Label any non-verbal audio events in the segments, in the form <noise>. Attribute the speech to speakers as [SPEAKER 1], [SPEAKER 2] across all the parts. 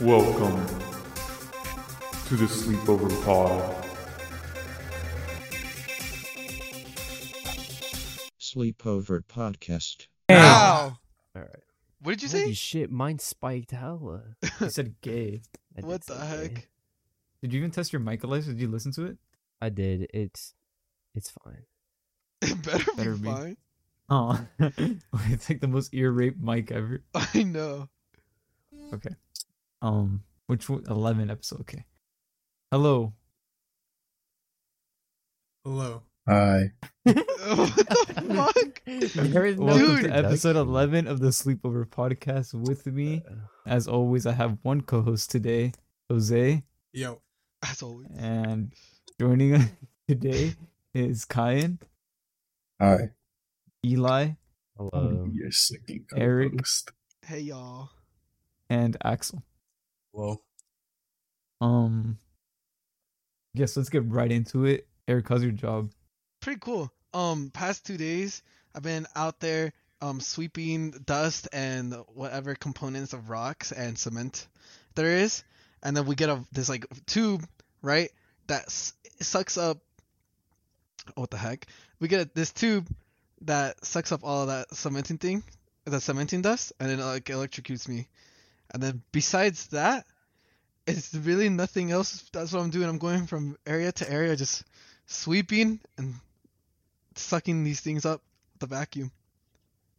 [SPEAKER 1] Welcome to the Sleepover Pod.
[SPEAKER 2] Sleepover Podcast.
[SPEAKER 3] Wow.
[SPEAKER 4] All right.
[SPEAKER 3] What did you
[SPEAKER 4] Holy
[SPEAKER 3] <laughs> say?
[SPEAKER 4] shit, mine spiked hella. I
[SPEAKER 5] You said gay.
[SPEAKER 4] did
[SPEAKER 3] What the
[SPEAKER 4] say
[SPEAKER 3] heck?
[SPEAKER 4] gay.
[SPEAKER 5] Did you even test your mic, Elijah? Did you listen to it?
[SPEAKER 4] I did. It's it's fine.
[SPEAKER 3] It better,
[SPEAKER 5] Better
[SPEAKER 3] be
[SPEAKER 5] be.
[SPEAKER 3] fine.
[SPEAKER 5] Oh, <laughs> it's like the most ear rape mic ever.
[SPEAKER 3] I know. <laughs>
[SPEAKER 5] Okay. Um, which one? Eleven episode. Okay. Hello.
[SPEAKER 6] Hello.
[SPEAKER 7] Hi.
[SPEAKER 3] what the <laughs> fuck?
[SPEAKER 4] There is no
[SPEAKER 5] Welcome
[SPEAKER 3] Dude.
[SPEAKER 5] to episode eleven of the Sleepover Podcast. With me,
[SPEAKER 4] Uh,
[SPEAKER 5] as always, I have one co-host today, Jose,
[SPEAKER 6] Yo.
[SPEAKER 3] As always.
[SPEAKER 5] and joining us <laughs> today is Kyan,
[SPEAKER 7] Hi.
[SPEAKER 5] Eli,
[SPEAKER 8] Oh,
[SPEAKER 4] Hello.
[SPEAKER 7] You're sicking.
[SPEAKER 5] Eric.
[SPEAKER 7] co-host.
[SPEAKER 3] Hey y'all.
[SPEAKER 5] and Axel.
[SPEAKER 6] Hello.
[SPEAKER 5] Um. Yes, let's get right into it. Eric, how's your job?
[SPEAKER 3] Pretty cool. Um, past two days, I've been out there, um, sweeping dust and whatever components of rocks and cement there is, and then we get a this like tube, right? That s- sucks up. oh, What the heck? We get this tube that sucks up all of that cementing thing, the cementing dust, and then like electrocutes me. And then besides that, it's really nothing else. That's what I'm doing. I'm going from area to area, just sweeping and sucking these things up with the vacuum.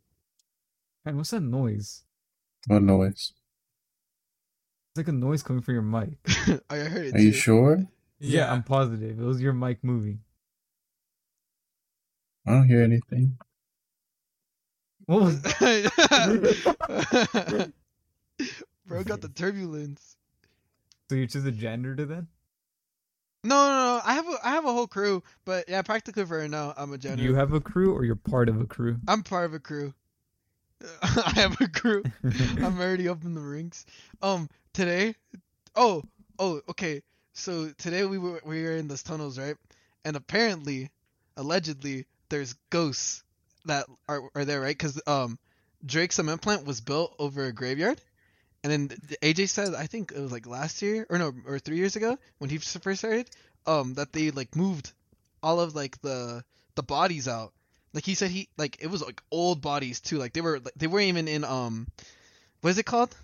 [SPEAKER 3] <laughs>
[SPEAKER 5] Man, what's that noise?
[SPEAKER 7] What noise?
[SPEAKER 5] It's like a noise coming from your
[SPEAKER 3] <laughs>
[SPEAKER 5] mic.
[SPEAKER 3] Oh, I heard it.
[SPEAKER 7] Are you
[SPEAKER 3] too.
[SPEAKER 7] sure?
[SPEAKER 6] Yeah.
[SPEAKER 5] I'm positive. It was your mic moving.
[SPEAKER 7] I don't hear anything.
[SPEAKER 5] What was <laughs>
[SPEAKER 3] <laughs> Bro got the turbulence.
[SPEAKER 5] so you're just a janitor then?
[SPEAKER 3] No, no, no. I have a, I have a whole crew, but yeah, practically for now, I'm a janitor.
[SPEAKER 5] You have a crew or you're part of a crew?
[SPEAKER 3] <laughs>
[SPEAKER 5] <laughs>
[SPEAKER 3] I'm part of a crew. I have a crew. <laughs> I'm already up in the rings. Um, today, oh, oh, okay. So today we were we were in those tunnels, right? And apparently, allegedly, there's ghosts that are are there, right? Because um, Drake's cement plant was built over a graveyard, and then the- AJ said I think it was like last year or no or three years ago when he first started, um, that they like moved all of like the the bodies out. Like he said, he like it was like old bodies too. Like they were like, they weren't even in um, what is it called?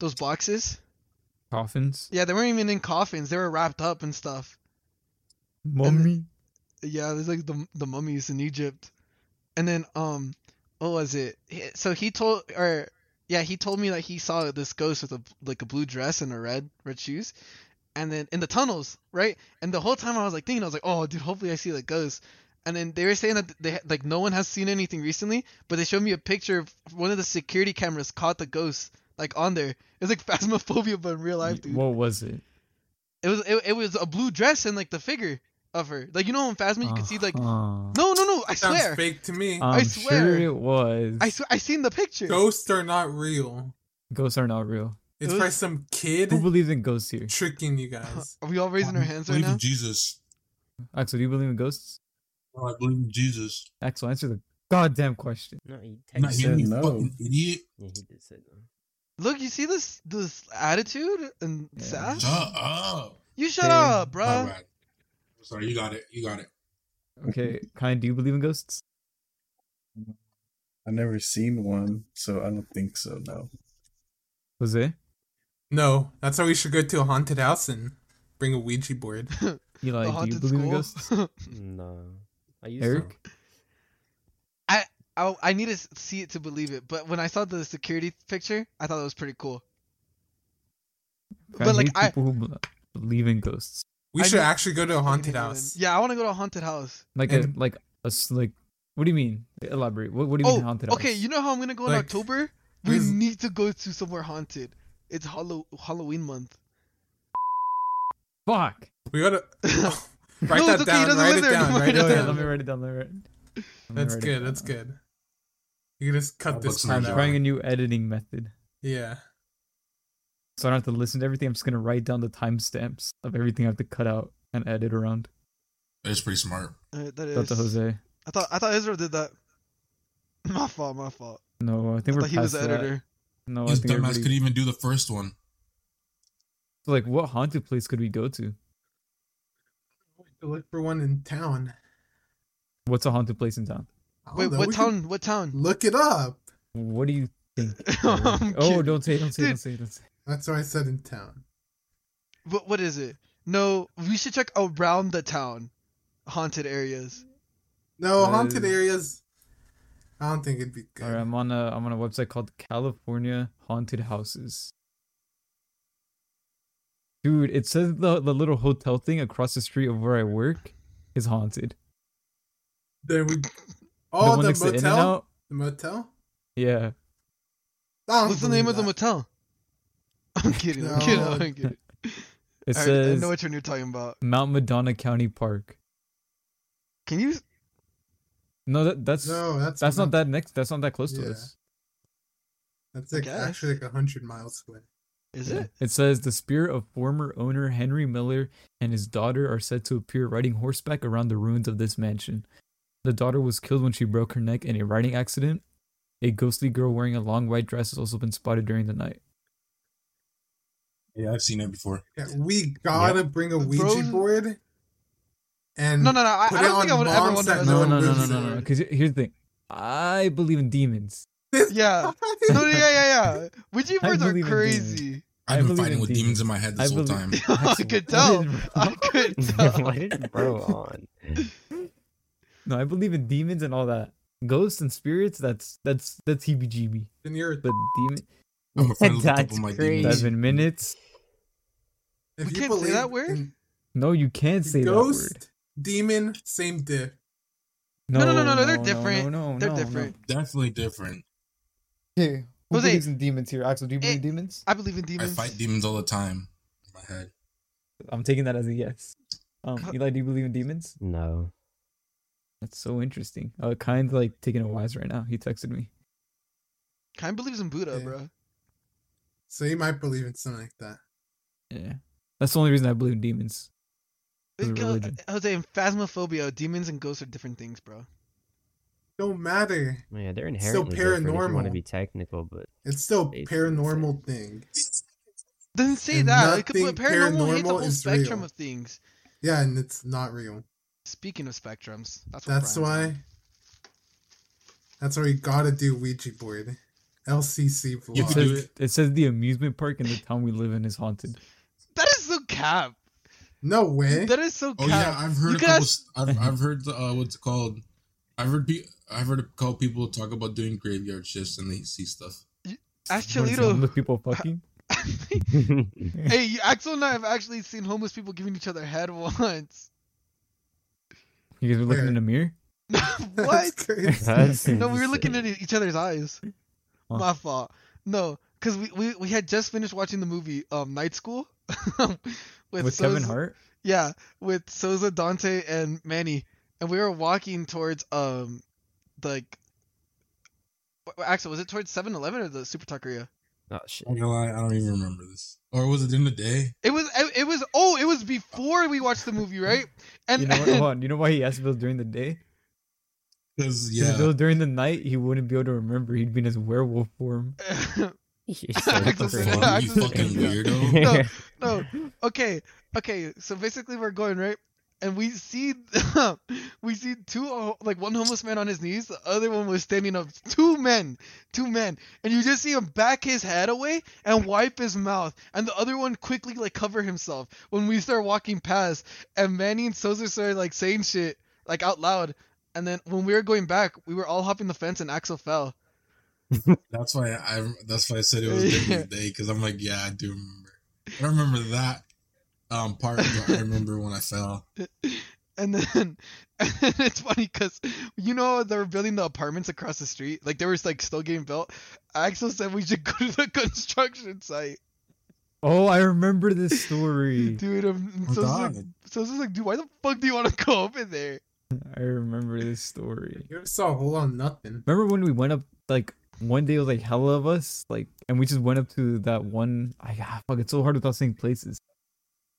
[SPEAKER 3] Those boxes. <laughs>
[SPEAKER 5] Coffins?
[SPEAKER 3] Yeah, they weren't even in coffins. They were wrapped up and stuff.
[SPEAKER 5] Mummy?
[SPEAKER 3] Yeah, there's like the the mummies in Egypt, and then um, what was it? He- So he told, or yeah, he told me that he saw this ghost with a like a blue dress and a red red shoes, and then in the tunnels, right? And the whole time I was like thinking, I was like, oh, dude, hopefully I see the ghost. And then they were saying that they like no one has seen anything recently, but they showed me a picture of one of the security cameras caught the ghost like on there. It was like <laughs> phasmophobia, but in real life, dude.
[SPEAKER 5] What was it?
[SPEAKER 3] It was it, it was a blue dress and like the figure of her. Like you know in Phasma you could see like
[SPEAKER 5] Uh-huh.
[SPEAKER 3] no no no I
[SPEAKER 6] Sounds
[SPEAKER 3] swear Um,
[SPEAKER 6] fake to me.
[SPEAKER 5] I'm
[SPEAKER 3] I swear.
[SPEAKER 5] sure it was.
[SPEAKER 3] I swear I seen the picture.
[SPEAKER 6] Ghosts are not real.
[SPEAKER 5] Ghosts are not
[SPEAKER 3] <laughs>
[SPEAKER 5] real.
[SPEAKER 6] It's
[SPEAKER 3] Those-
[SPEAKER 6] probably some kid
[SPEAKER 5] Who believes in ghosts here?
[SPEAKER 6] tricking you guys.
[SPEAKER 3] Are we all raising our hands right now?
[SPEAKER 8] Jesus.
[SPEAKER 5] Axel, do you believe in ghosts?
[SPEAKER 8] Oh, I believe in Jesus.
[SPEAKER 5] Axel, answer the goddamn question.
[SPEAKER 4] No, he
[SPEAKER 8] Not
[SPEAKER 4] texted.
[SPEAKER 7] said
[SPEAKER 8] him, you
[SPEAKER 7] no.
[SPEAKER 8] fucking idiot.
[SPEAKER 4] Yeah, he did say no.
[SPEAKER 3] Look, you see this this attitude and
[SPEAKER 5] Yeah.
[SPEAKER 3] sass?
[SPEAKER 8] Shut up.
[SPEAKER 3] You shut
[SPEAKER 5] Damn.
[SPEAKER 3] up, bruh.
[SPEAKER 8] All right. Sorry, you got it. You got it.
[SPEAKER 6] <laughs>
[SPEAKER 5] Okay, Kind, do you believe in ghosts?
[SPEAKER 7] I've never seen one, so I don't think so. No.
[SPEAKER 5] Jose?
[SPEAKER 6] No, that's why we should go to a haunted house and bring a Ouija board.
[SPEAKER 5] Eli,
[SPEAKER 3] the
[SPEAKER 5] do you
[SPEAKER 3] haunted
[SPEAKER 5] believe in
[SPEAKER 3] school. <laughs>
[SPEAKER 5] ghosts? <laughs>
[SPEAKER 4] <laughs> No. I used
[SPEAKER 5] Eric?
[SPEAKER 3] I I need to s- see it to believe it, but when I saw the security picture, I thought it was pretty cool.
[SPEAKER 5] I
[SPEAKER 3] But, like,
[SPEAKER 5] hate
[SPEAKER 3] I-
[SPEAKER 5] people who bel- believe in ghosts,
[SPEAKER 6] We
[SPEAKER 3] I
[SPEAKER 6] should
[SPEAKER 3] know-
[SPEAKER 6] actually go to a haunted
[SPEAKER 3] Fucking
[SPEAKER 6] house.
[SPEAKER 3] Yeah, I want to go to a haunted house.
[SPEAKER 5] like
[SPEAKER 6] And-
[SPEAKER 5] a, like a s- like. What do you mean? Elaborate. What, what do you mean
[SPEAKER 3] Oh,
[SPEAKER 5] haunted
[SPEAKER 3] okay.
[SPEAKER 5] house?
[SPEAKER 3] You know how I'm gonna go in
[SPEAKER 6] Like,
[SPEAKER 3] October? We
[SPEAKER 6] there's-
[SPEAKER 3] need to go to somewhere haunted. It's Hallow- Halloween month. <laughs>
[SPEAKER 6] <laughs>
[SPEAKER 5] Fuck.
[SPEAKER 6] We gotta write
[SPEAKER 3] No, it's
[SPEAKER 6] that
[SPEAKER 3] okay, he
[SPEAKER 6] down.
[SPEAKER 3] doesn't
[SPEAKER 6] Write
[SPEAKER 3] live
[SPEAKER 6] it
[SPEAKER 3] there
[SPEAKER 6] down.
[SPEAKER 3] <laughs> anymore,
[SPEAKER 6] Write
[SPEAKER 3] he
[SPEAKER 6] it
[SPEAKER 3] doesn't
[SPEAKER 5] Okay,
[SPEAKER 3] Yeah.
[SPEAKER 5] let
[SPEAKER 6] down.
[SPEAKER 5] me write it down. Let me write. It. let me
[SPEAKER 6] That's
[SPEAKER 5] write it
[SPEAKER 6] good. That's
[SPEAKER 5] down.
[SPEAKER 6] good. You can just cut
[SPEAKER 8] That
[SPEAKER 6] this
[SPEAKER 8] looks
[SPEAKER 6] part
[SPEAKER 5] I'm
[SPEAKER 8] Yeah.
[SPEAKER 6] out.
[SPEAKER 5] trying a new editing method,
[SPEAKER 6] Yeah.
[SPEAKER 5] so I don't have to listen to everything. I'm just gonna write down the timestamps of everything I have to cut out and edit around.
[SPEAKER 8] It's pretty smart.
[SPEAKER 3] Uh, that
[SPEAKER 5] That's
[SPEAKER 3] is.
[SPEAKER 5] to Jose.
[SPEAKER 3] I thought I thought Israel did that. <laughs> My fault. My fault.
[SPEAKER 5] No, I
[SPEAKER 3] I
[SPEAKER 5] think
[SPEAKER 3] thought
[SPEAKER 5] we're
[SPEAKER 3] he was
[SPEAKER 5] past
[SPEAKER 3] the
[SPEAKER 5] that.
[SPEAKER 3] editor.
[SPEAKER 5] No, I
[SPEAKER 8] His
[SPEAKER 5] think
[SPEAKER 8] dumbass could
[SPEAKER 5] everybody...
[SPEAKER 8] even do the first one.
[SPEAKER 5] So, like, what haunted place could we go to?
[SPEAKER 6] Look for one in town.
[SPEAKER 5] What's a haunted place in town?
[SPEAKER 6] I don't
[SPEAKER 3] Wait,
[SPEAKER 6] know,
[SPEAKER 3] what
[SPEAKER 6] we could
[SPEAKER 3] town? What town?
[SPEAKER 6] Look it up.
[SPEAKER 5] What do you
[SPEAKER 6] <laughs>
[SPEAKER 5] think?
[SPEAKER 3] I'm
[SPEAKER 5] oh,
[SPEAKER 3] kidding.
[SPEAKER 5] don't say, don't say, don't
[SPEAKER 3] Dude.
[SPEAKER 5] say, don't say.
[SPEAKER 6] That's why I said in town.
[SPEAKER 3] What what is it? No, we should check around the town, haunted areas.
[SPEAKER 6] No,
[SPEAKER 5] Uh,
[SPEAKER 6] haunted areas. I don't think it'd be good.
[SPEAKER 5] All right, I'm on a I'm on a website called California Haunted Houses. Dude, it says the the little hotel thing across the street of where I work is haunted. <coughs>
[SPEAKER 6] There we. Oh, the,
[SPEAKER 5] to
[SPEAKER 6] motel. The motel.
[SPEAKER 5] Yeah.
[SPEAKER 6] I don't
[SPEAKER 3] What's the name
[SPEAKER 6] believe
[SPEAKER 3] of the
[SPEAKER 6] that.
[SPEAKER 3] motel? <laughs> I'm kidding. I'm kidding.
[SPEAKER 6] No.
[SPEAKER 3] I'm kidding.
[SPEAKER 5] It
[SPEAKER 3] I, already- I
[SPEAKER 5] says
[SPEAKER 3] know which one you're talking about.
[SPEAKER 5] Mount Madonna County Park.
[SPEAKER 3] Can you?
[SPEAKER 5] No, that, that's
[SPEAKER 6] No, that's
[SPEAKER 5] that's not
[SPEAKER 6] Mount-
[SPEAKER 5] that next. That's not that close to
[SPEAKER 6] Yeah.
[SPEAKER 5] us.
[SPEAKER 6] That's
[SPEAKER 3] I
[SPEAKER 6] like
[SPEAKER 3] guess.
[SPEAKER 6] actually like a hundred miles away.
[SPEAKER 3] Is
[SPEAKER 5] Yeah.
[SPEAKER 3] it?
[SPEAKER 5] It says the spirit of former owner Henry Miller and his daughter are said to appear riding horseback around the ruins of this mansion. The daughter was killed when she broke her neck in a riding accident. A ghostly girl wearing a long white dress has also been spotted during the night.
[SPEAKER 8] Yeah, I've seen that before.
[SPEAKER 6] Yeah, we gotta bring a Ouija
[SPEAKER 3] Bro-
[SPEAKER 6] board. And <laughs>
[SPEAKER 3] No, no, no. I,
[SPEAKER 6] Put
[SPEAKER 3] I
[SPEAKER 6] it
[SPEAKER 3] don't think I
[SPEAKER 6] on
[SPEAKER 3] would ever
[SPEAKER 6] Mom's
[SPEAKER 3] want to.
[SPEAKER 6] that
[SPEAKER 3] visit
[SPEAKER 5] No,
[SPEAKER 3] one
[SPEAKER 5] no,
[SPEAKER 3] of
[SPEAKER 5] no, no,
[SPEAKER 3] those.
[SPEAKER 5] no, no. Because here's the thing, I believe in demons.
[SPEAKER 3] Yeah. No, yeah, yeah, yeah. Ouija
[SPEAKER 5] <laughs> I
[SPEAKER 3] boards are
[SPEAKER 5] believe in
[SPEAKER 3] crazy.
[SPEAKER 5] I
[SPEAKER 8] I've been
[SPEAKER 5] believe
[SPEAKER 8] fighting
[SPEAKER 5] in
[SPEAKER 8] with
[SPEAKER 5] demons.
[SPEAKER 8] demons in my head
[SPEAKER 5] I
[SPEAKER 8] this whole
[SPEAKER 5] believe- <laughs>
[SPEAKER 8] time. <laughs>
[SPEAKER 3] I could tell. I could
[SPEAKER 4] <laughs>
[SPEAKER 3] <laughs> tell.
[SPEAKER 4] Why did bro on?
[SPEAKER 5] No, I believe in demons and all that. Ghosts and spirits. That's that's that's heebie-jeebie.
[SPEAKER 6] And you're,
[SPEAKER 5] But demon.
[SPEAKER 8] I'm afraid to look up
[SPEAKER 9] That's
[SPEAKER 8] on my
[SPEAKER 9] crazy.
[SPEAKER 8] demons.
[SPEAKER 5] Seven minutes.
[SPEAKER 6] if
[SPEAKER 3] We
[SPEAKER 6] you
[SPEAKER 3] can't say
[SPEAKER 6] believe
[SPEAKER 3] that word?
[SPEAKER 6] in
[SPEAKER 5] No, you can't say
[SPEAKER 6] ghost,
[SPEAKER 5] that word.
[SPEAKER 6] demon, same diff.
[SPEAKER 3] No, no, no, no, they're
[SPEAKER 5] no,
[SPEAKER 3] different.
[SPEAKER 5] No, no,
[SPEAKER 3] They're
[SPEAKER 5] no, no.
[SPEAKER 3] different.
[SPEAKER 8] Definitely different.
[SPEAKER 9] Here, who
[SPEAKER 3] Jose.
[SPEAKER 9] believes in demons here? Axel, do you believe in
[SPEAKER 3] Eh.
[SPEAKER 9] demons?
[SPEAKER 3] I believe in
[SPEAKER 8] I
[SPEAKER 3] demons.
[SPEAKER 8] fight demons all the time in my head.
[SPEAKER 5] I'm taking that as a yes. Um, Eli, do you believe in demons?
[SPEAKER 4] No.
[SPEAKER 5] That's so interesting. Uh, kind's like taking a wise right now. He texted me.
[SPEAKER 3] Kind believes in Buddha,
[SPEAKER 6] Yeah.
[SPEAKER 3] bro.
[SPEAKER 6] So you might believe in something like that.
[SPEAKER 5] Yeah, that's the only reason I believe in demons. It's a religion.
[SPEAKER 3] uh, Jose, in Phasmophobia, demons and ghosts are different things, bro.
[SPEAKER 6] Don't matter.
[SPEAKER 4] Well, Yeah, they're
[SPEAKER 6] Still
[SPEAKER 4] inherently different if you want to
[SPEAKER 6] paranormal.
[SPEAKER 4] be technical, but
[SPEAKER 8] <laughs>
[SPEAKER 6] It's still a
[SPEAKER 4] Basically the same.
[SPEAKER 6] paranormal thing.
[SPEAKER 3] Doesn't say
[SPEAKER 6] And
[SPEAKER 3] that. It could put
[SPEAKER 6] nothing
[SPEAKER 3] paranormal hit the
[SPEAKER 6] paranormal
[SPEAKER 3] whole
[SPEAKER 6] is
[SPEAKER 3] spectrum
[SPEAKER 6] real.
[SPEAKER 3] of things.
[SPEAKER 6] Yeah, and it's not real.
[SPEAKER 3] Speaking of spectrums, that's what
[SPEAKER 6] That's
[SPEAKER 3] Brian
[SPEAKER 6] why. That's why you gotta do Ouija board. LCC
[SPEAKER 8] You
[SPEAKER 5] It
[SPEAKER 8] could
[SPEAKER 6] vlog.
[SPEAKER 8] do
[SPEAKER 5] says, it says the amusement park in the town we live in is haunted.
[SPEAKER 3] That is so cap.
[SPEAKER 6] No way.
[SPEAKER 3] That is so
[SPEAKER 8] Oh
[SPEAKER 3] cap.
[SPEAKER 8] yeah, I've heard
[SPEAKER 3] You
[SPEAKER 8] a
[SPEAKER 3] could
[SPEAKER 8] couple.
[SPEAKER 3] ask-
[SPEAKER 8] s- I've, I've heard uh, what's it called. I've heard pe- I've heard a couple people talk about doing graveyard shifts and they see stuff.
[SPEAKER 3] Ask
[SPEAKER 5] Wanna see
[SPEAKER 3] Cholito.
[SPEAKER 5] homeless people fucking.
[SPEAKER 3] <laughs> hey, you- Axel and I have actually seen homeless people giving each other head <laughs> once.
[SPEAKER 5] You guys were looking
[SPEAKER 6] Where?
[SPEAKER 5] in the mirror.
[SPEAKER 3] what?
[SPEAKER 6] <laughs> That's crazy.
[SPEAKER 3] <laughs> No, we were looking at each other's eyes.
[SPEAKER 5] Huh.
[SPEAKER 3] My fault. No, because we, we we had just finished watching the movie um Night School <laughs> with,
[SPEAKER 5] with, Kevin
[SPEAKER 3] Soz- <laughs>
[SPEAKER 5] Hart.
[SPEAKER 3] Yeah, with Sosa, Dante, and Manny, and we were walking towards um, like. w- Axel, was it towards 7-Eleven or the Super Taqueria?
[SPEAKER 4] Oh shit. <laughs>
[SPEAKER 8] I'm not gonna lie, I don't even remember this. Or was it in the day?
[SPEAKER 3] It was. It, it was. Oh, it was before we watched the movie, right? And
[SPEAKER 5] You
[SPEAKER 3] <laughs>
[SPEAKER 5] know what? Hold on. You know why he asked Bill during the day?
[SPEAKER 8] Because
[SPEAKER 5] 'Cause
[SPEAKER 8] yeah,
[SPEAKER 5] Bill during the night he wouldn't be able to remember. He'd be in his werewolf form.
[SPEAKER 3] <laughs> Axel said-
[SPEAKER 8] Fuck, you
[SPEAKER 3] Axel said-
[SPEAKER 8] fucking
[SPEAKER 3] yeah.
[SPEAKER 8] weirdo.
[SPEAKER 3] <laughs>
[SPEAKER 4] <laughs>
[SPEAKER 3] No, no. Okay, okay. So basically, we're going right, and we see <laughs> we see two ho- like one homeless man on his knees, the other one was standing up. Two men, two men, and you just see him back his head away and wipe his mouth, and the other one quickly like cover himself. When we start walking past, and Manny and Sosa started like saying shit like out loud. And then when we were going back, we were all hopping the fence and Axel fell.
[SPEAKER 8] That's why I. That's why I said
[SPEAKER 5] <laughs>
[SPEAKER 8] it was during the day because I'm like, yeah, I do remember. I don't remember that um part, but I remember when I fell.
[SPEAKER 3] And then, <laughs> and then it's funny because you know they were building the apartments across the street, like they were like still getting built. Axel said we should <laughs> go to the construction site,
[SPEAKER 5] Oh, I remember this story.
[SPEAKER 3] <laughs> dude. I'm,
[SPEAKER 8] Oh,
[SPEAKER 3] so it's like,
[SPEAKER 8] God.
[SPEAKER 3] so it's just like, dude, why the fuck do you want to <laughs> go over there?
[SPEAKER 5] I remember this story.
[SPEAKER 6] You saw a whole lot of nothing.
[SPEAKER 5] Remember when we went up like one day it was like hella of us like and we just went up to that one I ah, fuck it's so hard without saying places.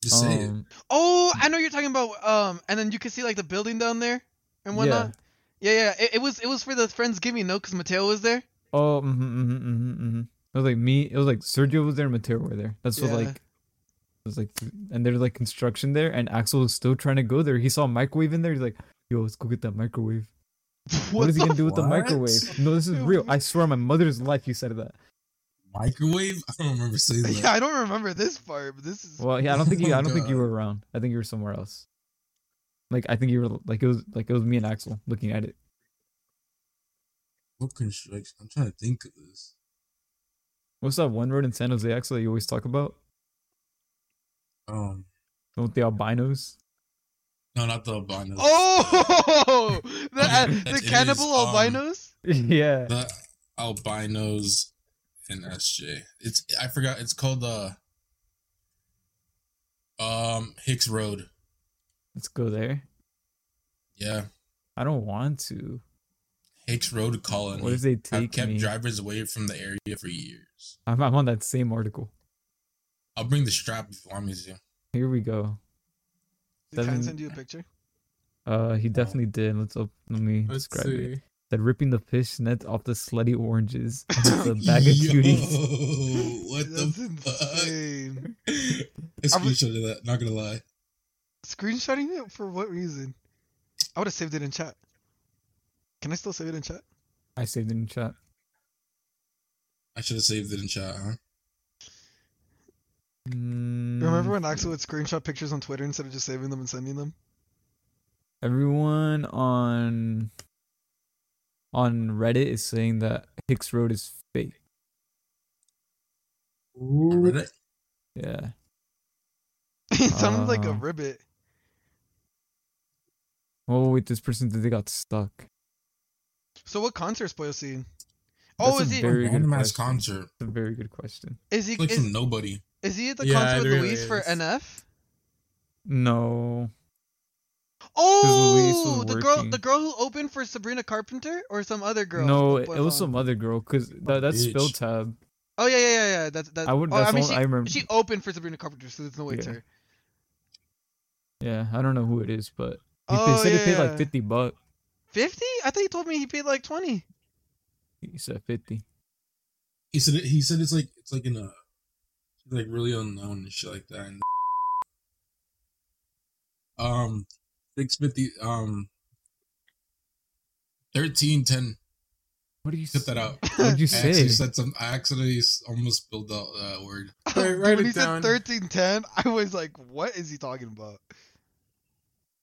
[SPEAKER 8] Just say it.
[SPEAKER 5] Um,
[SPEAKER 3] Oh, I know you're talking about. Um, and then you can see like the building down there and whatnot. Yeah, yeah. It, it was it was for the friendsgiving, no, because Mateo was there. <laughs>
[SPEAKER 5] Oh, mm-hmm, mm-hmm, mm-hmm. it was like me. It was like Sergio was there, and Mateo were there. That's what
[SPEAKER 3] Yeah.
[SPEAKER 5] like It's like, and there's like construction there, and Axel is still trying to go there. He saw a microwave in there. He's like, "Yo, let's go get that microwave."
[SPEAKER 3] What,
[SPEAKER 5] what is he
[SPEAKER 3] the
[SPEAKER 5] gonna do with the
[SPEAKER 8] what?
[SPEAKER 5] microwave? No, this is real. I swear, on my mother's life, you said that.
[SPEAKER 8] Microwave? I don't remember saying that.
[SPEAKER 3] <laughs> Yeah, I don't remember this part, but this is
[SPEAKER 5] Well, yeah, I don't think you.
[SPEAKER 8] Oh
[SPEAKER 5] I don't think you
[SPEAKER 8] God.
[SPEAKER 5] were around. I think you were somewhere else. Like I think you were like it was like it was me and Axel looking at it.
[SPEAKER 8] What construction? I'm trying to think of this.
[SPEAKER 5] What's that one road in San Jose, Axel? That you always talk about?
[SPEAKER 8] Um,
[SPEAKER 5] Don't the albinos?
[SPEAKER 8] no, not the albino.
[SPEAKER 3] Oh, <laughs> the, uh,
[SPEAKER 8] That
[SPEAKER 3] the
[SPEAKER 8] is,
[SPEAKER 3] cannibal
[SPEAKER 8] um,
[SPEAKER 3] albinos.
[SPEAKER 5] yeah.
[SPEAKER 8] the albinos and SJ. It's I forgot. It's called the um Hicks Road.
[SPEAKER 5] Let's go there.
[SPEAKER 8] Yeah,
[SPEAKER 5] I don't want to.
[SPEAKER 8] Hicks Road Colony.
[SPEAKER 5] What if they
[SPEAKER 8] I've
[SPEAKER 5] take
[SPEAKER 8] kept
[SPEAKER 5] me?
[SPEAKER 8] drivers away from the area for years.
[SPEAKER 5] I'm, I'm on that same article.
[SPEAKER 8] I'll bring the strap if you want me to.
[SPEAKER 5] Here we go.
[SPEAKER 3] Did Khan
[SPEAKER 5] doesn't-
[SPEAKER 3] send you a picture?
[SPEAKER 5] Uh, he definitely did. Let's up. Let me
[SPEAKER 6] Let's
[SPEAKER 5] describe it.
[SPEAKER 6] see.
[SPEAKER 5] That ripping the fish net off the slutty oranges. It's a bag of cuties.
[SPEAKER 8] Yo, <laughs> what the
[SPEAKER 3] That's
[SPEAKER 8] fuck?
[SPEAKER 3] insane.
[SPEAKER 8] I screenshot of that. Not gonna lie.
[SPEAKER 3] Screenshotting it for what reason? I would have saved it in chat. Can I still save it in chat?
[SPEAKER 5] I saved it in chat.
[SPEAKER 8] I should have saved it in chat, huh?
[SPEAKER 3] Remember
[SPEAKER 5] Mm,
[SPEAKER 3] when Axel would screenshot pictures on Twitter instead of just saving them and sending them? <laughs>
[SPEAKER 5] everyone on on Reddit is saying that Hicks Road is fake.
[SPEAKER 8] I read it.
[SPEAKER 5] Yeah.
[SPEAKER 3] it sounded like a
[SPEAKER 5] Uh.
[SPEAKER 3] ribbit.
[SPEAKER 5] Oh wait, this person said they got stuck.
[SPEAKER 3] So what concert's Poyo seeing? Oh,
[SPEAKER 5] That's
[SPEAKER 3] is
[SPEAKER 5] a
[SPEAKER 3] he
[SPEAKER 5] very good
[SPEAKER 8] Random ass
[SPEAKER 5] question.
[SPEAKER 8] concert.
[SPEAKER 5] That's a very good question.
[SPEAKER 3] is he
[SPEAKER 8] Like
[SPEAKER 3] is,
[SPEAKER 8] from nobody.
[SPEAKER 3] is he at the
[SPEAKER 6] Yeah,
[SPEAKER 3] concert
[SPEAKER 6] it
[SPEAKER 3] with
[SPEAKER 6] really
[SPEAKER 3] Luis for
[SPEAKER 6] is.
[SPEAKER 3] NF?
[SPEAKER 5] No, Luis was
[SPEAKER 3] Oh, the girl,
[SPEAKER 5] working.
[SPEAKER 3] the girl who opened for Sabrina Carpenter or some other girl?
[SPEAKER 5] no,
[SPEAKER 3] with
[SPEAKER 5] it,
[SPEAKER 3] the
[SPEAKER 5] it was
[SPEAKER 3] boy
[SPEAKER 5] some other girl because that, that's
[SPEAKER 8] bitch.
[SPEAKER 5] spill tab.
[SPEAKER 3] Oh yeah, yeah, yeah, yeah. That's that.
[SPEAKER 5] I would.
[SPEAKER 3] oh,
[SPEAKER 5] that's
[SPEAKER 3] I mean,
[SPEAKER 5] all
[SPEAKER 3] she,
[SPEAKER 5] I remember.
[SPEAKER 3] she opened for Sabrina Carpenter, so there's no way it's
[SPEAKER 5] Yeah.
[SPEAKER 3] her.
[SPEAKER 5] Yeah, I don't know who it is, but he, they
[SPEAKER 3] Oh
[SPEAKER 5] said
[SPEAKER 3] yeah.
[SPEAKER 5] he paid like fifty bucks.
[SPEAKER 3] Fifty? I thought you told me he paid like twenty.
[SPEAKER 5] He said fifty.
[SPEAKER 8] He said it, he said it's like it's like in a like really unknown and shit like that. And um, six fifty um, thirteen ten.
[SPEAKER 5] What do you
[SPEAKER 8] Cut
[SPEAKER 6] <laughs>
[SPEAKER 8] that
[SPEAKER 5] say?
[SPEAKER 8] out.
[SPEAKER 5] What
[SPEAKER 3] <laughs>
[SPEAKER 8] <laughs>
[SPEAKER 5] did you
[SPEAKER 8] I
[SPEAKER 5] say?
[SPEAKER 8] actually said some. I accidentally s- almost spilled out that word.
[SPEAKER 6] Alright,
[SPEAKER 3] Dude, <laughs>
[SPEAKER 6] write
[SPEAKER 3] when
[SPEAKER 6] it
[SPEAKER 3] he
[SPEAKER 6] down.
[SPEAKER 3] said thirteen ten, I was like, what is he talking about?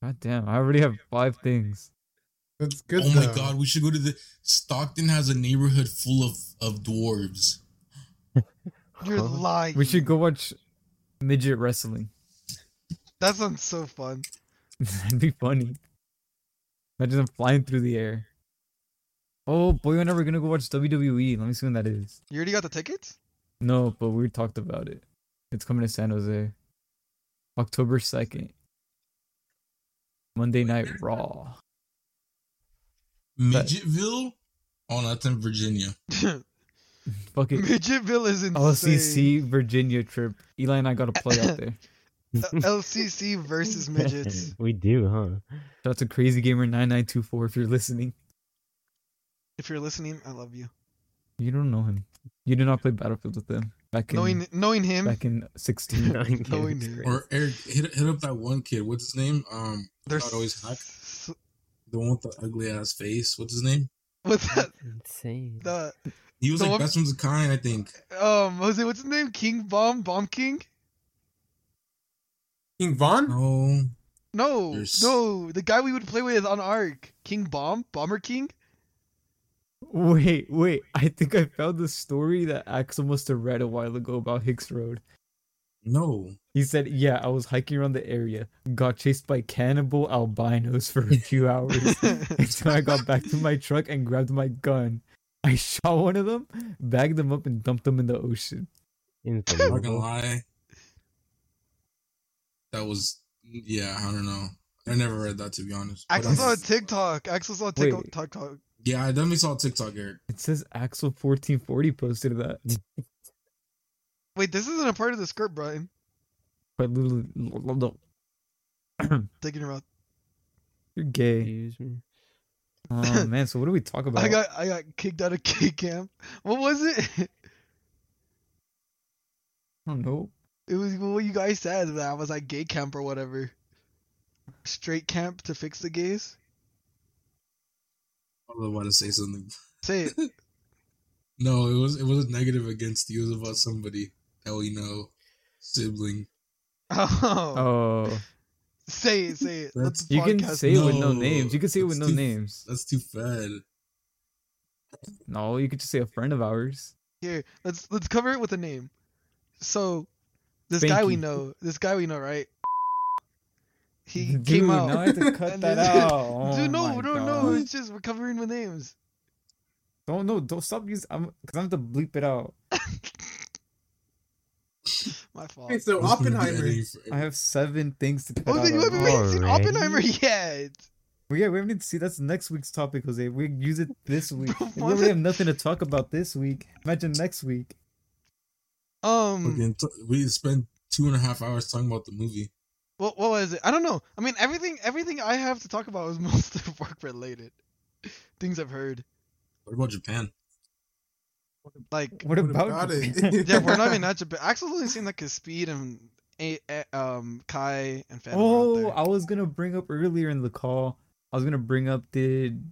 [SPEAKER 5] God damn! I already have five things.
[SPEAKER 6] That's good.
[SPEAKER 8] oh my
[SPEAKER 6] though.
[SPEAKER 8] god, we should go to the Stockton has a neighborhood full of of dwarves.
[SPEAKER 3] You're lying.
[SPEAKER 5] We should go watch midget wrestling.
[SPEAKER 3] That sounds so fun.
[SPEAKER 5] <laughs> That'd be funny. Imagine them flying through the air. Oh boy, when are we gonna go watch WWE? Let me see when that is.
[SPEAKER 3] You already got the tickets? <laughs>
[SPEAKER 5] No, but we talked about it. It's coming to San Jose. October 2nd. Monday Night Raw. <laughs> But-
[SPEAKER 8] Midgetville. Oh, no, that's in Virginia.
[SPEAKER 5] Fucking
[SPEAKER 3] <laughs> Midgetville is insane.
[SPEAKER 5] LCC Virginia trip. Eli and I got to play out
[SPEAKER 3] <laughs>
[SPEAKER 5] there.
[SPEAKER 3] LCC
[SPEAKER 4] <laughs>
[SPEAKER 3] versus midgets.
[SPEAKER 4] we do, huh? <laughs>
[SPEAKER 5] Shout out to Crazy Gamer 9924 if you're listening.
[SPEAKER 3] If you're listening, I love you.
[SPEAKER 5] You don't know him. You did not play Battlefield with him back in
[SPEAKER 3] Knowing knowing him,
[SPEAKER 5] back in 16.
[SPEAKER 4] Nine
[SPEAKER 3] Knowing
[SPEAKER 4] games,
[SPEAKER 3] you.
[SPEAKER 4] great.
[SPEAKER 8] Or Eric, hit, hit up that one kid. What's his name? Um,
[SPEAKER 3] there's
[SPEAKER 8] not always hot. The one with the ugly ass face. What's his name?
[SPEAKER 3] What's that?
[SPEAKER 4] Insane.
[SPEAKER 3] The
[SPEAKER 8] He was
[SPEAKER 3] The
[SPEAKER 8] like
[SPEAKER 3] one-
[SPEAKER 8] best one's a kind, I think.
[SPEAKER 3] um, Jose, what's his name? King Bomb, Bomb King?
[SPEAKER 6] King Von.
[SPEAKER 8] No,
[SPEAKER 3] No,
[SPEAKER 8] There's-
[SPEAKER 3] no, the guy we would play with on Ark, King Bomb, Bomber King.
[SPEAKER 5] Wait, wait. I think I found the story that Axel must have read a while ago about Hicks Road.
[SPEAKER 8] no.
[SPEAKER 5] He said, "Yeah, I was hiking around the area, got chased by cannibal albinos for a few
[SPEAKER 3] <laughs>
[SPEAKER 5] hours until I got back to my truck and grabbed my gun. I shot one of them, bagged them up, and dumped them in the ocean.
[SPEAKER 8] I'm not gonna
[SPEAKER 6] Uh-huh.
[SPEAKER 4] Unbelievable.
[SPEAKER 8] lie. That was yeah. I don't know. I never read that to be honest. But
[SPEAKER 3] Axel saw a
[SPEAKER 8] that's-
[SPEAKER 3] TikTok. Axel saw a
[SPEAKER 5] Wait.
[SPEAKER 3] TikTok. TikTok.
[SPEAKER 8] Yeah, I definitely saw a TikTok, Eric.
[SPEAKER 5] It says Axel fourteen forty posted that.
[SPEAKER 3] Wait, this isn't a part of the script, Brian.
[SPEAKER 5] Quite literally, <laughs>
[SPEAKER 3] Taking her out.
[SPEAKER 5] you're gay.
[SPEAKER 4] Excuse me.
[SPEAKER 5] Oh
[SPEAKER 3] <laughs>
[SPEAKER 5] man, so what do we talk about?
[SPEAKER 3] I got I got kicked out of <laughs> K camp. What was it?
[SPEAKER 5] I don't know.
[SPEAKER 3] <laughs> It was what you guys said that I was at gay camp or whatever. Straight camp to fix the gays.
[SPEAKER 8] I don't want to say something.
[SPEAKER 3] Say it. <laughs>
[SPEAKER 8] No, it was it was negative against you. It was about somebody that we know, sibling.
[SPEAKER 3] Oh,
[SPEAKER 5] Oh,
[SPEAKER 3] say it. Say it. Let
[SPEAKER 8] That's-
[SPEAKER 3] the
[SPEAKER 5] you can
[SPEAKER 3] podcast
[SPEAKER 5] say it with no
[SPEAKER 8] No,
[SPEAKER 5] names. You can say it with
[SPEAKER 8] it's
[SPEAKER 5] no
[SPEAKER 8] too-
[SPEAKER 5] names.
[SPEAKER 8] That's too bad.
[SPEAKER 5] No, you could just say a friend of ours.
[SPEAKER 3] Here, let's let's cover it with a name. So, this guy we
[SPEAKER 5] Spanky.
[SPEAKER 3] know, this guy we know, right?
[SPEAKER 5] <laughs>
[SPEAKER 3] He
[SPEAKER 5] Dude,
[SPEAKER 3] came
[SPEAKER 5] now I
[SPEAKER 3] out.
[SPEAKER 5] have
[SPEAKER 3] <laughs>
[SPEAKER 5] to cut
[SPEAKER 3] And
[SPEAKER 5] that
[SPEAKER 3] this-
[SPEAKER 5] out.
[SPEAKER 3] Dude, no,
[SPEAKER 5] Oh
[SPEAKER 3] no,
[SPEAKER 5] my
[SPEAKER 3] no.
[SPEAKER 5] God.
[SPEAKER 3] It's just we're covering with names.
[SPEAKER 5] Don't no, don't stop using. I'm because I have to bleep it out.
[SPEAKER 3] My fault.
[SPEAKER 6] Okay, so
[SPEAKER 8] This would be
[SPEAKER 6] Oppenheimer.
[SPEAKER 8] editing forever.
[SPEAKER 5] I have seven things to cut
[SPEAKER 3] Oh,
[SPEAKER 5] out.
[SPEAKER 3] then you
[SPEAKER 5] of.
[SPEAKER 3] haven't even seen
[SPEAKER 4] Alrighty.
[SPEAKER 3] Oppenheimer <laughs> yet.
[SPEAKER 5] Well, yeah, we haven't even see that's next week's topic, Jose. We use it
[SPEAKER 3] <laughs>
[SPEAKER 5] this week.
[SPEAKER 3] Bro,
[SPEAKER 5] we
[SPEAKER 3] what?
[SPEAKER 5] already have nothing to talk about this week. Imagine next week.
[SPEAKER 3] Um,
[SPEAKER 8] Fucking t- we spent two and a half hours talking about the movie.
[SPEAKER 3] what what was it? I don't know. I mean, everything everything I have to talk about is <laughs> mostly work related. Things I've heard.
[SPEAKER 8] What about Japan?
[SPEAKER 3] Like,
[SPEAKER 5] What,
[SPEAKER 6] What
[SPEAKER 5] about, <laughs>
[SPEAKER 6] about
[SPEAKER 5] Japan?
[SPEAKER 6] it?
[SPEAKER 3] yeah, we're not even at Japan. Axel's only seen like his speed and a, A- um Kai and Phantom. Oh,
[SPEAKER 5] Oh, I was gonna bring up earlier in the call. I was gonna bring up did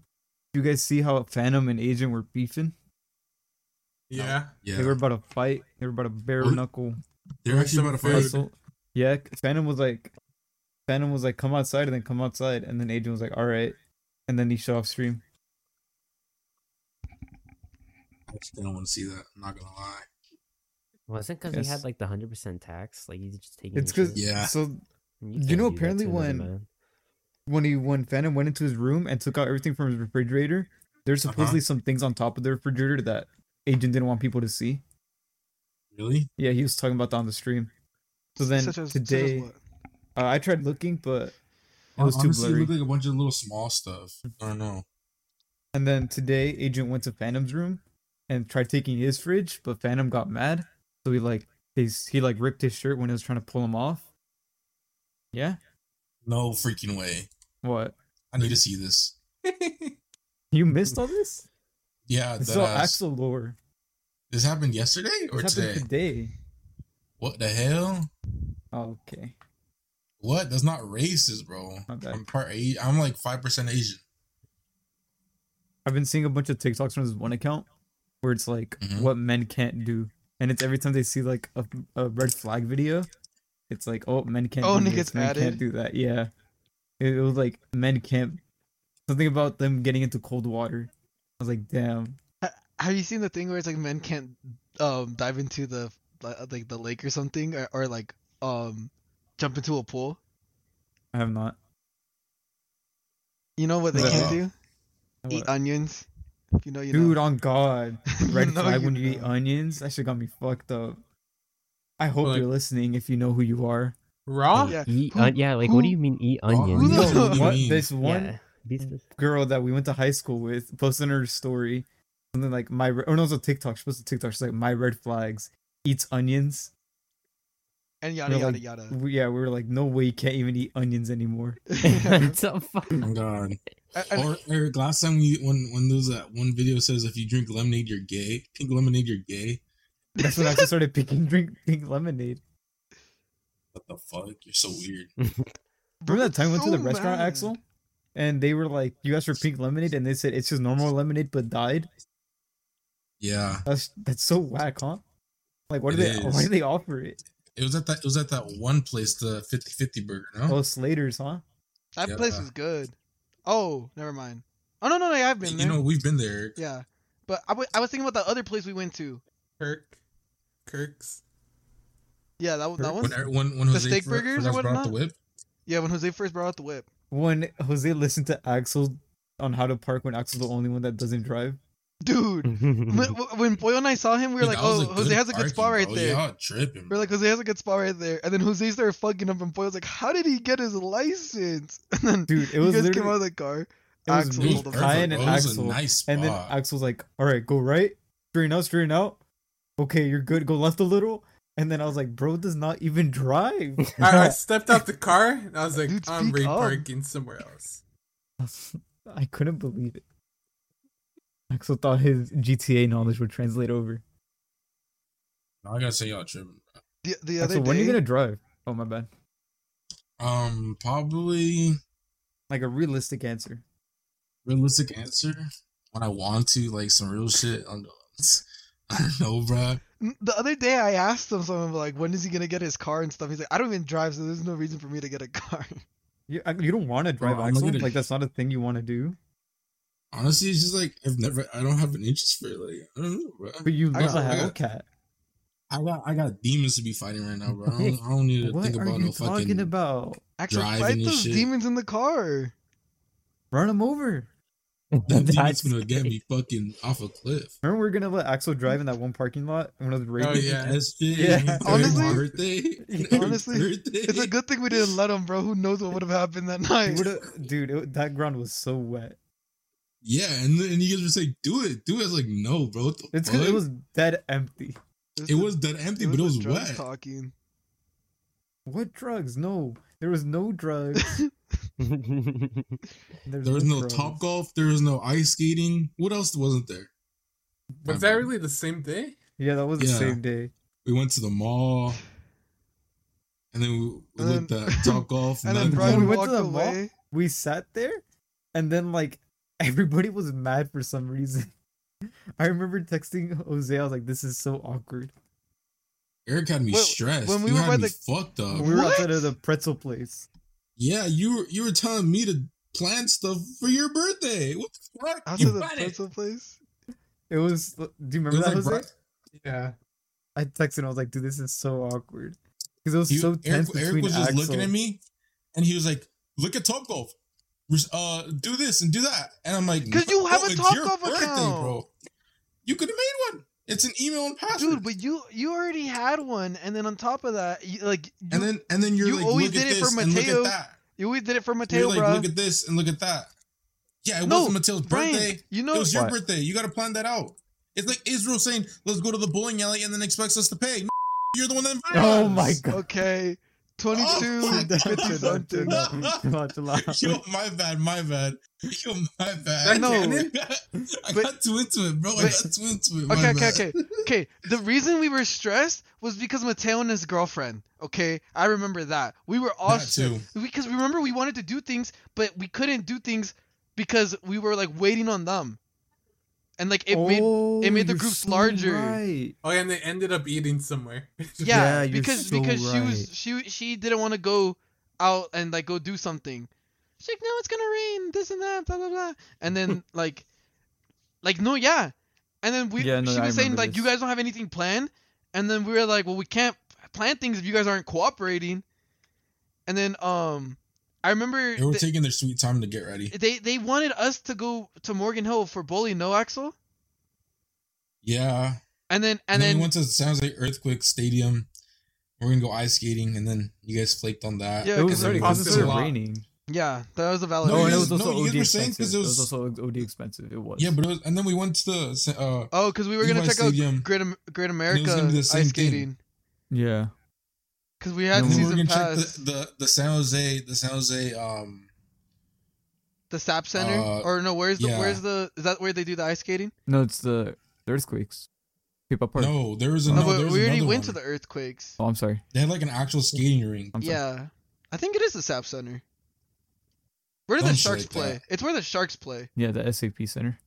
[SPEAKER 5] you guys see how Phantom and Agent were beefing?
[SPEAKER 6] Yeah.
[SPEAKER 8] Yeah,
[SPEAKER 5] They were about to fight. They were about to bare
[SPEAKER 8] What?
[SPEAKER 5] knuckle
[SPEAKER 8] they're actually about to fight.
[SPEAKER 5] hustle. Yeah, Phantom was like, Phantom was like, come outside and then come outside, and then Agent was like, all right, and then he shut off stream.
[SPEAKER 8] I actually don't want to see that. I'm not gonna lie.
[SPEAKER 4] Wasn't because
[SPEAKER 5] Yes.
[SPEAKER 4] he had like the hundred percent tax. Like he's just taking.
[SPEAKER 5] It's
[SPEAKER 4] his
[SPEAKER 5] because
[SPEAKER 4] shit.
[SPEAKER 8] Yeah.
[SPEAKER 5] So
[SPEAKER 4] And
[SPEAKER 5] you
[SPEAKER 4] can't
[SPEAKER 5] know,
[SPEAKER 4] do that to
[SPEAKER 5] apparently
[SPEAKER 4] another
[SPEAKER 5] when-
[SPEAKER 4] man.
[SPEAKER 5] when he when Phantom went into his room and took out everything from his refrigerator, there's
[SPEAKER 8] Uh-huh.
[SPEAKER 5] supposedly some things on top of the refrigerator that Agent didn't want people to see.
[SPEAKER 8] Really?
[SPEAKER 5] Yeah, he was talking about that on the stream. So then today, uh, I tried looking, but it was too
[SPEAKER 8] Honestly, it
[SPEAKER 5] blurry.
[SPEAKER 8] looked like a bunch of little small stuff. I don't know.
[SPEAKER 5] And then today, Agent went to Phantom's room and tried taking his fridge, but Phantom got mad, so he like they, s- he like ripped his shirt when he was trying to pull him off. Yeah,
[SPEAKER 8] No freaking way.
[SPEAKER 5] what
[SPEAKER 8] I need to see this.
[SPEAKER 5] you missed all this?
[SPEAKER 8] Yeah,
[SPEAKER 5] It's
[SPEAKER 8] that
[SPEAKER 5] all
[SPEAKER 8] ass.
[SPEAKER 5] Axel lore.
[SPEAKER 8] This happened yesterday or
[SPEAKER 5] This
[SPEAKER 8] today?
[SPEAKER 5] happened today. Oh,
[SPEAKER 8] What the hell?
[SPEAKER 5] Okay,
[SPEAKER 8] What? That's not racist, bro.
[SPEAKER 5] Not bad.
[SPEAKER 8] I'm part. A- I'm like five percent Asian.
[SPEAKER 5] I've been seeing a bunch of TikToks from this one account where it's like
[SPEAKER 8] Mhm.
[SPEAKER 5] what men can't do, and it's every time they see like a, a red flag video, it's like oh men can't.
[SPEAKER 3] Oh,
[SPEAKER 5] do
[SPEAKER 3] and it
[SPEAKER 5] this,
[SPEAKER 3] gets
[SPEAKER 5] men can't
[SPEAKER 3] added?
[SPEAKER 5] do that. Yeah, it, it was like men can't. Something about them getting into cold water. I was like, damn.
[SPEAKER 3] Have you seen the thing where it's like men can't um dive into the like the lake or something or, or like um jump into a pool?
[SPEAKER 5] I have not.
[SPEAKER 3] You know what they
[SPEAKER 8] No.
[SPEAKER 3] can't do? Eat
[SPEAKER 5] What?
[SPEAKER 3] onions. If you know you know.
[SPEAKER 5] Dude, on
[SPEAKER 3] <laughs>
[SPEAKER 5] God,
[SPEAKER 3] You
[SPEAKER 5] red
[SPEAKER 3] know
[SPEAKER 5] flag when
[SPEAKER 3] know.
[SPEAKER 5] you eat onions. That shit got me fucked up. I hope
[SPEAKER 8] Like-
[SPEAKER 5] you're listening. If you know who you are,
[SPEAKER 6] Raw?
[SPEAKER 3] Yeah.
[SPEAKER 4] Eat
[SPEAKER 3] Who-
[SPEAKER 4] on- yeah, like what do
[SPEAKER 3] who-
[SPEAKER 4] you mean eat
[SPEAKER 8] Ah, who
[SPEAKER 4] onions?
[SPEAKER 3] the-
[SPEAKER 8] What do you
[SPEAKER 5] what
[SPEAKER 8] mean?
[SPEAKER 5] this one
[SPEAKER 4] <laughs> Yeah, beats this.
[SPEAKER 5] girl that we went to high school with posted on her story something like my re- or no, it was a TikTok. She posted a TikTok. She's like my red flags eats onions.
[SPEAKER 3] and yada
[SPEAKER 5] We're
[SPEAKER 3] yada
[SPEAKER 5] like- <laughs>
[SPEAKER 3] yada. <laughs>
[SPEAKER 5] We, yeah, we were like, no way, you can't even eat onions anymore.
[SPEAKER 4] <laughs>
[SPEAKER 8] <laughs>
[SPEAKER 4] <laughs> it's so
[SPEAKER 8] Oh
[SPEAKER 4] fucking.
[SPEAKER 8] my god.
[SPEAKER 3] I- I-
[SPEAKER 8] Or Eric, last time we when when there was that one video says if you drink lemonade you're gay. Pink lemonade you're gay.
[SPEAKER 5] That's when I actually started picking drink pink lemonade.
[SPEAKER 8] What the fuck? You're so weird.
[SPEAKER 5] Remember that time we went to
[SPEAKER 3] so
[SPEAKER 5] the restaurant,
[SPEAKER 3] mad.
[SPEAKER 5] Axel, and they were like, you asked for pink lemonade, and they said it's just normal lemonade but dyed.
[SPEAKER 8] Yeah.
[SPEAKER 5] That's that's so whack, huh? Like, what do
[SPEAKER 8] It
[SPEAKER 5] they? Why
[SPEAKER 8] is.
[SPEAKER 5] do they offer it?
[SPEAKER 8] It was at that it was at that one place, the 50-50 burger, no?
[SPEAKER 5] Oh, Slater's, huh?
[SPEAKER 3] That place
[SPEAKER 8] Yeah.
[SPEAKER 3] was good. Oh, never mind. Oh no no no, yeah, I've been
[SPEAKER 8] you
[SPEAKER 3] there.
[SPEAKER 8] know, we've been there. Eric.
[SPEAKER 3] yeah, but I wa- I was thinking about the other place we went to.
[SPEAKER 6] Kirk. Kirk's.
[SPEAKER 3] Yeah, that that
[SPEAKER 8] When
[SPEAKER 3] one.
[SPEAKER 8] when when
[SPEAKER 3] The
[SPEAKER 8] Jose
[SPEAKER 3] steak
[SPEAKER 8] fir-
[SPEAKER 3] burgers or
[SPEAKER 8] first brought out
[SPEAKER 3] whatnot?
[SPEAKER 8] the whip.
[SPEAKER 3] Yeah, when Jose first brought out the whip.
[SPEAKER 5] When Jose listened to Axel on how to park, when Axel's the only one that doesn't drive. <laughs>
[SPEAKER 3] Dude, when, when Boyle and I saw him, we were
[SPEAKER 8] Dude,
[SPEAKER 3] like,
[SPEAKER 8] that was
[SPEAKER 3] "Oh, Jose
[SPEAKER 8] good
[SPEAKER 3] has a good spot right
[SPEAKER 8] parking, bro.
[SPEAKER 3] there."
[SPEAKER 8] Y'all tripping.
[SPEAKER 3] We're like, Jose has a good spot right there. And then Jose started fucking up, and Boyle's like, "How did he get his license?" <laughs> And then
[SPEAKER 5] Dude, it
[SPEAKER 3] you
[SPEAKER 5] was
[SPEAKER 3] guys came out
[SPEAKER 5] literally
[SPEAKER 3] of the car.
[SPEAKER 5] it was
[SPEAKER 3] Axel
[SPEAKER 5] me,
[SPEAKER 8] It was
[SPEAKER 3] pulled up.
[SPEAKER 8] perfect,
[SPEAKER 5] Ryan,
[SPEAKER 8] bro.
[SPEAKER 5] and
[SPEAKER 8] It was
[SPEAKER 5] Axel.
[SPEAKER 8] a nice spot.
[SPEAKER 5] And then Axel's like, all right, go right, straighten out, straighten out. Okay, you're good. Go left a little. And then I was like, bro does not even drive.
[SPEAKER 8] <laughs>
[SPEAKER 6] I, I stepped
[SPEAKER 3] <laughs>
[SPEAKER 6] out the car and I was like,
[SPEAKER 3] Dude,
[SPEAKER 6] I'm
[SPEAKER 3] speak up.
[SPEAKER 6] reparking somewhere else.
[SPEAKER 5] I couldn't believe it. Axel thought his GTA knowledge would translate over.
[SPEAKER 8] I gotta say y'all tripping. bro.
[SPEAKER 3] The the other
[SPEAKER 5] Axel, when are you
[SPEAKER 3] day-
[SPEAKER 5] gonna drive? Oh my bad.
[SPEAKER 8] Um, probably
[SPEAKER 5] Like a realistic answer.
[SPEAKER 8] realistic answer when I want to, like some real shit. On <laughs> I don't know, bro.
[SPEAKER 3] N- The other day I asked him something like, when is he gonna get his car and stuff. He's like, I don't even drive, so there's no reason for me to get a car. <laughs>
[SPEAKER 5] You I- you don't want to drive,
[SPEAKER 8] I'm
[SPEAKER 5] Axel.
[SPEAKER 8] looking at-
[SPEAKER 5] Like that's not a thing you want to do.
[SPEAKER 8] Honestly, it's just like I've never. I don't have an interest for it. Like I don't know, bro.
[SPEAKER 5] But you
[SPEAKER 3] I
[SPEAKER 5] love
[SPEAKER 3] got-
[SPEAKER 5] a
[SPEAKER 8] I got-
[SPEAKER 5] Hellcat.
[SPEAKER 8] I got I got demons to be fighting right now, bro. I don't, I don't need to
[SPEAKER 5] <laughs> What
[SPEAKER 8] think
[SPEAKER 5] are
[SPEAKER 8] about
[SPEAKER 5] you
[SPEAKER 8] no fucking.
[SPEAKER 5] talking about?
[SPEAKER 3] Actually,
[SPEAKER 8] Driving
[SPEAKER 3] fight
[SPEAKER 8] and
[SPEAKER 3] those
[SPEAKER 8] shit.
[SPEAKER 3] demons in the car.
[SPEAKER 5] Run him over.
[SPEAKER 8] <laughs> That
[SPEAKER 4] That's <laughs>
[SPEAKER 8] demon's gonna get me fucking off a cliff.
[SPEAKER 5] Remember we are gonna let Axel drive in that one parking lot, one of the
[SPEAKER 8] Oh
[SPEAKER 5] radios.
[SPEAKER 8] yeah, that's shit.
[SPEAKER 5] Yeah. <laughs>
[SPEAKER 8] Happy
[SPEAKER 3] Honestly-
[SPEAKER 8] birthday.
[SPEAKER 3] honestly,
[SPEAKER 8] birthday.
[SPEAKER 3] It's
[SPEAKER 8] <laughs>
[SPEAKER 3] a good thing we didn't let him, bro. Who knows what would have happened that
[SPEAKER 5] You
[SPEAKER 3] night?
[SPEAKER 5] would've- dude, it, that ground was so wet.
[SPEAKER 8] Yeah, and then- and you guys were saying, "Do it, do it." I was like, "No, bro." what the
[SPEAKER 5] It's because it
[SPEAKER 8] fuck?"
[SPEAKER 5] was dead empty.
[SPEAKER 8] it was dead empty, but it
[SPEAKER 3] the
[SPEAKER 8] was
[SPEAKER 3] drugs
[SPEAKER 8] wet.
[SPEAKER 3] Talking.
[SPEAKER 5] What drugs? No, there was no drugs.
[SPEAKER 8] <laughs> There was no
[SPEAKER 5] drugs.
[SPEAKER 8] top golf. There was no ice skating. What else wasn't there?
[SPEAKER 6] Was that really the same day?
[SPEAKER 5] Yeah, that was the
[SPEAKER 8] Yeah.
[SPEAKER 5] same day.
[SPEAKER 8] We went to the mall, and then we, we
[SPEAKER 3] And
[SPEAKER 8] looked
[SPEAKER 3] then-
[SPEAKER 8] at top
[SPEAKER 3] <laughs>
[SPEAKER 8] golf.
[SPEAKER 3] And then
[SPEAKER 5] Nothing.
[SPEAKER 3] Brian
[SPEAKER 5] We went to
[SPEAKER 3] walked
[SPEAKER 5] the mall?
[SPEAKER 8] <laughs>
[SPEAKER 3] away.
[SPEAKER 5] We sat there, and then like <laughs> everybody was mad for some reason. <laughs> I remember texting Jose. I was like, "This is so awkward."
[SPEAKER 8] Eric had me
[SPEAKER 3] Wait,
[SPEAKER 8] stressed.
[SPEAKER 3] when we
[SPEAKER 8] you
[SPEAKER 3] were
[SPEAKER 8] had
[SPEAKER 3] by
[SPEAKER 8] me
[SPEAKER 3] the-
[SPEAKER 8] fucked up.
[SPEAKER 5] we were
[SPEAKER 3] What?
[SPEAKER 5] outside of the pretzel place.
[SPEAKER 8] Yeah, you were you were telling me to plan stuff for your birthday. What the fuck?
[SPEAKER 3] Outside
[SPEAKER 8] You
[SPEAKER 3] the
[SPEAKER 8] planned it.
[SPEAKER 3] pretzel place.
[SPEAKER 5] It was. Do you
[SPEAKER 8] It
[SPEAKER 5] remember
[SPEAKER 8] was
[SPEAKER 5] that,
[SPEAKER 8] like,
[SPEAKER 5] Jose?
[SPEAKER 8] bro,
[SPEAKER 6] Yeah.
[SPEAKER 5] I texted. him, I was like, "Dude, this is so awkward." Because it was
[SPEAKER 8] you-
[SPEAKER 5] so tense
[SPEAKER 8] Eric, Eric
[SPEAKER 5] between
[SPEAKER 8] was just
[SPEAKER 5] Axel.
[SPEAKER 8] looking at me, and he was like, "Look at Top Golf. Uh, do this and do that." And I'm like,
[SPEAKER 3] 'Cause you
[SPEAKER 8] "No,
[SPEAKER 3] have a
[SPEAKER 8] it's
[SPEAKER 3] Top
[SPEAKER 8] your
[SPEAKER 3] Golf account."
[SPEAKER 8] You could have made one. It's an email and password."
[SPEAKER 3] Dude, but you you already had one, and then on top of that, you, like you,
[SPEAKER 8] and then and then you're
[SPEAKER 3] you
[SPEAKER 8] like,
[SPEAKER 3] always
[SPEAKER 8] look at
[SPEAKER 3] did it
[SPEAKER 8] this
[SPEAKER 3] for
[SPEAKER 8] and look
[SPEAKER 3] Mateo.
[SPEAKER 8] at that.
[SPEAKER 3] you always did it for
[SPEAKER 8] You're
[SPEAKER 3] Mateo,
[SPEAKER 8] like,
[SPEAKER 3] bro.
[SPEAKER 8] look at this and look at that. Yeah, it
[SPEAKER 3] No,
[SPEAKER 8] wasn't Mateo's
[SPEAKER 3] Brian,
[SPEAKER 8] birthday.
[SPEAKER 3] you know
[SPEAKER 8] it was your
[SPEAKER 5] Right.
[SPEAKER 8] birthday. You got to plan that out. It's like Israel saying, "Let's go to the bowling alley," and then expects us to pay. <laughs> You're the one that. invited
[SPEAKER 5] Oh
[SPEAKER 8] us.
[SPEAKER 5] my god!
[SPEAKER 3] <laughs>
[SPEAKER 8] <laughs>
[SPEAKER 3] Okay,
[SPEAKER 8] Oh
[SPEAKER 3] 22,
[SPEAKER 8] fuck.
[SPEAKER 3] 50
[SPEAKER 8] Dude,
[SPEAKER 3] something.
[SPEAKER 8] dude.
[SPEAKER 10] <laughs>
[SPEAKER 5] Watch a lot.
[SPEAKER 8] Yo, my bad, my bad. <laughs> Yo, my bad.
[SPEAKER 3] No.
[SPEAKER 8] <laughs> I
[SPEAKER 3] But-
[SPEAKER 8] got too into it, bro. I
[SPEAKER 3] but-
[SPEAKER 8] got too into it. my
[SPEAKER 3] Okay, okay,
[SPEAKER 8] bad.
[SPEAKER 3] okay, okay. The reason we were stressed was because Mateo and his girlfriend. Okay, I remember that. We were all
[SPEAKER 8] That
[SPEAKER 3] stressed because remember we wanted to do things, but we couldn't do things because we were like waiting on them, and like it made it made the
[SPEAKER 5] you're
[SPEAKER 3] group
[SPEAKER 5] so
[SPEAKER 3] larger.
[SPEAKER 5] right.
[SPEAKER 6] Oh, yeah, and they ended up eating somewhere. <laughs>
[SPEAKER 3] yeah,
[SPEAKER 5] Yeah, you're
[SPEAKER 3] because
[SPEAKER 5] so
[SPEAKER 3] because she was
[SPEAKER 5] right.
[SPEAKER 3] she she didn't want to go out and like go do something. She's like, no, it's gonna rain, this and that, blah blah blah. And then
[SPEAKER 5] <laughs>
[SPEAKER 3] like, like no, yeah. And then we
[SPEAKER 5] Yeah, no,
[SPEAKER 3] she
[SPEAKER 5] I
[SPEAKER 3] was saying
[SPEAKER 5] remember
[SPEAKER 3] like, you
[SPEAKER 5] this.
[SPEAKER 3] guys don't have anything planned. And then we were like, well, we can't plan things if you guys aren't cooperating. And then um, I remember
[SPEAKER 8] They were
[SPEAKER 3] th-
[SPEAKER 8] taking their sweet time to get ready.
[SPEAKER 3] they they wanted us to go to Morgan Hill for bowling, no Axel.
[SPEAKER 8] Yeah.
[SPEAKER 3] And then and
[SPEAKER 8] And, then,
[SPEAKER 3] then
[SPEAKER 8] we went to the San Jose Earthquake Stadium. We're gonna go ice skating, and then you guys flaked on that.
[SPEAKER 3] Yeah,
[SPEAKER 5] It was
[SPEAKER 3] because
[SPEAKER 5] already
[SPEAKER 8] it
[SPEAKER 5] because
[SPEAKER 8] was
[SPEAKER 5] it
[SPEAKER 8] a
[SPEAKER 5] started
[SPEAKER 3] <laughs>
[SPEAKER 8] lot.
[SPEAKER 5] raining.
[SPEAKER 3] yeah, that was a valid.
[SPEAKER 8] No,
[SPEAKER 5] Oh,
[SPEAKER 8] you
[SPEAKER 5] and it
[SPEAKER 8] guys-
[SPEAKER 5] was also
[SPEAKER 8] no,
[SPEAKER 5] OD
[SPEAKER 8] you guys were saying 'cause
[SPEAKER 5] expensive. It
[SPEAKER 8] it
[SPEAKER 5] was
[SPEAKER 8] was-
[SPEAKER 5] also OD expensive. It was.
[SPEAKER 8] Yeah, but it was, and then we went to the uh,
[SPEAKER 3] Oh, because we were gonna
[SPEAKER 8] Levi
[SPEAKER 3] check out
[SPEAKER 8] Stadium.
[SPEAKER 3] Great, Am- Great
[SPEAKER 8] gonna be the
[SPEAKER 3] America
[SPEAKER 8] same
[SPEAKER 3] ice
[SPEAKER 8] thing.
[SPEAKER 3] skating
[SPEAKER 5] yeah.
[SPEAKER 3] because we had
[SPEAKER 5] No,
[SPEAKER 8] and then we were
[SPEAKER 3] season
[SPEAKER 8] gonna check
[SPEAKER 3] pass,
[SPEAKER 8] the, the the San Jose the San Jose um
[SPEAKER 3] the SAP Center,
[SPEAKER 8] uh,
[SPEAKER 3] or no? Where's the
[SPEAKER 8] yeah.
[SPEAKER 3] where's the is that where they do the ice skating?
[SPEAKER 5] No, it's the, the earthquakes. People Park.
[SPEAKER 8] no there was a
[SPEAKER 3] No,
[SPEAKER 8] no,
[SPEAKER 3] Oh, but
[SPEAKER 8] there was
[SPEAKER 3] we already
[SPEAKER 8] another
[SPEAKER 3] went
[SPEAKER 8] one.
[SPEAKER 3] to the earthquakes.
[SPEAKER 5] Oh, I'm sorry.
[SPEAKER 8] they had like an actual skating rink.
[SPEAKER 5] I'm sorry.
[SPEAKER 3] Yeah, I think it is the SAP Center. Where do the
[SPEAKER 8] Some shit
[SPEAKER 3] sharks
[SPEAKER 8] like
[SPEAKER 3] play?
[SPEAKER 8] that.
[SPEAKER 3] It's where the sharks play.
[SPEAKER 5] Yeah, the SAP Center.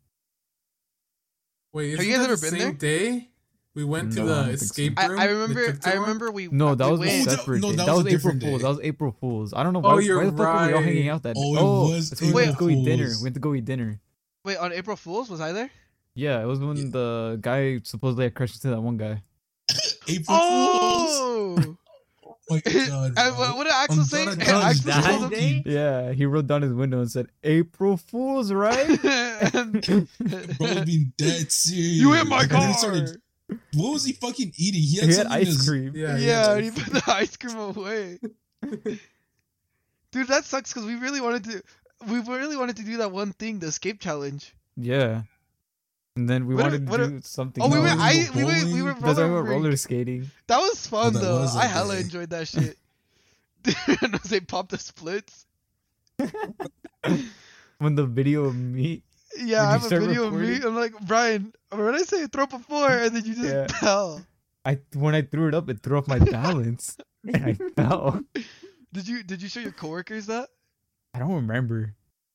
[SPEAKER 6] Wait,
[SPEAKER 3] Have
[SPEAKER 6] isn't
[SPEAKER 3] you guys
[SPEAKER 6] that
[SPEAKER 3] ever
[SPEAKER 6] the
[SPEAKER 3] been
[SPEAKER 6] same day we went to
[SPEAKER 5] No, I
[SPEAKER 6] the
[SPEAKER 5] don't think so.
[SPEAKER 6] escape
[SPEAKER 3] I,
[SPEAKER 6] room?
[SPEAKER 3] I
[SPEAKER 6] the
[SPEAKER 3] remember. I
[SPEAKER 6] TikTok?
[SPEAKER 3] remember we.
[SPEAKER 5] No, that
[SPEAKER 3] we
[SPEAKER 5] was a
[SPEAKER 3] went.
[SPEAKER 8] that-
[SPEAKER 5] separate
[SPEAKER 8] no,
[SPEAKER 5] day.
[SPEAKER 8] that
[SPEAKER 5] That,
[SPEAKER 8] was a
[SPEAKER 5] was, April
[SPEAKER 8] different
[SPEAKER 5] Fools.
[SPEAKER 8] day.
[SPEAKER 5] That was April Fools. I don't know
[SPEAKER 6] Oh,
[SPEAKER 5] why,
[SPEAKER 6] you're
[SPEAKER 5] why the fuck were we all hanging
[SPEAKER 6] right.
[SPEAKER 5] out that
[SPEAKER 8] Oh, it
[SPEAKER 5] day. Oh,
[SPEAKER 8] was
[SPEAKER 5] that's when we went to
[SPEAKER 3] April
[SPEAKER 5] go eat dinner.
[SPEAKER 8] Fools.
[SPEAKER 5] We went to go eat dinner.
[SPEAKER 3] Wait, on April Fools was I there?
[SPEAKER 5] Yeah, it was when
[SPEAKER 8] Yeah.
[SPEAKER 5] the guy supposedly had crushed into that one guy.
[SPEAKER 3] <laughs>
[SPEAKER 8] April Fools.
[SPEAKER 3] Oh.
[SPEAKER 8] Oh my God,
[SPEAKER 3] And
[SPEAKER 8] bro.
[SPEAKER 3] what what did Axel
[SPEAKER 8] I'm
[SPEAKER 3] say?
[SPEAKER 8] gonna
[SPEAKER 3] And
[SPEAKER 8] tell you
[SPEAKER 3] Axel
[SPEAKER 4] that
[SPEAKER 3] told him.
[SPEAKER 4] day?
[SPEAKER 5] Yeah, he rolled down his window and said, April Fools,
[SPEAKER 8] <laughs>
[SPEAKER 5] right?
[SPEAKER 3] <laughs>
[SPEAKER 8] Bro was being dead serious.
[SPEAKER 3] You hit my
[SPEAKER 8] And then
[SPEAKER 3] car.
[SPEAKER 8] he started- what was he fucking eating? He had,
[SPEAKER 5] he had
[SPEAKER 8] something in
[SPEAKER 5] ice
[SPEAKER 8] his-
[SPEAKER 5] cream.
[SPEAKER 3] Yeah,
[SPEAKER 6] Yeah, yeah.
[SPEAKER 3] and he put the <laughs> ice cream away. Dude, that sucks because we really wanted to. We really wanted to do that one thing, the escape challenge.
[SPEAKER 5] Yeah. And then we
[SPEAKER 3] What a-
[SPEAKER 5] wanted
[SPEAKER 3] what
[SPEAKER 5] to
[SPEAKER 3] a-
[SPEAKER 5] do something.
[SPEAKER 3] Oh, we
[SPEAKER 8] No,
[SPEAKER 3] were
[SPEAKER 8] we
[SPEAKER 5] else.
[SPEAKER 8] were
[SPEAKER 3] I we were we
[SPEAKER 8] bowling.
[SPEAKER 3] were roller,
[SPEAKER 5] That's why we were
[SPEAKER 3] rink.
[SPEAKER 5] roller skating.
[SPEAKER 3] That was fun
[SPEAKER 8] that
[SPEAKER 3] though.
[SPEAKER 8] was that
[SPEAKER 3] I hella
[SPEAKER 8] day.
[SPEAKER 3] enjoyed that shit. <laughs> Dude, Jose popped the splits.
[SPEAKER 5] When the video of me,
[SPEAKER 3] Yeah,
[SPEAKER 5] When
[SPEAKER 3] I
[SPEAKER 5] you
[SPEAKER 3] have a
[SPEAKER 5] start
[SPEAKER 3] video of me.
[SPEAKER 5] recording-
[SPEAKER 3] I'm like Brian. What did I say? Throw before, and then you just
[SPEAKER 5] Yeah.
[SPEAKER 3] fell.
[SPEAKER 10] I when I threw it up, it threw off my balance. and I fell.
[SPEAKER 3] Did you did you show your coworkers that?
[SPEAKER 10] I don't remember.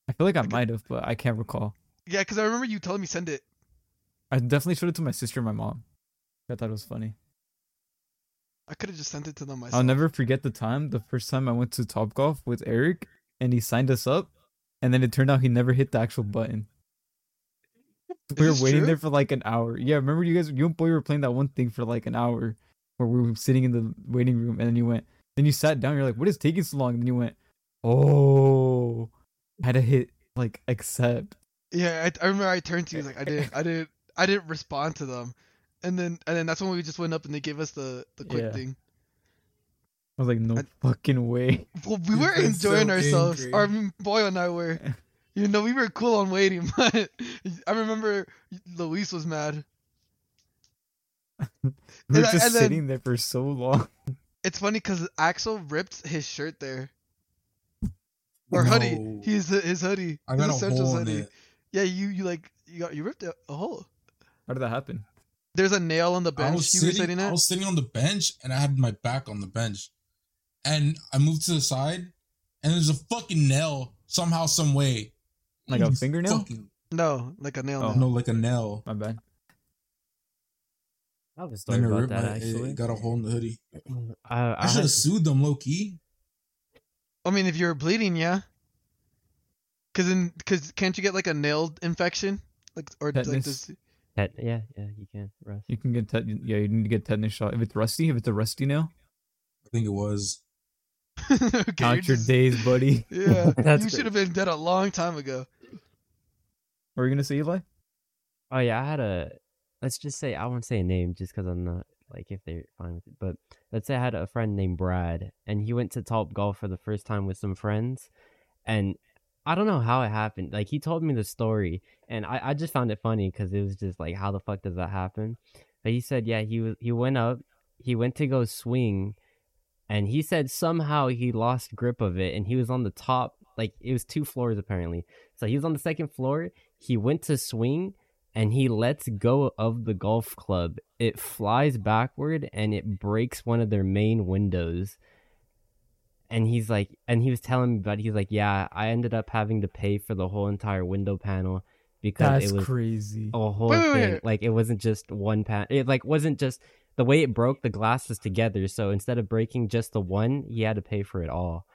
[SPEAKER 10] I feel like I might have, but I can't recall.
[SPEAKER 3] Yeah, because I remember you telling me send it.
[SPEAKER 10] I definitely showed it to my sister and my mom. I thought it was funny.
[SPEAKER 3] I could have just sent it to them myself.
[SPEAKER 10] I'll never forget the time, the first time I went to Top Golf with Eric and he signed us up and then it turned out he never hit the
[SPEAKER 3] <laughs>
[SPEAKER 10] actual button. We were
[SPEAKER 3] this
[SPEAKER 10] waiting
[SPEAKER 3] true?
[SPEAKER 10] there for like an hour. Yeah, remember you guys you and boy were playing that one thing for like an hour where we were sitting in the waiting room and then you went then you sat down, you're like, What is taking so long? And then you went, Oh I had to hit like accept.
[SPEAKER 3] Yeah, I, I remember I turned to you like I didn't I didn't I didn't respond to them, and then and then that's when we just went up and they gave us the the quick
[SPEAKER 10] Yeah.
[SPEAKER 3] thing.
[SPEAKER 10] I was like, No
[SPEAKER 3] I-
[SPEAKER 10] fucking way. <laughs>
[SPEAKER 3] Well, we were
[SPEAKER 6] I'm so
[SPEAKER 3] enjoying ourselves.
[SPEAKER 6] angry.
[SPEAKER 3] Or I mean, Boyle and I were. You know, we were cool on waiting, <laughs> but I remember Luis was mad.
[SPEAKER 10] We were
[SPEAKER 3] And I-
[SPEAKER 10] just
[SPEAKER 3] and then-
[SPEAKER 10] sitting there for so long.
[SPEAKER 3] It's funny because Axel ripped his shirt there or hoodie.
[SPEAKER 8] No.
[SPEAKER 3] He's his hoodie.
[SPEAKER 8] I
[SPEAKER 3] his
[SPEAKER 8] got a
[SPEAKER 3] essentials
[SPEAKER 8] hole in it.
[SPEAKER 3] Yeah, you you like you got you ripped a, a hole.
[SPEAKER 10] How did that happen?
[SPEAKER 3] There's a nail on the
[SPEAKER 8] I
[SPEAKER 3] bench.
[SPEAKER 8] was
[SPEAKER 3] you
[SPEAKER 8] sitting,
[SPEAKER 3] were sitting
[SPEAKER 8] I
[SPEAKER 3] at.
[SPEAKER 8] was sitting on the bench and I had my back on the bench. And I moved to the side and there's a fucking nail somehow, some way.
[SPEAKER 10] Like a fingernail?
[SPEAKER 8] Fucking-
[SPEAKER 3] No, like a nail.
[SPEAKER 10] Oh.
[SPEAKER 3] nail.
[SPEAKER 8] no, like a nail.
[SPEAKER 10] My bad.
[SPEAKER 4] I have a story
[SPEAKER 8] Then it
[SPEAKER 4] about
[SPEAKER 8] ripped
[SPEAKER 4] that
[SPEAKER 8] my,
[SPEAKER 4] actually.
[SPEAKER 8] it got a hole in the hoodie.
[SPEAKER 4] I, I
[SPEAKER 8] I should
[SPEAKER 4] had-
[SPEAKER 8] have sued them low key.
[SPEAKER 3] I mean, if you're bleeding, yeah. Cause in, cause can't you get like a nail infection, like or like
[SPEAKER 10] Tetanus.
[SPEAKER 3] this? <laughs>
[SPEAKER 4] Tet- yeah, yeah, you can rest.
[SPEAKER 10] You can get tet- yeah, you need to get tetanus shot. If it's rusty, if it's a rusty nail,
[SPEAKER 8] I think it was.
[SPEAKER 3] okay, you're
[SPEAKER 10] count your
[SPEAKER 3] just-
[SPEAKER 10] days, buddy.
[SPEAKER 3] <laughs>
[SPEAKER 10] <laughs>
[SPEAKER 3] Yeah,
[SPEAKER 4] <laughs> That's
[SPEAKER 3] you
[SPEAKER 4] great.
[SPEAKER 3] should have been dead a long time ago.
[SPEAKER 10] What Are you gonna say Eli?
[SPEAKER 4] Oh yeah, I had a. Let's just say I won't say a name just because I'm not like if they're fine with it. But let's say I had a friend named Brad, and he went to Top Golf for the first time with some friends, and I don't know how it happened. Like he told me the story, and I, I just found it funny because it was just like how the fuck does that happen? But he said yeah, he was he went up, he went to go swing, and he said somehow he lost grip of it, and he was on the top. Like it was two floors apparently, so he was on the second floor. He went to swing and he lets go of the golf club. It flies backward and it breaks one of their main windows. And he's like, and he was telling me about. it. He's like, yeah, I ended up having to pay for the whole entire window panel because
[SPEAKER 10] That's
[SPEAKER 4] it was
[SPEAKER 10] crazy.
[SPEAKER 4] a whole
[SPEAKER 3] Wait, wait,
[SPEAKER 4] thing.
[SPEAKER 3] wait.
[SPEAKER 4] Like it wasn't just one pan. It like wasn't just the way it broke the glasses together. So instead of breaking just the one, he had to pay for it all.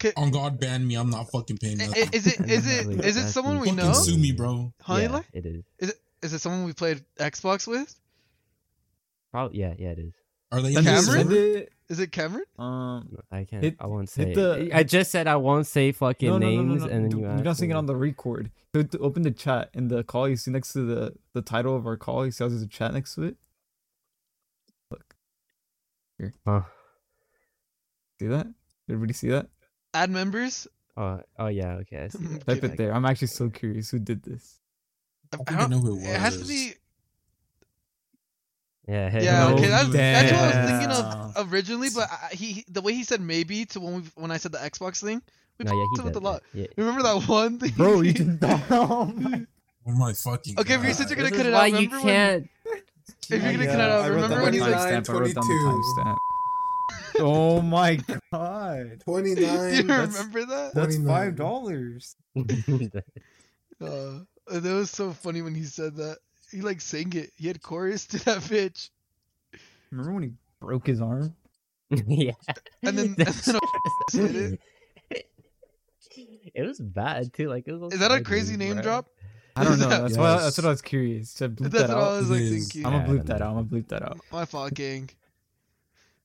[SPEAKER 3] Ca-
[SPEAKER 8] On God ban me, I'm not fucking paying
[SPEAKER 3] i-
[SPEAKER 8] nothing.
[SPEAKER 3] i- Is it is
[SPEAKER 4] Like,
[SPEAKER 3] it is it
[SPEAKER 4] that's
[SPEAKER 3] someone Eh, we
[SPEAKER 8] fucking
[SPEAKER 3] know?
[SPEAKER 8] sue me, bro.
[SPEAKER 3] Huh,
[SPEAKER 4] yeah,
[SPEAKER 3] Eli?
[SPEAKER 4] it is.
[SPEAKER 3] Is it someone we played Xbox with?
[SPEAKER 4] Probably yeah, yeah, it is.
[SPEAKER 8] Are they
[SPEAKER 10] Then
[SPEAKER 8] in
[SPEAKER 10] just
[SPEAKER 8] this
[SPEAKER 3] Cameron?
[SPEAKER 10] send
[SPEAKER 8] room?
[SPEAKER 10] it,
[SPEAKER 3] Is it Cameron?
[SPEAKER 10] Um,
[SPEAKER 4] I can't.
[SPEAKER 10] Hit-
[SPEAKER 4] I won't say.
[SPEAKER 10] hit
[SPEAKER 4] it.
[SPEAKER 10] the-
[SPEAKER 4] I just said I won't say fucking
[SPEAKER 10] no, no, no,
[SPEAKER 4] names,
[SPEAKER 10] no, no.
[SPEAKER 4] and then
[SPEAKER 10] d-
[SPEAKER 4] you.
[SPEAKER 10] You're not
[SPEAKER 4] asked
[SPEAKER 10] seeing it
[SPEAKER 4] me.
[SPEAKER 10] on the record. So to open the chat and the call you see next to the the title of our call. You see how there's a chat next to it. Look,
[SPEAKER 4] Huh.
[SPEAKER 10] see that? Everybody see that?
[SPEAKER 3] Add
[SPEAKER 4] <laughs>
[SPEAKER 3] members? Hmm.
[SPEAKER 4] Oh, oh yeah, okay. I see
[SPEAKER 3] I'm
[SPEAKER 4] that.
[SPEAKER 10] Type
[SPEAKER 3] kidding.
[SPEAKER 10] it there. I'm actually so curious who did this.
[SPEAKER 3] I
[SPEAKER 8] I don't
[SPEAKER 3] don't-
[SPEAKER 8] know who it was.
[SPEAKER 3] It has to be.
[SPEAKER 4] Yeah, <laughs> hey,
[SPEAKER 3] Yeah,
[SPEAKER 10] No
[SPEAKER 3] okay, that's, that's what I was
[SPEAKER 10] damn.
[SPEAKER 3] thinking of originally, but I, he he- the way he said maybe to when we when I said the Xbox thing, we
[SPEAKER 4] no, yeah, he
[SPEAKER 3] f***ed with a
[SPEAKER 4] did
[SPEAKER 3] lot.
[SPEAKER 4] that. Yeah.
[SPEAKER 3] Remember that one thing? <laughs>
[SPEAKER 10] Bro, you can. <laughs> oh my.
[SPEAKER 8] Oh my fucking
[SPEAKER 3] Okay,
[SPEAKER 8] God.
[SPEAKER 3] but you said you're gonna
[SPEAKER 4] This
[SPEAKER 3] cut
[SPEAKER 4] is
[SPEAKER 3] it
[SPEAKER 4] why
[SPEAKER 3] out.
[SPEAKER 4] you
[SPEAKER 3] Remember when-
[SPEAKER 4] can't.
[SPEAKER 3] If you're gonna
[SPEAKER 5] Yeah,
[SPEAKER 3] cut it
[SPEAKER 5] I
[SPEAKER 3] out,
[SPEAKER 5] wrote
[SPEAKER 3] remember
[SPEAKER 5] that
[SPEAKER 3] when
[SPEAKER 5] one
[SPEAKER 3] he
[SPEAKER 5] down.
[SPEAKER 3] was
[SPEAKER 10] timestamp. I wrote down
[SPEAKER 6] 22.
[SPEAKER 10] the timestamp. oh my god.
[SPEAKER 6] Twenty
[SPEAKER 3] Do <laughs> <laughs> you
[SPEAKER 6] nine.
[SPEAKER 3] remember that?
[SPEAKER 10] That's
[SPEAKER 6] $29.
[SPEAKER 10] five dollars.
[SPEAKER 4] <laughs>
[SPEAKER 3] Uh, that was so funny when he said that. He like sang it. He had chorus to that bitch.
[SPEAKER 10] Remember when he broke his arm?
[SPEAKER 4] yeah.
[SPEAKER 3] And
[SPEAKER 4] <laughs>
[SPEAKER 3] then- and <laughs>
[SPEAKER 4] That's
[SPEAKER 3] then
[SPEAKER 4] just-
[SPEAKER 3] said it.
[SPEAKER 4] <laughs> It was bad too. Like it was.
[SPEAKER 3] Is that a
[SPEAKER 4] ugly,
[SPEAKER 3] crazy name
[SPEAKER 4] bro.
[SPEAKER 3] drop?
[SPEAKER 10] I don't know. That's why. That's
[SPEAKER 8] Yes.
[SPEAKER 10] what I was curious. Should I bleep
[SPEAKER 3] That's
[SPEAKER 10] that
[SPEAKER 3] what I
[SPEAKER 10] out?
[SPEAKER 3] was like
[SPEAKER 8] It is.
[SPEAKER 3] thinking.
[SPEAKER 10] I'm
[SPEAKER 4] Yeah,
[SPEAKER 10] gonna
[SPEAKER 4] I
[SPEAKER 10] bleep
[SPEAKER 4] don't
[SPEAKER 10] that
[SPEAKER 4] know.
[SPEAKER 10] out. I'm gonna bleep that out.
[SPEAKER 3] <laughs> My fault, gang.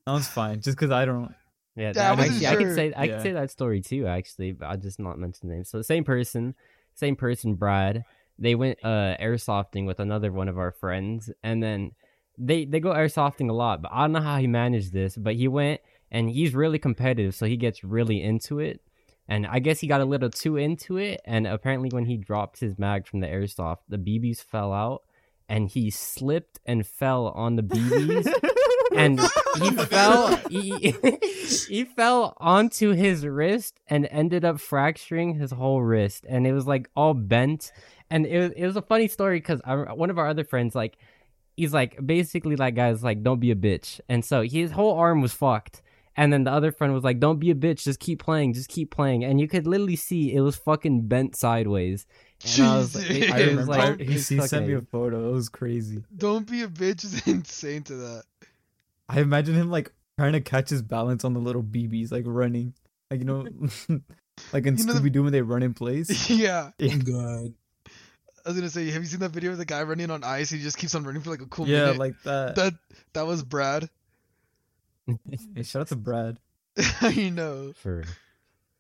[SPEAKER 10] That was fine. Just because I don't.
[SPEAKER 4] Yeah,
[SPEAKER 3] Yeah, I
[SPEAKER 4] that-
[SPEAKER 3] wasn't
[SPEAKER 4] actually, I could
[SPEAKER 3] sure.
[SPEAKER 4] say I
[SPEAKER 10] Yeah.
[SPEAKER 4] could say that story too, actually, but I'll just not mention names. So same person, same person, Brad. They went uh airsofting with another one of our friends, and then they they go airsofting a lot. But I don't know how he managed this, but he went and he's really competitive, so he gets really into it. And I guess he got a little too into it, and apparently when he dropped his mag from the airsoft, the BBs fell out, and he slipped and fell on the BBs and he fell he, <laughs> he fell onto his wrist and ended up fracturing his whole wrist and it was like all bent and it was, it was a funny story because one of our other friends like he's like basically like guys like don't be a bitch, and so his whole arm was fucked. And then the other friend was like, "Don't be a bitch, just keep playing, just keep playing." And you could literally see it was fucking bent sideways. And I was like, it,
[SPEAKER 10] I
[SPEAKER 3] It
[SPEAKER 4] it was
[SPEAKER 10] remember
[SPEAKER 4] like
[SPEAKER 10] he,
[SPEAKER 4] it's
[SPEAKER 10] he sent me a
[SPEAKER 4] fucking-
[SPEAKER 10] photo. It was crazy.
[SPEAKER 3] Don't be a bitch <laughs> is insane to that. <laughs>
[SPEAKER 10] I imagine him like trying to catch his balance on the little BBs, like running, like you know, <laughs> like in
[SPEAKER 3] You know the-
[SPEAKER 10] Scooby Doo when they run in
[SPEAKER 3] <laughs>
[SPEAKER 10] place.
[SPEAKER 3] yeah.
[SPEAKER 10] Yeah.
[SPEAKER 3] <laughs>
[SPEAKER 8] Oh God.
[SPEAKER 3] I was gonna say, have you seen that video of the guy running on ice? He just keeps on running for like a cool
[SPEAKER 10] yeah,
[SPEAKER 3] minute.
[SPEAKER 10] like that.
[SPEAKER 3] that that was Brad. <laughs>
[SPEAKER 10] Hey, shout out to Brad.
[SPEAKER 3] you know.
[SPEAKER 4] for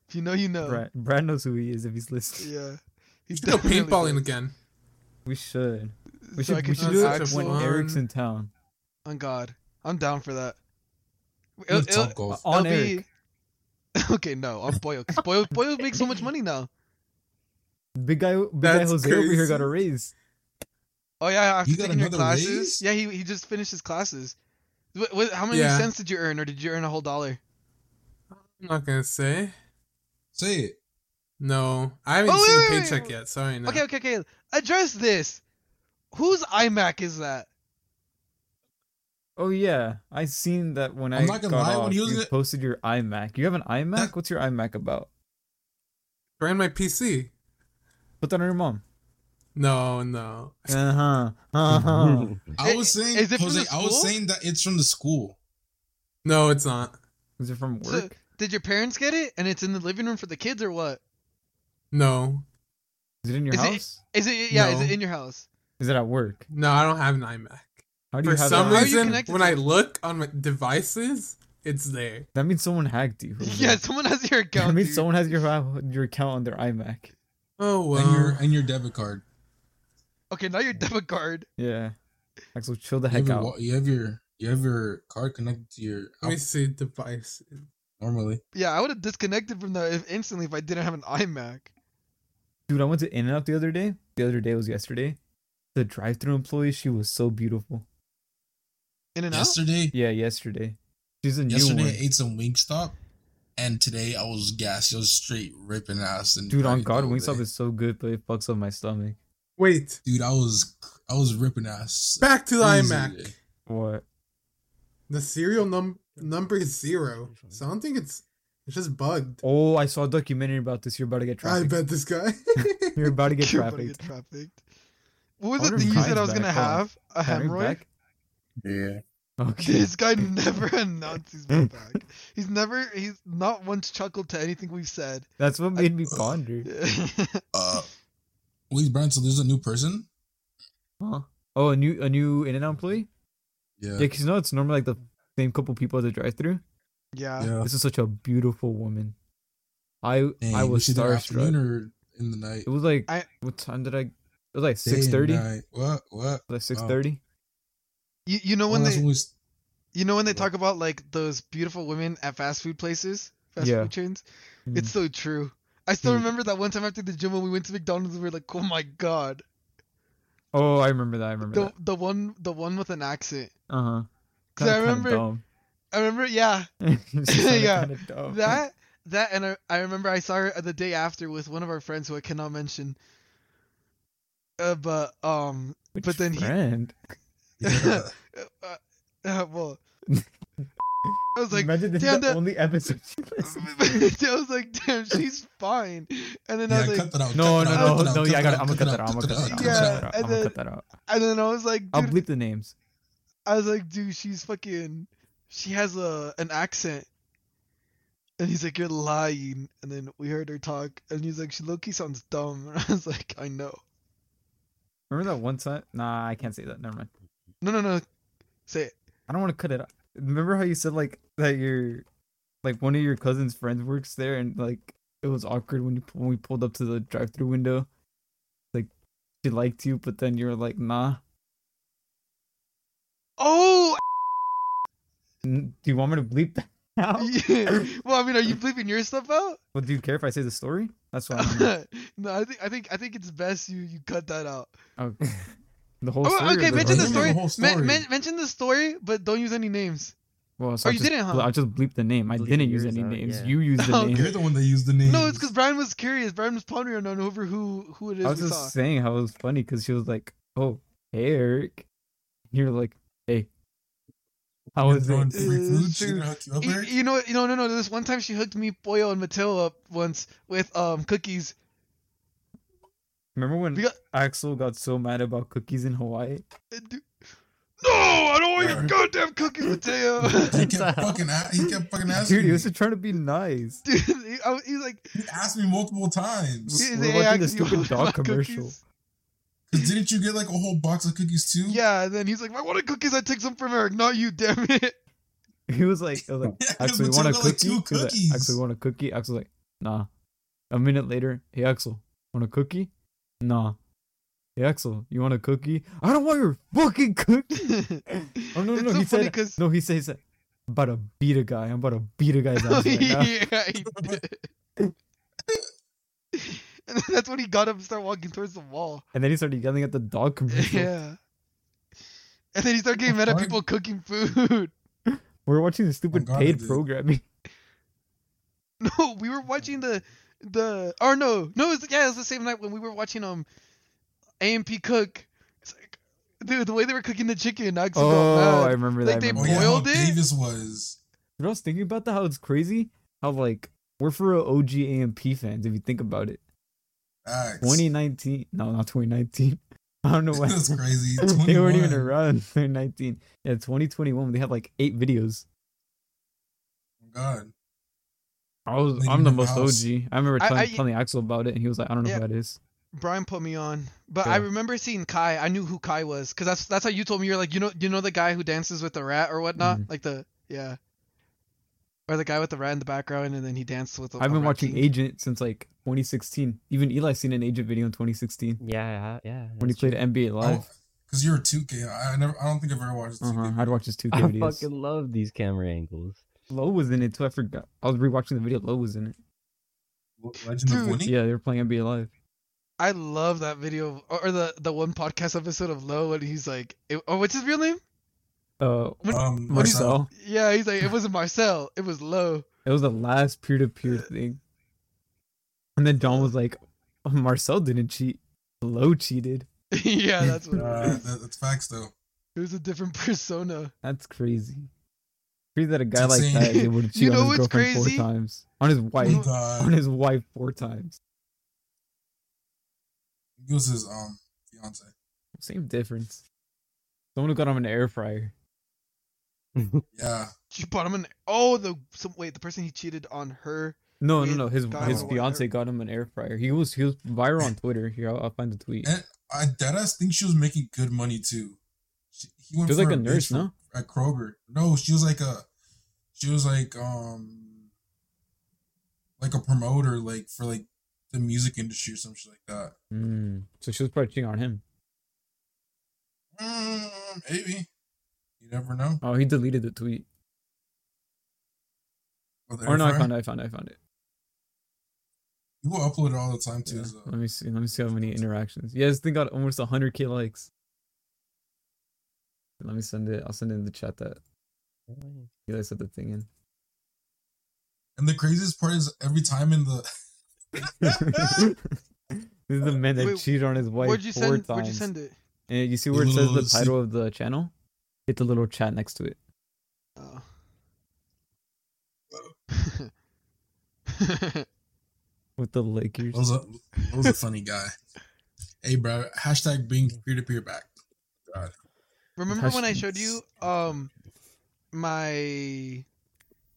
[SPEAKER 3] If you know you know.
[SPEAKER 10] Brad. Brad knows who he is if he's listening.
[SPEAKER 3] Yeah. He's
[SPEAKER 6] He's still paintballing again.
[SPEAKER 10] We should. We
[SPEAKER 3] So I
[SPEAKER 10] should.
[SPEAKER 3] can
[SPEAKER 10] we
[SPEAKER 3] do
[SPEAKER 10] should do
[SPEAKER 6] an
[SPEAKER 10] it
[SPEAKER 3] actual-
[SPEAKER 10] when
[SPEAKER 6] one.
[SPEAKER 10] Eric's in town.
[SPEAKER 3] On God. I'm down for that. It'll-
[SPEAKER 8] Let's
[SPEAKER 3] it'll-
[SPEAKER 8] talk golf.
[SPEAKER 10] On
[SPEAKER 3] it'll be-
[SPEAKER 10] Eric.
[SPEAKER 3] <laughs> Okay, no, on Boyle. 'cause Boyle, Boyle makes so much money now.
[SPEAKER 10] Big guy. Big guy
[SPEAKER 6] That's
[SPEAKER 10] Jose over here got
[SPEAKER 6] crazy.
[SPEAKER 10] a raise.
[SPEAKER 3] Oh yeah, after
[SPEAKER 8] You got
[SPEAKER 3] taking your
[SPEAKER 8] another
[SPEAKER 3] classes.
[SPEAKER 8] raise?
[SPEAKER 3] Yeah, he he just finished his classes. What, what, how many
[SPEAKER 6] Yeah.
[SPEAKER 3] cents did you earn, or did you earn a whole dollar?
[SPEAKER 6] I'm not gonna say.
[SPEAKER 8] Say it.
[SPEAKER 6] No, I haven't
[SPEAKER 3] Oh,
[SPEAKER 6] seen
[SPEAKER 3] wait, wait,
[SPEAKER 6] paycheck
[SPEAKER 3] wait.
[SPEAKER 6] yet. Sorry. No.
[SPEAKER 3] Okay, okay, okay. Address this. Whose iMac is that?
[SPEAKER 10] Oh yeah, I seen that when i
[SPEAKER 8] I'm not
[SPEAKER 10] got
[SPEAKER 8] gonna lie,
[SPEAKER 10] off.
[SPEAKER 8] when he was
[SPEAKER 10] you
[SPEAKER 8] in-
[SPEAKER 10] posted your iMac. You have an iMac? What's your iMac about?
[SPEAKER 6] Ran my PC.
[SPEAKER 10] Put that on your mom.
[SPEAKER 6] No, no.
[SPEAKER 10] Uh huh.
[SPEAKER 8] <laughs>
[SPEAKER 10] Uh huh.
[SPEAKER 8] I
[SPEAKER 3] It-
[SPEAKER 8] was saying,
[SPEAKER 3] is it from
[SPEAKER 8] Jose,
[SPEAKER 3] the
[SPEAKER 8] I was
[SPEAKER 3] school?
[SPEAKER 8] saying that it's from the school.
[SPEAKER 6] No, it's not.
[SPEAKER 10] Is it from
[SPEAKER 3] So,
[SPEAKER 10] work?
[SPEAKER 3] did your parents get it, and it's in the living room for the kids, or what?
[SPEAKER 6] No.
[SPEAKER 10] Is it in your
[SPEAKER 3] Is it-
[SPEAKER 10] house?
[SPEAKER 3] Is it? Yeah, is
[SPEAKER 6] No.
[SPEAKER 3] it in your house?
[SPEAKER 10] Is it at work?
[SPEAKER 6] No, I don't have an iMac.
[SPEAKER 10] How do
[SPEAKER 6] For
[SPEAKER 10] you have
[SPEAKER 6] some
[SPEAKER 3] How
[SPEAKER 10] that?
[SPEAKER 3] are you
[SPEAKER 6] reason,
[SPEAKER 3] connected
[SPEAKER 6] when
[SPEAKER 3] to
[SPEAKER 6] I
[SPEAKER 3] it?
[SPEAKER 6] look on my devices, it's there.
[SPEAKER 10] That means someone
[SPEAKER 3] <laughs>
[SPEAKER 10] hacked you. Jose.
[SPEAKER 3] Yeah, someone has your account.
[SPEAKER 10] <laughs> That means
[SPEAKER 3] dude.
[SPEAKER 10] someone has your your account on their iMac.
[SPEAKER 6] Oh
[SPEAKER 8] and your
[SPEAKER 6] well.
[SPEAKER 8] and your debit card.
[SPEAKER 3] Okay, now your debit card.
[SPEAKER 10] Yeah. Axel, chill the
[SPEAKER 8] You have,
[SPEAKER 10] heck
[SPEAKER 8] your,
[SPEAKER 10] out.
[SPEAKER 8] wa- you have your you have your card connected to your
[SPEAKER 6] Let me
[SPEAKER 8] Apple
[SPEAKER 6] see devices.
[SPEAKER 8] normally.
[SPEAKER 3] Yeah, I would have disconnected from that if, instantly if I didn't have an iMac.
[SPEAKER 10] Dude, I went to In and Out the other day. The other day was yesterday. The drive thru employee, she was so beautiful.
[SPEAKER 3] In and out.
[SPEAKER 8] Yesterday,
[SPEAKER 10] Yeah, yesterday. She's a new
[SPEAKER 8] yesterday I
[SPEAKER 10] one.
[SPEAKER 8] ate some Wingstop, and today I was gassed. I was straight ripping ass. And
[SPEAKER 10] Dude, on
[SPEAKER 8] partying
[SPEAKER 10] God,
[SPEAKER 8] all
[SPEAKER 10] Wingstop
[SPEAKER 8] day.
[SPEAKER 10] is so good, but it fucks up my stomach.
[SPEAKER 6] Wait,
[SPEAKER 8] Dude, I was I was ripping ass.
[SPEAKER 6] back to the
[SPEAKER 8] Easy.
[SPEAKER 6] iMac.
[SPEAKER 10] What?
[SPEAKER 6] The serial num number is zero, so I don't think it's it's just bugged.
[SPEAKER 10] Oh, I saw a documentary about this. You're about to get
[SPEAKER 6] I
[SPEAKER 10] trafficked.
[SPEAKER 6] bet this guy. <laughs>
[SPEAKER 10] You're about to
[SPEAKER 3] <laughs>
[SPEAKER 10] get
[SPEAKER 3] You're about to
[SPEAKER 10] trafficked.
[SPEAKER 3] get trafficked. What
[SPEAKER 10] I
[SPEAKER 3] was the
[SPEAKER 10] wonder if
[SPEAKER 3] thing you said
[SPEAKER 10] Kai's
[SPEAKER 3] I was
[SPEAKER 10] back
[SPEAKER 3] gonna
[SPEAKER 10] on.
[SPEAKER 3] have? A
[SPEAKER 10] Henry
[SPEAKER 3] hemorrhoid?
[SPEAKER 10] back?
[SPEAKER 11] Yeah.
[SPEAKER 3] <laughs>
[SPEAKER 10] Okay.
[SPEAKER 3] This guy never <laughs> announced he's been back. He's never, he's not once chuckled to anything we've said.
[SPEAKER 10] <laughs>
[SPEAKER 3] <laughs>
[SPEAKER 10] That's what made me ponder.
[SPEAKER 8] Uh, wait, Brian. So there's a new person.
[SPEAKER 10] Huh? Oh, a new a new In and Out employee? Yeah, because you know it's normally like the same couple people at the drive thru.
[SPEAKER 3] yeah.
[SPEAKER 8] yeah.
[SPEAKER 10] This is such a beautiful woman. I
[SPEAKER 8] Dang,
[SPEAKER 10] I
[SPEAKER 8] was
[SPEAKER 10] was
[SPEAKER 8] she there afternoon
[SPEAKER 10] starstruck.
[SPEAKER 8] or in the night?
[SPEAKER 10] It was like
[SPEAKER 3] I-
[SPEAKER 10] what time did I? It was like
[SPEAKER 8] Day and
[SPEAKER 10] six thirty.
[SPEAKER 8] night. What? What?
[SPEAKER 10] Like six thirty.
[SPEAKER 3] You, you know
[SPEAKER 8] Oh,
[SPEAKER 3] when
[SPEAKER 8] that's
[SPEAKER 3] they,
[SPEAKER 8] when
[SPEAKER 3] <laughs>
[SPEAKER 8] we s-
[SPEAKER 3] you know when they talk about like those beautiful women at fast food places, fast
[SPEAKER 10] Yeah. Mm-hmm. Mm.
[SPEAKER 3] food chains. It's so true. I still remember that one time after the gym when we went to McDonald's, we were like, oh my god,
[SPEAKER 10] Oh, I remember that. I remember
[SPEAKER 3] the
[SPEAKER 10] that.
[SPEAKER 3] the one the one with an accent.
[SPEAKER 10] Uh huh.
[SPEAKER 3] <laughs> 'Cause I remember-
[SPEAKER 10] <laughs>
[SPEAKER 3] I remember, yeah, <laughs> Yeah, that that and I, I remember I saw her the day after with one of our friends who I cannot mention. Uh, but um, but then he-
[SPEAKER 10] friend?
[SPEAKER 8] yeah.
[SPEAKER 3] uh, uh, well, I
[SPEAKER 8] <laughs>
[SPEAKER 3] was like,
[SPEAKER 10] Imagine this is
[SPEAKER 3] damn,
[SPEAKER 10] the
[SPEAKER 3] that-
[SPEAKER 10] only episode. she
[SPEAKER 3] <laughs>
[SPEAKER 10] listens
[SPEAKER 3] I was like, damn, she's fine. And then I
[SPEAKER 8] Yeah,
[SPEAKER 3] was like,
[SPEAKER 8] cut that out.
[SPEAKER 10] No,
[SPEAKER 8] cut that
[SPEAKER 10] no,
[SPEAKER 8] out, cut
[SPEAKER 10] no,
[SPEAKER 8] that
[SPEAKER 10] no.
[SPEAKER 8] out,
[SPEAKER 10] Yeah, I got. I'm gonna
[SPEAKER 8] cut
[SPEAKER 10] cut that out. I'm gonna
[SPEAKER 8] cut that out, <laughs>
[SPEAKER 10] cut
[SPEAKER 8] cut
[SPEAKER 10] that
[SPEAKER 8] that
[SPEAKER 10] out.
[SPEAKER 8] out.
[SPEAKER 3] Yeah,
[SPEAKER 10] I'm gonna
[SPEAKER 3] and
[SPEAKER 10] cut that out.
[SPEAKER 3] and then I was like,
[SPEAKER 10] I'll
[SPEAKER 3] dude,
[SPEAKER 10] bleep the names.
[SPEAKER 3] I was like, dude, she's fucking, she has a an accent. And he's like, you're lying. And then we heard her talk, and he's like, she low key sounds dumb. <laughs> And I was like, I know.
[SPEAKER 10] Remember that one time? Nah, I can't say that. Never mind.
[SPEAKER 3] No, no, no. Say it.
[SPEAKER 10] I don't want to cut it. Off. Remember how you said like that your like one of your cousin's friends works there and like it was awkward when you when we pulled up to the drive-through window. Like she liked you, but then you were like, "Nah." <laughs>
[SPEAKER 3] Oh, <laughs>
[SPEAKER 10] N- Do you want me to bleep that out?
[SPEAKER 3] yeah. well, I mean, are you bleeping your stuff out?
[SPEAKER 10] Well, do you care if I say the story?
[SPEAKER 3] <laughs>
[SPEAKER 10] That's what I'm.
[SPEAKER 3] no, I think I think I think it's best you you cut that out.
[SPEAKER 10] Okay. Uh, oh. <laughs> The whole
[SPEAKER 3] Oh,
[SPEAKER 10] story. or
[SPEAKER 3] okay,
[SPEAKER 10] the
[SPEAKER 3] mention the
[SPEAKER 10] whole-
[SPEAKER 3] story.
[SPEAKER 8] whole
[SPEAKER 3] Men,
[SPEAKER 8] story.
[SPEAKER 3] men, mention the story, but don't use any names.
[SPEAKER 10] Well, so
[SPEAKER 3] Oh,
[SPEAKER 10] I
[SPEAKER 3] you
[SPEAKER 10] just,
[SPEAKER 3] didn't, huh?
[SPEAKER 10] well, I just bleeped the name. I
[SPEAKER 4] Bleep
[SPEAKER 10] didn't use
[SPEAKER 4] yours
[SPEAKER 10] any
[SPEAKER 4] out,
[SPEAKER 10] names.
[SPEAKER 4] yeah.
[SPEAKER 10] You used
[SPEAKER 3] <laughs>
[SPEAKER 10] the
[SPEAKER 3] Okay.
[SPEAKER 10] name.
[SPEAKER 8] You're the one that used the name.
[SPEAKER 3] No, it's because Brian was curious. Brian was pondering on over who who it is
[SPEAKER 10] I was
[SPEAKER 3] we
[SPEAKER 10] just
[SPEAKER 3] saw.
[SPEAKER 10] saying how it was funny because she was like, "Oh, hey, Eric," you're like, hey,
[SPEAKER 8] I
[SPEAKER 10] how
[SPEAKER 8] was
[SPEAKER 10] is it?
[SPEAKER 8] throwing free food. She didn't hook you up,
[SPEAKER 3] Y-
[SPEAKER 8] Eric?
[SPEAKER 3] You know, you know, no, no. This one time she hooked me, Pollo, and Mateo up once with um cookies.
[SPEAKER 10] Remember when
[SPEAKER 3] We got-
[SPEAKER 10] Axel got so mad about cookies in Hawaii?
[SPEAKER 3] And do- No, I don't want your
[SPEAKER 8] Alright.
[SPEAKER 3] goddamn cookies,
[SPEAKER 10] <laughs>
[SPEAKER 3] Mateo. <laughs>
[SPEAKER 8] He kept fucking. a- He kept fucking asking.
[SPEAKER 10] Dude, he
[SPEAKER 8] me.
[SPEAKER 10] was trying to be nice.
[SPEAKER 3] Dude, he, I, was- he's like,
[SPEAKER 8] He asked me multiple times.
[SPEAKER 3] he's
[SPEAKER 10] We're
[SPEAKER 3] like, "Hey,
[SPEAKER 10] watching the
[SPEAKER 3] Axe, you
[SPEAKER 10] stupid
[SPEAKER 3] want
[SPEAKER 10] dog
[SPEAKER 3] my
[SPEAKER 10] commercial.
[SPEAKER 3] cookies?"
[SPEAKER 8] Cause didn't you get like a whole box of cookies too?
[SPEAKER 3] Yeah, and then he's like, I wanted cookies. I took some from Eric, not you, damn it.
[SPEAKER 10] <laughs> He was like, I was like,
[SPEAKER 8] Yeah, 'cause
[SPEAKER 10] Axel, you
[SPEAKER 8] we
[SPEAKER 10] want a
[SPEAKER 8] took, like,
[SPEAKER 10] cookie?
[SPEAKER 8] two
[SPEAKER 10] He was like,
[SPEAKER 8] cookies.
[SPEAKER 10] Axel, you want a cookie? Axel's like, nah. A minute later, hey Axel, want a cookie? Nah. Hey Axel, you want a cookie? I don't want your fucking cookie. <laughs> Oh no,
[SPEAKER 3] it's so
[SPEAKER 10] no, no. he
[SPEAKER 3] funny
[SPEAKER 10] said,
[SPEAKER 3] because.
[SPEAKER 10] no, he said, he said, I'm about to beat a guy. I'm about to beat a guy's ass right
[SPEAKER 3] <laughs>
[SPEAKER 10] now.
[SPEAKER 3] yeah, he did. <laughs> and then that's when he got up and started walking towards the wall.
[SPEAKER 10] And then he started yelling at the dog commercial.
[SPEAKER 3] Yeah. And then he started getting
[SPEAKER 8] The
[SPEAKER 3] mad at
[SPEAKER 8] fuck?
[SPEAKER 3] people cooking food. <laughs>
[SPEAKER 10] We We're watching the stupid
[SPEAKER 8] Oh, God, I
[SPEAKER 10] paid
[SPEAKER 8] did.
[SPEAKER 10] programming.
[SPEAKER 3] No, we were watching the the or no, no, it's yeah, it was the same night when we were watching um AMP cook. It's like, dude, the way they were cooking the chicken, I actually
[SPEAKER 10] Oh,
[SPEAKER 3] got
[SPEAKER 10] I
[SPEAKER 3] mad.
[SPEAKER 10] remember
[SPEAKER 3] Like,
[SPEAKER 10] that.
[SPEAKER 3] they
[SPEAKER 10] I remember
[SPEAKER 8] Oh
[SPEAKER 10] that.
[SPEAKER 8] yeah, how
[SPEAKER 3] Boiled it?
[SPEAKER 8] Davis was.
[SPEAKER 10] You know, I was thinking about that, how it's crazy how, like, we're for real OG AMP fans if you think about it.
[SPEAKER 8] Facts.
[SPEAKER 10] 2019. No, not 2019. <laughs> I don't know why. <laughs>
[SPEAKER 8] That's crazy.
[SPEAKER 10] they weren't even
[SPEAKER 8] 21.
[SPEAKER 10] around in 2019. Yeah, 2021. They had like eight videos.
[SPEAKER 8] God.
[SPEAKER 10] I was,
[SPEAKER 8] Leaving
[SPEAKER 10] I'm the
[SPEAKER 8] your
[SPEAKER 10] most
[SPEAKER 8] house.
[SPEAKER 10] OG. I remember
[SPEAKER 3] I-
[SPEAKER 10] telling,
[SPEAKER 3] I-
[SPEAKER 10] telling Axel about it, and he was like, I don't know
[SPEAKER 3] Yeah.
[SPEAKER 10] who that is.
[SPEAKER 3] Brian put me on, but
[SPEAKER 10] Yeah.
[SPEAKER 3] I remember seeing Kai. I knew who Kai was because that's that's how you told me you're like you know you know the guy who dances with the rat or whatnot,
[SPEAKER 10] Mhm.
[SPEAKER 3] like the yeah, or the guy with the rat in the background, and then he danced with. i
[SPEAKER 10] I've been watching Agent since like 2016. Even Eli seen an Agent video in 2016
[SPEAKER 4] Yeah, I- yeah.
[SPEAKER 10] when he
[SPEAKER 4] that's true.
[SPEAKER 10] played
[SPEAKER 4] <laughs>
[SPEAKER 10] NBA Live.
[SPEAKER 8] Because you're a 2K. I I never. I don't think I've ever watched a
[SPEAKER 10] <laughs>
[SPEAKER 8] 2K.
[SPEAKER 10] Uh-huh. I'd watch his 2K
[SPEAKER 4] I
[SPEAKER 10] videos.
[SPEAKER 4] fucking love these camera angles.
[SPEAKER 10] Low was in it too. I forgot. I was rewatching the video. Low was in it.
[SPEAKER 8] Legend
[SPEAKER 3] Dude.
[SPEAKER 8] of Winning.
[SPEAKER 10] Yeah, they were playing NBA Live.
[SPEAKER 3] I love that video or or the the one podcast episode of Low and he's like, it, oh, what's his real name?
[SPEAKER 10] Uh,
[SPEAKER 3] What-
[SPEAKER 8] Um,
[SPEAKER 3] what is-
[SPEAKER 8] Marcel.
[SPEAKER 10] Marcel.
[SPEAKER 3] Yeah, he's like, it
[SPEAKER 10] <laughs>
[SPEAKER 3] wasn't Marcel, it was Low. <laughs>
[SPEAKER 10] It was the last peer
[SPEAKER 3] <sighs>
[SPEAKER 10] to peer thing. And then John was like, "Oh, Marcel didn't cheat. Low cheated.
[SPEAKER 3] yeah, that's what.
[SPEAKER 8] Uh,
[SPEAKER 3] It was.
[SPEAKER 8] that, that's facts though.
[SPEAKER 3] It was a different <laughs> persona.
[SPEAKER 10] That's crazy. Crazy that a guy like
[SPEAKER 8] insane.
[SPEAKER 10] that is able to
[SPEAKER 3] <laughs>
[SPEAKER 10] cheat
[SPEAKER 3] You know
[SPEAKER 10] on his
[SPEAKER 3] what's
[SPEAKER 10] girlfriend
[SPEAKER 3] crazy?
[SPEAKER 10] four times. On his
[SPEAKER 8] Oh,
[SPEAKER 10] wife.
[SPEAKER 3] know-
[SPEAKER 8] God.
[SPEAKER 10] on his wife four times.
[SPEAKER 8] He was his um fiance.
[SPEAKER 10] Same difference. Someone who got him an air fryer.
[SPEAKER 8] Yeah.
[SPEAKER 3] She bought him an oh the some wait the person he cheated on her.
[SPEAKER 10] No,
[SPEAKER 3] He
[SPEAKER 10] no, no. His
[SPEAKER 3] got
[SPEAKER 10] his
[SPEAKER 3] an
[SPEAKER 8] him
[SPEAKER 3] air-
[SPEAKER 10] fiance got him an air fryer. He was he was viral on Twitter. Here, I'll, I'll find the tweet.
[SPEAKER 3] Eh?
[SPEAKER 8] And I deadass think she was making good money too. She, he
[SPEAKER 10] She
[SPEAKER 8] went
[SPEAKER 10] was
[SPEAKER 8] for
[SPEAKER 10] like a
[SPEAKER 8] bitch
[SPEAKER 10] nurse,
[SPEAKER 8] for-
[SPEAKER 10] no?
[SPEAKER 8] At Kroger. No, she was like a, she was like um, like a promoter, like for like the music industry or some shit like that.
[SPEAKER 10] Mm. So she was probably cheating on him.
[SPEAKER 8] Mm, maybe. You never know.
[SPEAKER 10] Oh, he deleted the tweet.
[SPEAKER 8] With
[SPEAKER 10] Or no, I
[SPEAKER 8] Airfryer.
[SPEAKER 10] found it. I found it. I found it.
[SPEAKER 8] You will upload it all the time too.
[SPEAKER 10] Yeah,
[SPEAKER 8] So.
[SPEAKER 10] Let me see. Let me see how many interactions. Yeah, this thing got almost 100k likes. Let me send it. I'll send it in the chat that you guys said the thing in. <laughs>
[SPEAKER 8] And the craziest part is every time in the
[SPEAKER 10] this is the man that
[SPEAKER 3] Wait,
[SPEAKER 10] cheated on his wife
[SPEAKER 3] Where'd you
[SPEAKER 10] four
[SPEAKER 3] send?
[SPEAKER 10] times.
[SPEAKER 3] Where'd you send it?
[SPEAKER 10] And you see where it says the
[SPEAKER 8] Little
[SPEAKER 10] title of the channel? Hit the little chat next to it.
[SPEAKER 3] Oh.
[SPEAKER 10] with the Lakers.
[SPEAKER 8] Lo's a, Lo's a funny guy. Hey, bro. Hashtag being peer to peer back. God.
[SPEAKER 3] <laughs> Remember when I showed you
[SPEAKER 10] Attachments.
[SPEAKER 3] um my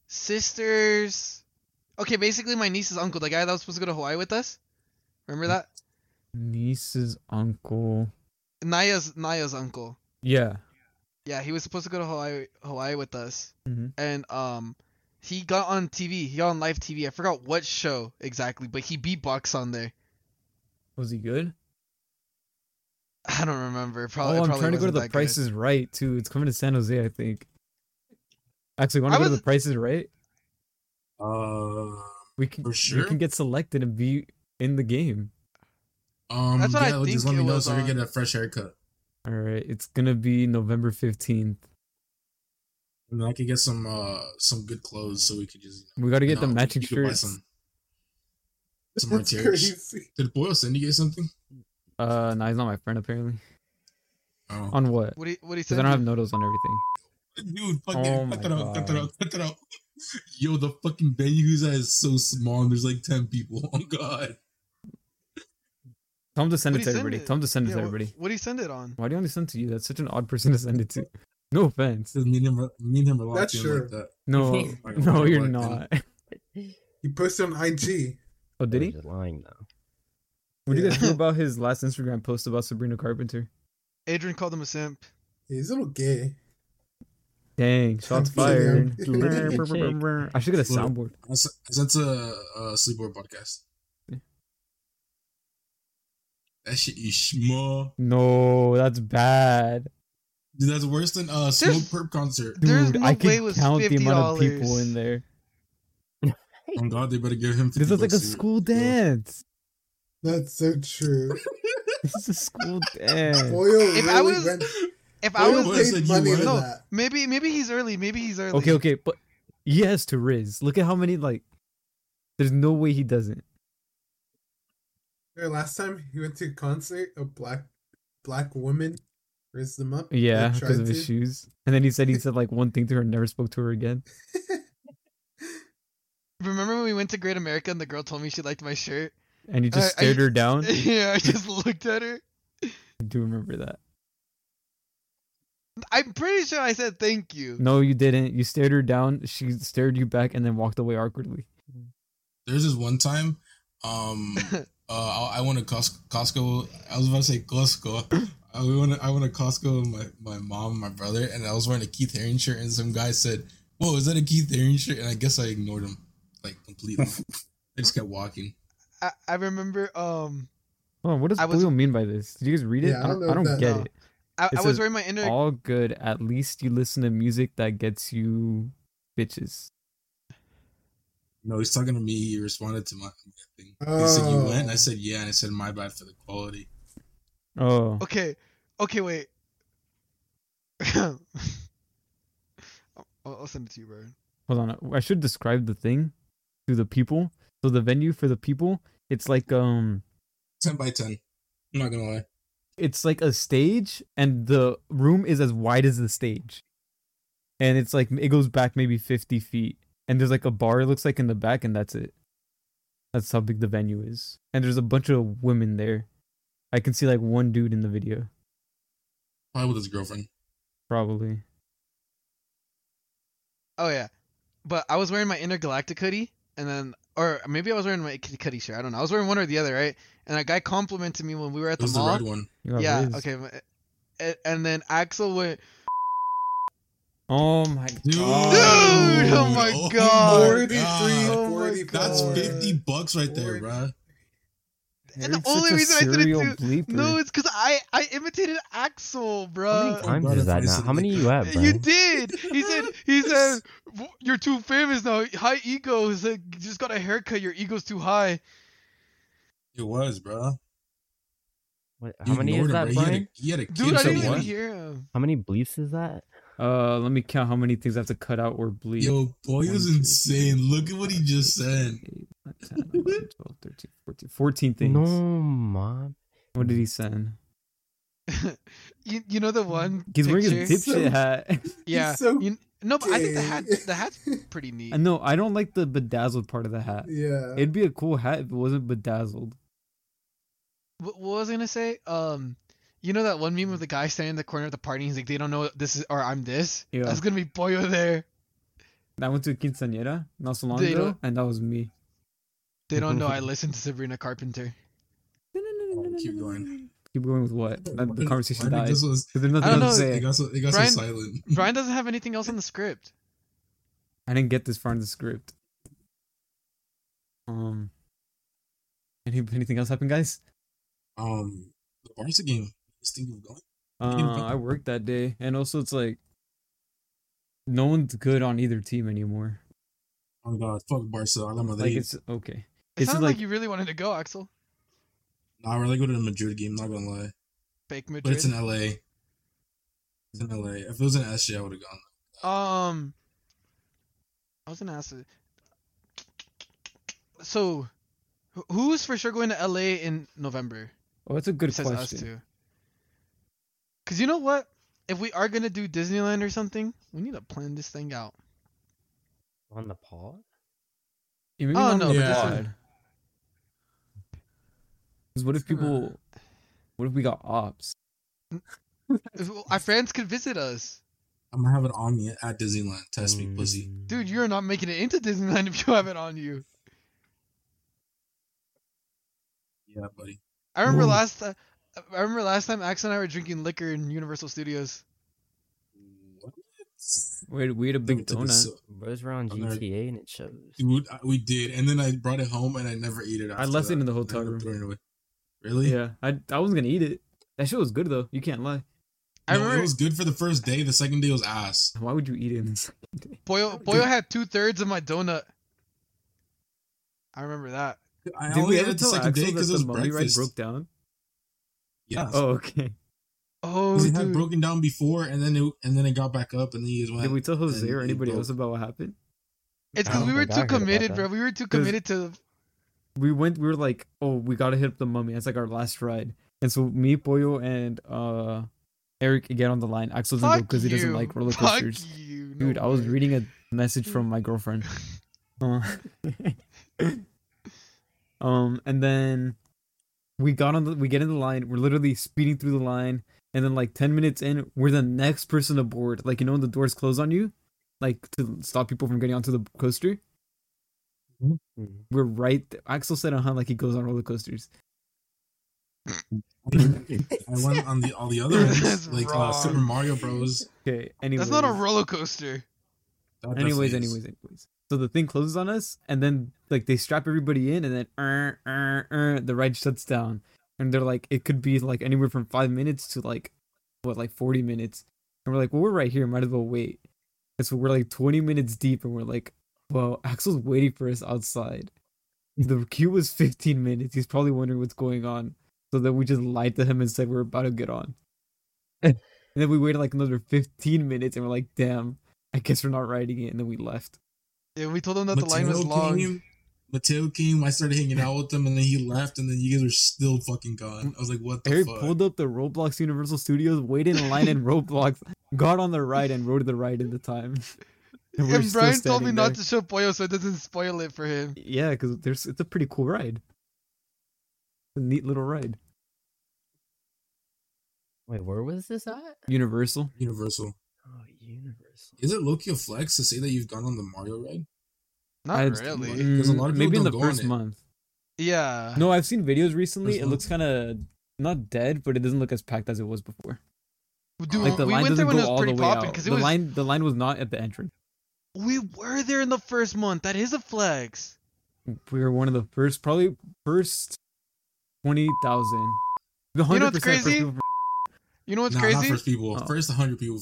[SPEAKER 3] sister's okay, basically my niece's uncle, the guy that was supposed to go to Hawaii with us. Remember that?
[SPEAKER 10] Niece's uncle.
[SPEAKER 3] Naya's Naya's uncle.
[SPEAKER 10] Yeah.
[SPEAKER 3] Yeah, he was supposed to go to Hawaii Hawaii with us.
[SPEAKER 10] Mhm.
[SPEAKER 3] And um he got on TV, he got on live TV. I forgot what show exactly, but he beatbox on there. <laughs>
[SPEAKER 10] Was he good?
[SPEAKER 3] I don't remember. Probably. it
[SPEAKER 10] oh, I'm
[SPEAKER 3] probably
[SPEAKER 10] trying to go to
[SPEAKER 3] wasn't
[SPEAKER 10] the
[SPEAKER 3] that good.
[SPEAKER 10] Price is Right too. It's coming to San Jose, I think. Actually, want
[SPEAKER 3] I
[SPEAKER 10] to go to
[SPEAKER 3] was-
[SPEAKER 10] the Price is Right?
[SPEAKER 8] Uh,
[SPEAKER 10] We can
[SPEAKER 8] For
[SPEAKER 10] we
[SPEAKER 8] sure.
[SPEAKER 10] can get selected and be in the game.
[SPEAKER 8] um,
[SPEAKER 3] That's what I
[SPEAKER 8] yeah,
[SPEAKER 3] think
[SPEAKER 8] just let
[SPEAKER 3] it
[SPEAKER 8] me know
[SPEAKER 3] was
[SPEAKER 8] so I can get
[SPEAKER 3] on.
[SPEAKER 8] a fresh haircut.
[SPEAKER 10] All right, it's gonna be November fifteenth.
[SPEAKER 8] And then I could get some uh some good clothes so we could just.
[SPEAKER 10] We gotta get
[SPEAKER 8] you
[SPEAKER 10] the
[SPEAKER 8] know,
[SPEAKER 10] matching
[SPEAKER 8] you could buy
[SPEAKER 10] shirts.
[SPEAKER 8] <laughs> Some, some more tears. Did Boyle send you guys something?
[SPEAKER 10] Uh, no, he's not my friend apparently.
[SPEAKER 8] Oh.
[SPEAKER 10] On what?
[SPEAKER 3] What do you, what do you
[SPEAKER 10] Because I don't have nodos on everything.
[SPEAKER 8] <laughs> Dude, fuck
[SPEAKER 10] Oh
[SPEAKER 8] that.
[SPEAKER 10] my
[SPEAKER 8] Cut that out. Cut that
[SPEAKER 10] God.
[SPEAKER 8] out. Cut that out. <laughs> Yo, the fucking venue who's that is so small and there's like 10 people. <laughs> Oh, God.
[SPEAKER 10] Tell him to send
[SPEAKER 3] What do you
[SPEAKER 10] it to
[SPEAKER 3] send
[SPEAKER 10] everybody.
[SPEAKER 3] it?
[SPEAKER 10] Tell him to send it to everybody.
[SPEAKER 3] What, do you send it on?
[SPEAKER 10] Why do you only send it to you? That's such an odd person to send it to.
[SPEAKER 8] <laughs>
[SPEAKER 10] No offense.
[SPEAKER 8] Says Me and him, are- me and him are locked
[SPEAKER 6] That's
[SPEAKER 8] in
[SPEAKER 6] sure.
[SPEAKER 8] like that.
[SPEAKER 10] No, <laughs>
[SPEAKER 8] I don't
[SPEAKER 10] no,
[SPEAKER 8] like
[SPEAKER 10] you're
[SPEAKER 8] that.
[SPEAKER 10] not.
[SPEAKER 6] He posted on IG.
[SPEAKER 10] Oh, did
[SPEAKER 4] He's
[SPEAKER 10] he?
[SPEAKER 4] just lying though.
[SPEAKER 10] What do you guys
[SPEAKER 3] Yeah.
[SPEAKER 10] feel about his last Instagram post about Sabrina Carpenter?
[SPEAKER 3] Adrian called him a simp.
[SPEAKER 6] He's a little gay.
[SPEAKER 8] <laughs>
[SPEAKER 6] <laughs>
[SPEAKER 10] Dang, shots
[SPEAKER 6] I'm kidding.
[SPEAKER 10] fired. I should get a soundboard.
[SPEAKER 8] That's, that's a, a sleepover podcast.
[SPEAKER 10] Yeah.
[SPEAKER 8] That shit is schmo.
[SPEAKER 10] No, that's bad.
[SPEAKER 8] Dude, that's worse than a smoke perp concert.
[SPEAKER 3] There's
[SPEAKER 10] Dude,
[SPEAKER 3] no
[SPEAKER 10] I
[SPEAKER 3] way it
[SPEAKER 10] can
[SPEAKER 3] was
[SPEAKER 10] count the amount of people
[SPEAKER 3] $50.
[SPEAKER 10] in there.
[SPEAKER 8] Oh God, they better give him. 50
[SPEAKER 10] This is like
[SPEAKER 8] bucks,
[SPEAKER 10] a
[SPEAKER 8] dude.
[SPEAKER 10] school
[SPEAKER 8] Yo.
[SPEAKER 10] dance.
[SPEAKER 6] <laughs> That's so
[SPEAKER 10] <laughs>
[SPEAKER 6] true.
[SPEAKER 10] This is
[SPEAKER 6] <laughs>
[SPEAKER 10] a school dance.
[SPEAKER 6] Boyle
[SPEAKER 3] If
[SPEAKER 6] really
[SPEAKER 3] I was-
[SPEAKER 6] went,
[SPEAKER 3] If I
[SPEAKER 8] Wait,
[SPEAKER 3] was
[SPEAKER 8] what?
[SPEAKER 3] the-
[SPEAKER 8] like,
[SPEAKER 6] paid
[SPEAKER 8] you
[SPEAKER 6] money
[SPEAKER 8] were-
[SPEAKER 6] for
[SPEAKER 3] no,
[SPEAKER 6] that.
[SPEAKER 3] maybe maybe he's early. Maybe he's early.
[SPEAKER 10] Okay, okay, but yes to Riz. Look at how many like. There's no way he doesn't.
[SPEAKER 6] Remember Last time he went to a concert, a black black woman raised him up.
[SPEAKER 10] Yeah,
[SPEAKER 6] or
[SPEAKER 10] because
[SPEAKER 6] tried
[SPEAKER 10] of his
[SPEAKER 6] to.
[SPEAKER 10] shoes. And then
[SPEAKER 6] <laughs>
[SPEAKER 10] he said he said like one thing to her and never spoke to her again.
[SPEAKER 3] Remember when we went to Great America and the girl told me she liked my shirt?
[SPEAKER 10] And he
[SPEAKER 3] Uh,
[SPEAKER 10] just
[SPEAKER 3] I-
[SPEAKER 10] stared her down. I
[SPEAKER 3] <laughs> yeah, I just looked at her.
[SPEAKER 10] do remember that.
[SPEAKER 3] I'm pretty sure I said thank you.
[SPEAKER 10] No, you didn't. You stared her down. She stared you back and then walked away awkwardly.
[SPEAKER 8] There's this one time,
[SPEAKER 3] <laughs>
[SPEAKER 8] um, uh, I, I went to Cos- Costco. I was about to say Costco. I went. To, I went to Costco with my my mom, and my brother, and I was wearing a Keith Haring shirt. And some guy said, "Whoa, is that a Keith Haring shirt?" And I guess I ignored him, like
[SPEAKER 10] <laughs>
[SPEAKER 8] completely. I just kept walking.
[SPEAKER 3] I, I remember um
[SPEAKER 10] Oh, what does
[SPEAKER 3] I was-
[SPEAKER 10] Blue mean by this? Did you guys read it?
[SPEAKER 6] Yeah, I
[SPEAKER 10] I
[SPEAKER 6] don't
[SPEAKER 10] don't,
[SPEAKER 6] know
[SPEAKER 10] I don't
[SPEAKER 6] if that-
[SPEAKER 10] get
[SPEAKER 3] no.
[SPEAKER 10] it.
[SPEAKER 3] I,
[SPEAKER 10] It
[SPEAKER 3] I was
[SPEAKER 10] says
[SPEAKER 3] wearing my inner
[SPEAKER 10] all good. At least you listen to music that gets you bitches.
[SPEAKER 8] No, he's talking to me. He responded to my, my thing. He said, "You went." And I
[SPEAKER 6] Oh.
[SPEAKER 8] said, "Yeah." And I said, "My bad for the quality."
[SPEAKER 10] Oh,
[SPEAKER 3] Okay. Okay, wait. <laughs> I'll, I'll send it to you, bro.
[SPEAKER 10] hold on. I should describe the thing to the people. So the venue for the people, it's like um,
[SPEAKER 8] Ten by ten. I'm not gonna lie.
[SPEAKER 10] it's like a stage, and the room is as wide as the stage, and it's like it goes back maybe fifty feet, and there's like a bar. It looks like in the back, and that's it. That's how big the venue is, and there's a bunch of women there. I can see like one dude in the video,
[SPEAKER 8] Probably with his girlfriend.
[SPEAKER 10] probably.
[SPEAKER 3] Oh yeah. But I was wearing my inner galactic hoodie and then or maybe I was wearing my kitty cutty shirt. I don't know. I was wearing one or the other, right? And a guy complimented me when we were at
[SPEAKER 8] It
[SPEAKER 3] the
[SPEAKER 8] was the
[SPEAKER 3] mall.
[SPEAKER 8] red one.
[SPEAKER 10] You got
[SPEAKER 3] yeah,
[SPEAKER 10] Riz.
[SPEAKER 3] okay. my- a- And then Axel went,
[SPEAKER 10] Oh my
[SPEAKER 8] Dude,
[SPEAKER 10] god.
[SPEAKER 3] Dude, oh my
[SPEAKER 8] Oh my
[SPEAKER 3] god.
[SPEAKER 8] Forty-three,
[SPEAKER 3] Oh my
[SPEAKER 6] 43,
[SPEAKER 8] Ah, That's
[SPEAKER 3] God.
[SPEAKER 8] 50 bucks right there,
[SPEAKER 6] Lord.
[SPEAKER 8] bruh.
[SPEAKER 3] and the only reason I did it too.
[SPEAKER 10] bleeper.
[SPEAKER 3] No, it's because I, I imitated Axel,
[SPEAKER 4] How many
[SPEAKER 3] bro.
[SPEAKER 4] times
[SPEAKER 8] brother,
[SPEAKER 4] is that
[SPEAKER 8] I
[SPEAKER 4] now?
[SPEAKER 8] said
[SPEAKER 4] How many
[SPEAKER 8] like-
[SPEAKER 3] <laughs>
[SPEAKER 4] you have, bro?
[SPEAKER 3] You did. He said. He said. "W- You're too famous now. High ego. He said, "You just got a haircut. Your ego's too high.
[SPEAKER 8] It was, bruh.
[SPEAKER 4] What,
[SPEAKER 8] You
[SPEAKER 4] how many
[SPEAKER 8] ignored
[SPEAKER 4] is
[SPEAKER 8] him,
[SPEAKER 4] that,
[SPEAKER 8] bruh. He had a-
[SPEAKER 4] Brian?
[SPEAKER 8] He had a
[SPEAKER 3] Dude,
[SPEAKER 8] kid.
[SPEAKER 3] I
[SPEAKER 10] said
[SPEAKER 3] didn't even
[SPEAKER 10] what?
[SPEAKER 3] hear him.
[SPEAKER 4] How many bleeps is that?
[SPEAKER 10] Uh, let me count how many things I have to cut out or bleep.
[SPEAKER 8] Yo, boy
[SPEAKER 10] One,
[SPEAKER 8] was
[SPEAKER 10] two,
[SPEAKER 8] insane.
[SPEAKER 10] three,
[SPEAKER 8] Look at what he
[SPEAKER 10] five,
[SPEAKER 8] just
[SPEAKER 10] six,
[SPEAKER 8] said.
[SPEAKER 10] eight, nine, 10, 11, 12, 13, 14, 14 things.
[SPEAKER 4] No, mom.
[SPEAKER 10] What did he send?
[SPEAKER 3] <laughs> you, you know the one.
[SPEAKER 10] He's wearing his
[SPEAKER 3] picture?
[SPEAKER 10] dipshit hat.
[SPEAKER 3] Yeah.
[SPEAKER 6] so
[SPEAKER 3] you, no, but I think the hat.
[SPEAKER 6] gay.
[SPEAKER 3] The hat's
[SPEAKER 8] <laughs>
[SPEAKER 3] pretty neat.
[SPEAKER 10] <laughs> no, I don't like the bedazzled part of the hat.
[SPEAKER 6] Yeah.
[SPEAKER 10] It'd be a cool hat if it wasn't bedazzled.
[SPEAKER 3] What, what was I gonna say? Um, you know that one meme of the guy standing in the corner of the party. and He's like, they don't know what this is or I'm this.
[SPEAKER 10] Yeah.
[SPEAKER 3] That's gonna be Boyo there.
[SPEAKER 10] I went to a quinceañera not so long
[SPEAKER 3] They
[SPEAKER 10] ago,
[SPEAKER 3] don't-
[SPEAKER 10] and that was me.
[SPEAKER 3] They don't
[SPEAKER 10] <laughs>
[SPEAKER 3] know I listened to Sabrina Carpenter.
[SPEAKER 8] keep going.
[SPEAKER 10] Keep going with what? That, the conversation
[SPEAKER 8] Why did
[SPEAKER 10] died.
[SPEAKER 8] This was,
[SPEAKER 10] There's nothing
[SPEAKER 3] I don't
[SPEAKER 10] else to
[SPEAKER 3] know.
[SPEAKER 10] say.
[SPEAKER 8] It got so, it got so
[SPEAKER 3] Brian-
[SPEAKER 8] silent.
[SPEAKER 3] Brian doesn't have anything else on the script.
[SPEAKER 10] I didn't get this far in the script. Um. Any, anything else happen, guys?
[SPEAKER 8] Um, the Barca game. This thing of going. <laughs>
[SPEAKER 10] Uh, I worked that day, and also it's like no one's good on either team anymore.
[SPEAKER 8] Oh, God. Fuck Barca. I love my
[SPEAKER 10] Like
[SPEAKER 8] league.
[SPEAKER 10] it's okay.
[SPEAKER 3] It
[SPEAKER 10] This is
[SPEAKER 3] sounded like,
[SPEAKER 10] like-
[SPEAKER 3] you really wanted to go, Axel.
[SPEAKER 8] Nah, we're like going to the Madrid game. Not going to lie.
[SPEAKER 3] Fake
[SPEAKER 8] But
[SPEAKER 3] Madrid.
[SPEAKER 8] it's in LA. It's in LA. If it was in SJ, I would have gone.
[SPEAKER 3] Um, I was gonna ask. it. So, wh- who's for sure going to LA in November?
[SPEAKER 10] Oh, that's a good
[SPEAKER 3] Besides us
[SPEAKER 10] question.
[SPEAKER 3] two. Cause you know what? If we are gonna do Disneyland or something, we need to plan this thing out.
[SPEAKER 4] On the pod?
[SPEAKER 10] Yeah, maybe
[SPEAKER 3] Oh,
[SPEAKER 10] not on
[SPEAKER 3] no,
[SPEAKER 10] the
[SPEAKER 8] but this
[SPEAKER 10] pod.
[SPEAKER 3] is-
[SPEAKER 10] 'Cause what if
[SPEAKER 3] It's gonna-
[SPEAKER 10] people? What if we got ops?
[SPEAKER 3] If our fans could visit us,
[SPEAKER 8] I'm gonna have it on me at Disneyland. Test me, pussy.
[SPEAKER 4] Mm.
[SPEAKER 3] dude. You're not making it into Disneyland <laughs> if you have it on you.
[SPEAKER 8] Yeah, buddy.
[SPEAKER 3] I remember
[SPEAKER 8] Ooh.
[SPEAKER 3] last. ti- I remember last time Ax and I were drinking liquor in Universal Studios.
[SPEAKER 8] What?
[SPEAKER 10] We had, we had a
[SPEAKER 8] Think
[SPEAKER 10] big
[SPEAKER 8] it took
[SPEAKER 10] donut.
[SPEAKER 8] us so-
[SPEAKER 4] Bros were on
[SPEAKER 8] I'm not-
[SPEAKER 4] GTA and it shows.
[SPEAKER 8] Dude, I- we did, and then I brought it home, and I never ate it. After
[SPEAKER 10] left it
[SPEAKER 8] that.
[SPEAKER 10] in the hotel
[SPEAKER 8] I ended
[SPEAKER 10] room.
[SPEAKER 8] up throwing it away. Really?
[SPEAKER 10] yeah, I I wasn't gonna eat it. That shit was good though. You can't lie.
[SPEAKER 3] I
[SPEAKER 8] No,
[SPEAKER 3] remember
[SPEAKER 8] it was good for the first day. The second day was ass.
[SPEAKER 10] Why would you eat it? in this-
[SPEAKER 3] Boyo Boyo had two thirds of my donut. I remember that.
[SPEAKER 8] <laughs> I
[SPEAKER 10] Did
[SPEAKER 8] only
[SPEAKER 10] we
[SPEAKER 8] ate
[SPEAKER 10] ever
[SPEAKER 8] it the
[SPEAKER 10] tell
[SPEAKER 8] second
[SPEAKER 10] Axel
[SPEAKER 8] day
[SPEAKER 10] that
[SPEAKER 8] because it
[SPEAKER 10] the
[SPEAKER 8] was
[SPEAKER 10] mummy ride
[SPEAKER 8] breakfast.
[SPEAKER 10] broke down?
[SPEAKER 8] Yeah.
[SPEAKER 10] Oh okay.
[SPEAKER 3] Oh,
[SPEAKER 8] Because it had
[SPEAKER 3] dude.
[SPEAKER 8] broken down before, and then it and then it got back up, and then you just went.
[SPEAKER 10] Did
[SPEAKER 8] <laughs>
[SPEAKER 10] we tell Jose
[SPEAKER 8] and
[SPEAKER 10] or
[SPEAKER 8] it
[SPEAKER 10] anybody
[SPEAKER 8] broke.
[SPEAKER 10] else about what happened?
[SPEAKER 3] it's
[SPEAKER 4] I
[SPEAKER 3] because
[SPEAKER 4] don't
[SPEAKER 3] we were
[SPEAKER 4] think I
[SPEAKER 3] too
[SPEAKER 4] heard about
[SPEAKER 3] committed,
[SPEAKER 4] that.
[SPEAKER 3] bro. We were too
[SPEAKER 10] 'Cause-
[SPEAKER 3] committed to.
[SPEAKER 10] We went. We were like, oh, we gotta hit up the mummy. That's like our last ride. And so me, Pollo, and uh Eric get on the line. Axel didn't go
[SPEAKER 3] Fuck
[SPEAKER 10] because he doesn't
[SPEAKER 3] you.
[SPEAKER 10] like roller
[SPEAKER 3] Fuck
[SPEAKER 10] coasters.
[SPEAKER 3] you. No
[SPEAKER 10] Dude, I was
[SPEAKER 3] way.
[SPEAKER 10] reading a message from my girlfriend. Uh, <laughs> um, and then we got on the we get in the line. We're literally speeding through the line, and then like ten minutes in, we're the next person aboard. Like you know, when the doors close on you, like to stop people from getting onto the coaster.
[SPEAKER 3] Mm-hmm.
[SPEAKER 4] Mhm.
[SPEAKER 10] We're right. Th- Axel said, "Uh huh," like he goes on roller coasters.
[SPEAKER 8] I went on the all
[SPEAKER 10] <laughs>
[SPEAKER 8] the other ones,
[SPEAKER 3] That's
[SPEAKER 8] like uh,
[SPEAKER 3] wrong.
[SPEAKER 8] Super Mario Bros.
[SPEAKER 10] Okay. Anyways,
[SPEAKER 3] That's not a roller coaster.
[SPEAKER 8] That
[SPEAKER 10] anyways,
[SPEAKER 8] definitely is.
[SPEAKER 10] anyways, anyways. So the thing closes on us, and then like they strap everybody in, and then er, er, er, the ride shuts down, and they're like, it could be like anywhere from five minutes to like, what like forty minutes, and we're like, well, we're right here, might as well wait. And so we're like twenty minutes deep, and we're like, well, Axel's waiting for us outside. The queue was fifteen minutes. He's probably wondering what's going on. So then we just lied to him and said we're about to get on. and then we waited like another fifteen minutes, and we're like, damn. I guess we're not riding it, and then we left.
[SPEAKER 3] Yeah, we told them that the line was
[SPEAKER 8] Mateo
[SPEAKER 3] long.
[SPEAKER 8] Came, Mateo came. I started hanging out with him, and then he left, and then you guys were still fucking gone. I was like, "What the
[SPEAKER 10] Eric
[SPEAKER 8] fuck?"
[SPEAKER 10] pulled up the Roblox Universal Studios, waited in line in Roblox, got on the ride, and rode the ride at the time. And
[SPEAKER 3] <laughs>
[SPEAKER 10] we're
[SPEAKER 3] And
[SPEAKER 10] still
[SPEAKER 3] Brian told me
[SPEAKER 10] standing
[SPEAKER 3] not
[SPEAKER 10] there.
[SPEAKER 3] to show Boyo so it doesn't spoil it for him.
[SPEAKER 10] Yeah, because there's it's a pretty cool ride. It's a neat little ride.
[SPEAKER 4] Wait, where was this at?
[SPEAKER 10] Universal.
[SPEAKER 8] Universal.
[SPEAKER 4] Oh, Universal.
[SPEAKER 8] Is it Loki a flex to say that you've gone on the Mario ride?
[SPEAKER 3] Not
[SPEAKER 10] I'd-
[SPEAKER 3] really.
[SPEAKER 8] Because a lot of people
[SPEAKER 10] maybe in
[SPEAKER 8] don't
[SPEAKER 10] the
[SPEAKER 8] go on
[SPEAKER 10] first
[SPEAKER 8] it.
[SPEAKER 10] month.
[SPEAKER 3] Yeah.
[SPEAKER 10] No, I've seen videos recently.
[SPEAKER 8] First
[SPEAKER 10] It looks kind of not dead, but it doesn't look as packed as it was before.
[SPEAKER 3] Dude,
[SPEAKER 10] Like the
[SPEAKER 3] we
[SPEAKER 10] line
[SPEAKER 3] went there
[SPEAKER 10] doesn't
[SPEAKER 3] when
[SPEAKER 10] go
[SPEAKER 3] it was
[SPEAKER 10] all the
[SPEAKER 3] pretty
[SPEAKER 10] way
[SPEAKER 3] popping
[SPEAKER 10] out.
[SPEAKER 3] because it
[SPEAKER 10] The
[SPEAKER 3] was.
[SPEAKER 10] line the line was not at the entrance.
[SPEAKER 3] We were there in the first month. That is a flex.
[SPEAKER 10] we were one of the first, probably first twenty thousand.
[SPEAKER 3] what's crazy? You know what's
[SPEAKER 8] nah, not
[SPEAKER 3] crazy?
[SPEAKER 8] first people.
[SPEAKER 10] Oh.
[SPEAKER 8] First 100 people.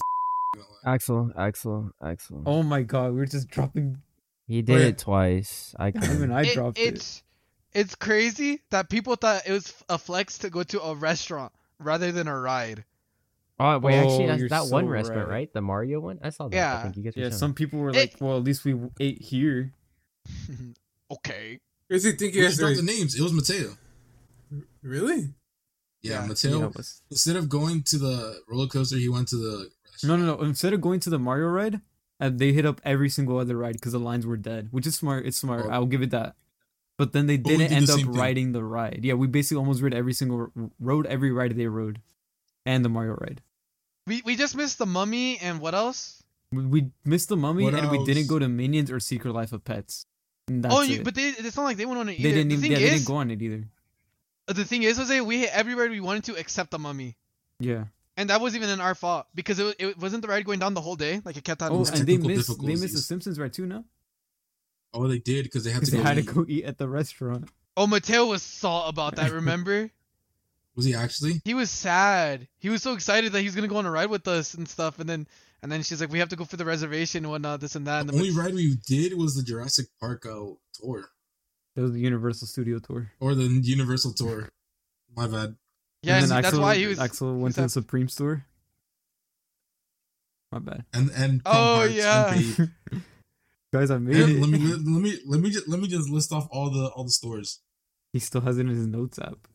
[SPEAKER 4] Axel, Axel, Axel.
[SPEAKER 10] Oh my god, we were just dropping.
[SPEAKER 4] He did
[SPEAKER 8] yeah.
[SPEAKER 4] it twice. I
[SPEAKER 10] Even
[SPEAKER 4] couldn't.
[SPEAKER 10] I
[SPEAKER 3] It-
[SPEAKER 10] dropped it.
[SPEAKER 3] It's it's crazy that people thought it was a flex to go to a restaurant rather than a ride.
[SPEAKER 4] Oh, wait,
[SPEAKER 10] Oh,
[SPEAKER 4] actually, that's
[SPEAKER 10] you're
[SPEAKER 4] that one
[SPEAKER 10] so
[SPEAKER 4] restaurant,
[SPEAKER 10] right.
[SPEAKER 4] right? The Mario one? I saw that.
[SPEAKER 3] Yeah.
[SPEAKER 4] I think you guys were
[SPEAKER 10] Yeah,
[SPEAKER 4] showing. <laughs>
[SPEAKER 10] some people were
[SPEAKER 3] It-
[SPEAKER 10] like, "Well, at least we ate here."
[SPEAKER 3] okay.
[SPEAKER 6] Here's the thing,
[SPEAKER 8] You
[SPEAKER 6] guys.
[SPEAKER 8] guys dropped
[SPEAKER 6] Like,
[SPEAKER 8] the names. It was Mateo.
[SPEAKER 6] really?
[SPEAKER 8] Yeah,
[SPEAKER 3] Yeah.
[SPEAKER 8] Mateo.
[SPEAKER 10] Yeah, it was-
[SPEAKER 8] Instead of going to the roller coaster, he went to the.
[SPEAKER 10] No, no, no. Instead of going to the Mario ride, uh, they hit up every single other ride because the lines were dead, which is smart. It's smart.
[SPEAKER 8] Oh.
[SPEAKER 10] I'll give it that. But then they
[SPEAKER 8] But we
[SPEAKER 10] didn't
[SPEAKER 8] did the
[SPEAKER 10] end up
[SPEAKER 8] same thing.
[SPEAKER 10] riding the ride. Yeah, we basically almost rode every single rode every ride they rode, and the Mario ride.
[SPEAKER 3] We we just missed the mummy and what else?
[SPEAKER 10] We- We missed the mummy
[SPEAKER 8] What
[SPEAKER 10] and we
[SPEAKER 8] else?
[SPEAKER 10] didn't go to Minions or Secret Life of Pets. And that's
[SPEAKER 3] oh, you,
[SPEAKER 10] it.
[SPEAKER 3] but they it's not like they went on it either.
[SPEAKER 10] they didn't
[SPEAKER 3] the
[SPEAKER 10] even
[SPEAKER 3] thing
[SPEAKER 10] yeah, they
[SPEAKER 3] is,
[SPEAKER 10] didn't go on it either.
[SPEAKER 3] the thing is, Jose, we hit everywhere we wanted to except the mummy,
[SPEAKER 10] Yeah.
[SPEAKER 3] and that was even in our fault because it, wa- it wasn't the ride going down the whole day. Like it kept on.
[SPEAKER 10] Oh,
[SPEAKER 8] was
[SPEAKER 10] and they
[SPEAKER 8] technical
[SPEAKER 10] missed they missed the
[SPEAKER 8] difficulties.
[SPEAKER 10] Simpsons right too now
[SPEAKER 8] Oh, they did because they had
[SPEAKER 10] because
[SPEAKER 8] to
[SPEAKER 10] they
[SPEAKER 8] go.
[SPEAKER 10] had to
[SPEAKER 8] eat.
[SPEAKER 10] go eat at the restaurant.
[SPEAKER 3] oh, Mateo was salt about
[SPEAKER 8] <laughs>
[SPEAKER 3] that. Remember,
[SPEAKER 8] Was he actually?
[SPEAKER 3] he was sad. He was so excited that he was gonna go on a ride with us and stuff, and then and then she's like, we have to go for the reservation and whatnot, this and that. And
[SPEAKER 8] The
[SPEAKER 3] then
[SPEAKER 8] only ride we did was the Jurassic Park uh, tour
[SPEAKER 10] That was the Universal Studio tour.
[SPEAKER 8] or the Universal tour. My bad.
[SPEAKER 3] yeah,
[SPEAKER 10] And
[SPEAKER 3] see,
[SPEAKER 10] then
[SPEAKER 3] that's
[SPEAKER 10] Axel-
[SPEAKER 3] why he was.
[SPEAKER 10] Axel
[SPEAKER 3] he
[SPEAKER 10] went to the
[SPEAKER 3] was hap-
[SPEAKER 10] Supreme store. My bad,
[SPEAKER 8] And and Tom
[SPEAKER 3] Oh,
[SPEAKER 8] Hanks and
[SPEAKER 3] yeah.
[SPEAKER 8] Babe.
[SPEAKER 10] <laughs> guys. I made <laughs>
[SPEAKER 8] Let me let
[SPEAKER 10] it.
[SPEAKER 8] me let me let me just let me just list off all the all the stores.
[SPEAKER 10] He still has it in his notes app.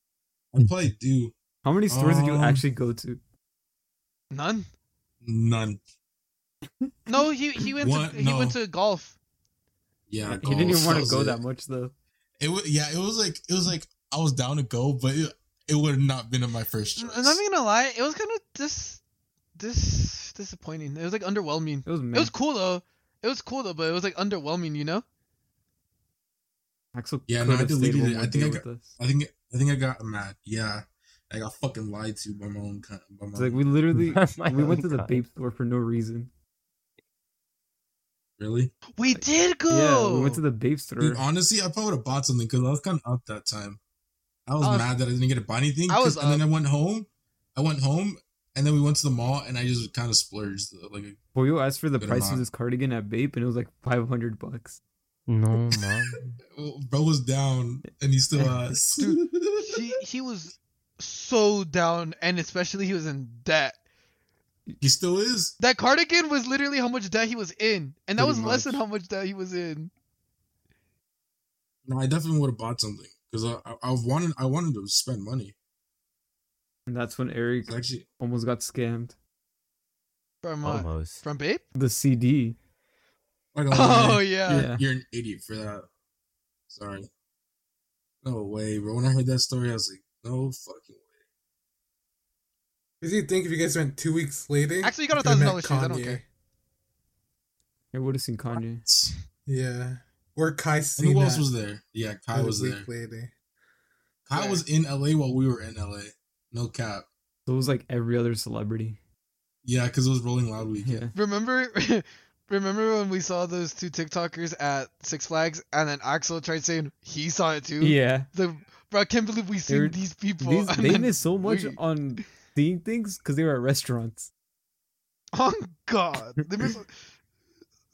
[SPEAKER 8] I probably do.
[SPEAKER 10] How many stores did you
[SPEAKER 8] Um,
[SPEAKER 10] actually go to?
[SPEAKER 3] None.
[SPEAKER 8] None.
[SPEAKER 3] No, he he went
[SPEAKER 8] What?
[SPEAKER 3] to, he went
[SPEAKER 8] No.
[SPEAKER 3] to golf.
[SPEAKER 8] Yeah,
[SPEAKER 10] he didn't
[SPEAKER 8] goals.
[SPEAKER 10] even want to
[SPEAKER 8] was
[SPEAKER 10] go
[SPEAKER 8] it.
[SPEAKER 10] that much though.
[SPEAKER 8] It was yeah. It was like it was like I was down to go, but it, it would have not been in my first choice.
[SPEAKER 3] I'm not even gonna lie, it was kind of dis dis disappointing. It was like underwhelming.
[SPEAKER 10] It was
[SPEAKER 3] It
[SPEAKER 10] meh.
[SPEAKER 3] was cool though. It was cool though, but it was like underwhelming. You know.
[SPEAKER 10] Axel
[SPEAKER 8] Yeah,
[SPEAKER 10] could
[SPEAKER 8] no, I
[SPEAKER 10] have stayed
[SPEAKER 8] deleted
[SPEAKER 10] one
[SPEAKER 8] it.
[SPEAKER 10] more
[SPEAKER 8] I think
[SPEAKER 10] day
[SPEAKER 8] I
[SPEAKER 10] with us.
[SPEAKER 8] I think I think I got mad. Yeah, I got fucking lied to by my own. co- By my
[SPEAKER 10] It's like
[SPEAKER 8] own-
[SPEAKER 4] <laughs>
[SPEAKER 10] we literally
[SPEAKER 4] Oh My
[SPEAKER 10] we went
[SPEAKER 4] own
[SPEAKER 10] to the
[SPEAKER 4] God.
[SPEAKER 10] vape store for no reason.
[SPEAKER 8] really,
[SPEAKER 3] We did go.
[SPEAKER 10] Yeah, we went to the vape store.
[SPEAKER 8] dude. Honestly, I probably would have bought something because I was kind of up that time. I was,
[SPEAKER 3] I was-
[SPEAKER 8] mad that I didn't get to buy anything.
[SPEAKER 3] I
[SPEAKER 8] 'cause-
[SPEAKER 3] was
[SPEAKER 8] and then
[SPEAKER 3] up.
[SPEAKER 8] I went home. I went home, and then we went to the mall, and I just kind of splurged. Like,
[SPEAKER 10] Boyo asked for the
[SPEAKER 8] Good
[SPEAKER 10] price
[SPEAKER 8] amount.
[SPEAKER 10] of this cardigan at vape, and it was like five hundred bucks.
[SPEAKER 4] <laughs> No, mom.
[SPEAKER 8] bro was down, and he still uh, has.
[SPEAKER 3] <laughs> Dude, he he was so down, and especially he was in debt.
[SPEAKER 8] <laughs> he still is.
[SPEAKER 3] That cardigan was literally how much debt he was in, and that was
[SPEAKER 8] Pretty
[SPEAKER 3] less
[SPEAKER 8] much.
[SPEAKER 3] than how much debt he was in.
[SPEAKER 8] No, I definitely would have bought something because I, I I wanted I wanted to spend money.
[SPEAKER 10] And that's when Eric
[SPEAKER 8] It's actually,
[SPEAKER 10] almost got scammed.
[SPEAKER 3] From
[SPEAKER 10] Oh,
[SPEAKER 3] uh,
[SPEAKER 4] Almost.
[SPEAKER 3] from Babe.
[SPEAKER 10] The CD.
[SPEAKER 8] like,
[SPEAKER 3] <laughs> Oh
[SPEAKER 8] you're,
[SPEAKER 3] yeah.
[SPEAKER 10] Yeah.
[SPEAKER 8] you're an idiot for that. Sorry. No way, bro. When I heard that story, I was like, no fucking way.
[SPEAKER 6] Because you think if you guys went two weeks later,
[SPEAKER 3] Actually, you got a
[SPEAKER 6] could've met
[SPEAKER 3] $1,000 shoes, I don't
[SPEAKER 6] Kanye.
[SPEAKER 3] care.
[SPEAKER 10] I would have seen Kanye.
[SPEAKER 6] Yeah, or Kai
[SPEAKER 8] And
[SPEAKER 6] Cena.
[SPEAKER 8] who else was there? Yeah, Kai
[SPEAKER 6] a
[SPEAKER 8] was
[SPEAKER 6] week
[SPEAKER 8] there.
[SPEAKER 6] later.
[SPEAKER 8] Kai was in LA while we were in LA. No cap.
[SPEAKER 10] So it was like every other celebrity.
[SPEAKER 8] Yeah, because it was Rolling Loud weekend.
[SPEAKER 10] Yeah.
[SPEAKER 3] Remember, <laughs> remember when we saw those two TikTokers at Six Flags, and then Axel tried saying he saw it too.
[SPEAKER 10] Yeah.
[SPEAKER 3] The bro, I can't believe we seen
[SPEAKER 10] They're-
[SPEAKER 3] these people. <laughs>
[SPEAKER 10] These,
[SPEAKER 3] and
[SPEAKER 10] they
[SPEAKER 3] then
[SPEAKER 10] missed so much
[SPEAKER 3] we-
[SPEAKER 10] on seeing things because they were at restaurants.
[SPEAKER 3] <laughs> Oh God, they
[SPEAKER 10] <laughs>
[SPEAKER 3] missed.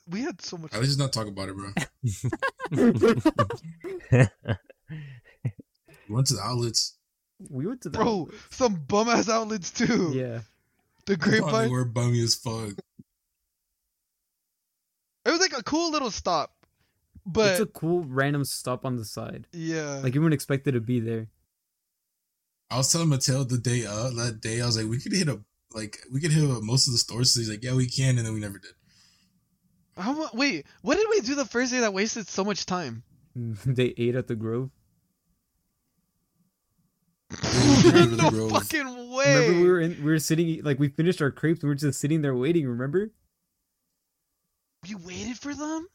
[SPEAKER 3] we had so much.
[SPEAKER 8] At least not talk about it, bro. We went to the outlets.
[SPEAKER 10] We went to the
[SPEAKER 3] Bro, some bum ass outlets too.
[SPEAKER 10] Yeah.
[SPEAKER 3] The
[SPEAKER 8] Oh, they
[SPEAKER 3] grapevine.
[SPEAKER 8] were bummy as fuck.
[SPEAKER 3] It was like a cool little stop, but
[SPEAKER 10] it's a cool random stop on the side.
[SPEAKER 3] yeah,
[SPEAKER 10] Like you wouldn't expect it to be there. <laughs>
[SPEAKER 8] I was telling Mateo the day of that day, I was like, we could hit a like we could hit up most of the stores. So he's like, yeah, we can, and then we never did.
[SPEAKER 3] How mu- wait, what did we do the first day that wasted so much
[SPEAKER 10] <laughs>
[SPEAKER 3] time?
[SPEAKER 10] they ate at the Grove.
[SPEAKER 8] Remember the
[SPEAKER 3] no
[SPEAKER 8] Grove.
[SPEAKER 3] fucking way.
[SPEAKER 10] Remember we were in we were sitting like we finished our crepes and we were just sitting there waiting, remember?
[SPEAKER 3] You waited for them?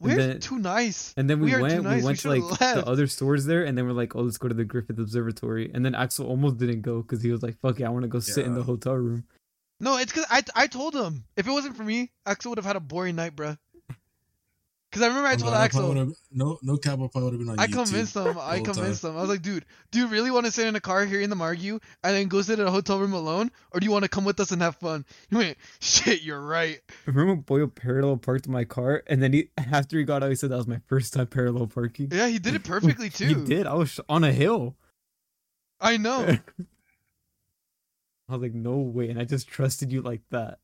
[SPEAKER 3] We're
[SPEAKER 10] then-
[SPEAKER 3] too nice.
[SPEAKER 10] And then we,
[SPEAKER 3] We are too
[SPEAKER 10] went
[SPEAKER 3] nice, we
[SPEAKER 10] we went to
[SPEAKER 3] should've
[SPEAKER 10] like
[SPEAKER 3] left.
[SPEAKER 10] the other stores there and then we're like, Oh, let's go to the Griffith Observatory and then Axel almost didn't go because he was like, Fuck it, I wanna go sit in the
[SPEAKER 8] Yeah.
[SPEAKER 10] hotel room.
[SPEAKER 3] No, it's because I I told him if it wasn't for me, Axel would have had a boring night, bruh. Because I remember I
[SPEAKER 8] I'm
[SPEAKER 3] told
[SPEAKER 8] glad
[SPEAKER 3] Axel.
[SPEAKER 8] probably would've- No, no cap. I probably would have been on
[SPEAKER 3] I
[SPEAKER 8] YouTube. <laughs>
[SPEAKER 3] convinced him. I
[SPEAKER 8] whole time.
[SPEAKER 3] convinced him. I was like, dude, do you really want to sit in a car here in the Margu and then go sit in a hotel room alone? Or do you want to come with us and have fun? <laughs> He went, shit, you're right.
[SPEAKER 10] Remember Boyle parallel parked my car and then he <laughs> after he got out he said that was my first time parallel parking.
[SPEAKER 3] Yeah, he did it perfectly, too.
[SPEAKER 10] <laughs> He did. I was sh- on a hill.
[SPEAKER 3] I know.
[SPEAKER 10] I was like, no way, and I just trusted you like that.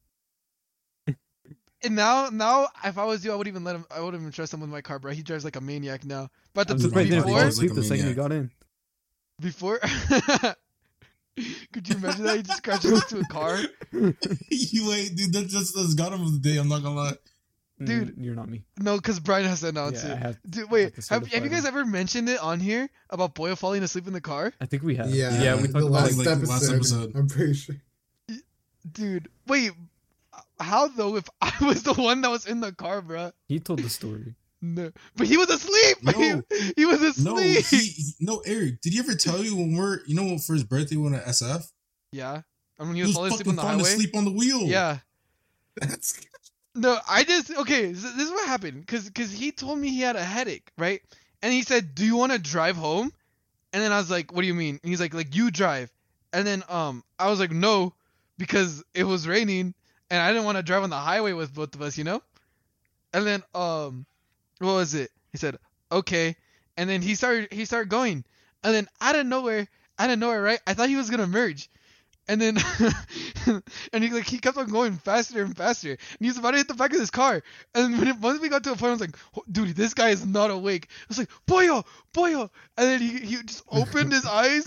[SPEAKER 3] And now, now, if I was you, I would even let him. I would even trust him with my car, bro. He drives like a maniac now. But
[SPEAKER 10] I
[SPEAKER 3] the,
[SPEAKER 10] was
[SPEAKER 8] just
[SPEAKER 10] right there.
[SPEAKER 8] before-
[SPEAKER 10] I was asleep the second we
[SPEAKER 8] Maniac.
[SPEAKER 10] got in.
[SPEAKER 3] before, <laughs> could you imagine that he just crashes into a car?
[SPEAKER 8] you wait, dude. That's that's, that's got him of the day. I'm not gonna lie.
[SPEAKER 3] Dude.
[SPEAKER 10] Mm, you're not me.
[SPEAKER 3] No, because Brian has to announce
[SPEAKER 10] Yeah, I
[SPEAKER 3] it.
[SPEAKER 10] have.
[SPEAKER 3] Dude, wait,
[SPEAKER 10] to
[SPEAKER 3] have, have you
[SPEAKER 10] certify
[SPEAKER 3] guys
[SPEAKER 10] that.
[SPEAKER 3] ever mentioned it on here about Boyle falling asleep in the car?
[SPEAKER 10] I think we have.
[SPEAKER 6] Yeah,
[SPEAKER 10] yeah,
[SPEAKER 8] I
[SPEAKER 10] we
[SPEAKER 8] think
[SPEAKER 10] talked
[SPEAKER 6] the
[SPEAKER 10] about
[SPEAKER 6] last,
[SPEAKER 10] like,
[SPEAKER 8] like,
[SPEAKER 6] episode,
[SPEAKER 8] the last episode.
[SPEAKER 6] I'm pretty sure. <laughs>
[SPEAKER 3] Dude, wait, how though if I was the one that was in the car, bro?
[SPEAKER 10] he told the story.
[SPEAKER 3] No, but he was asleep.
[SPEAKER 8] No.
[SPEAKER 3] <laughs> He, he was asleep.
[SPEAKER 8] No, he, he- no, Eric. Did he ever tell you when we're you know when for his birthday we went to SF?
[SPEAKER 3] Yeah, I mean he was, falling asleep on
[SPEAKER 8] fucking
[SPEAKER 3] the
[SPEAKER 8] falling
[SPEAKER 3] highway.
[SPEAKER 8] asleep on the wheel.
[SPEAKER 3] Yeah.
[SPEAKER 6] That's
[SPEAKER 3] No, I just okay. So this is what happened, cause 'cause he told me he had a headache, right? And he said, "Do you want to drive home?" And then I was like, "What do you mean?" And he's like, "Like you drive." And then um, I was like, "No," because it was raining and I didn't want to drive on the highway with both of us, you know. And then um, what was it? He said, "Okay." And then he started he started going, and then out of nowhere, out of nowhere, right? I thought he was gonna merge, and then <laughs> and he like he kept on going faster and faster, and he's about to hit the back of this car. And when it, once we got to a point, I was like, "Ho- "Dude, this guy is not awake." I was like, "Boyo, boyo," and then he he just opened his
[SPEAKER 8] <laughs>
[SPEAKER 3] eyes,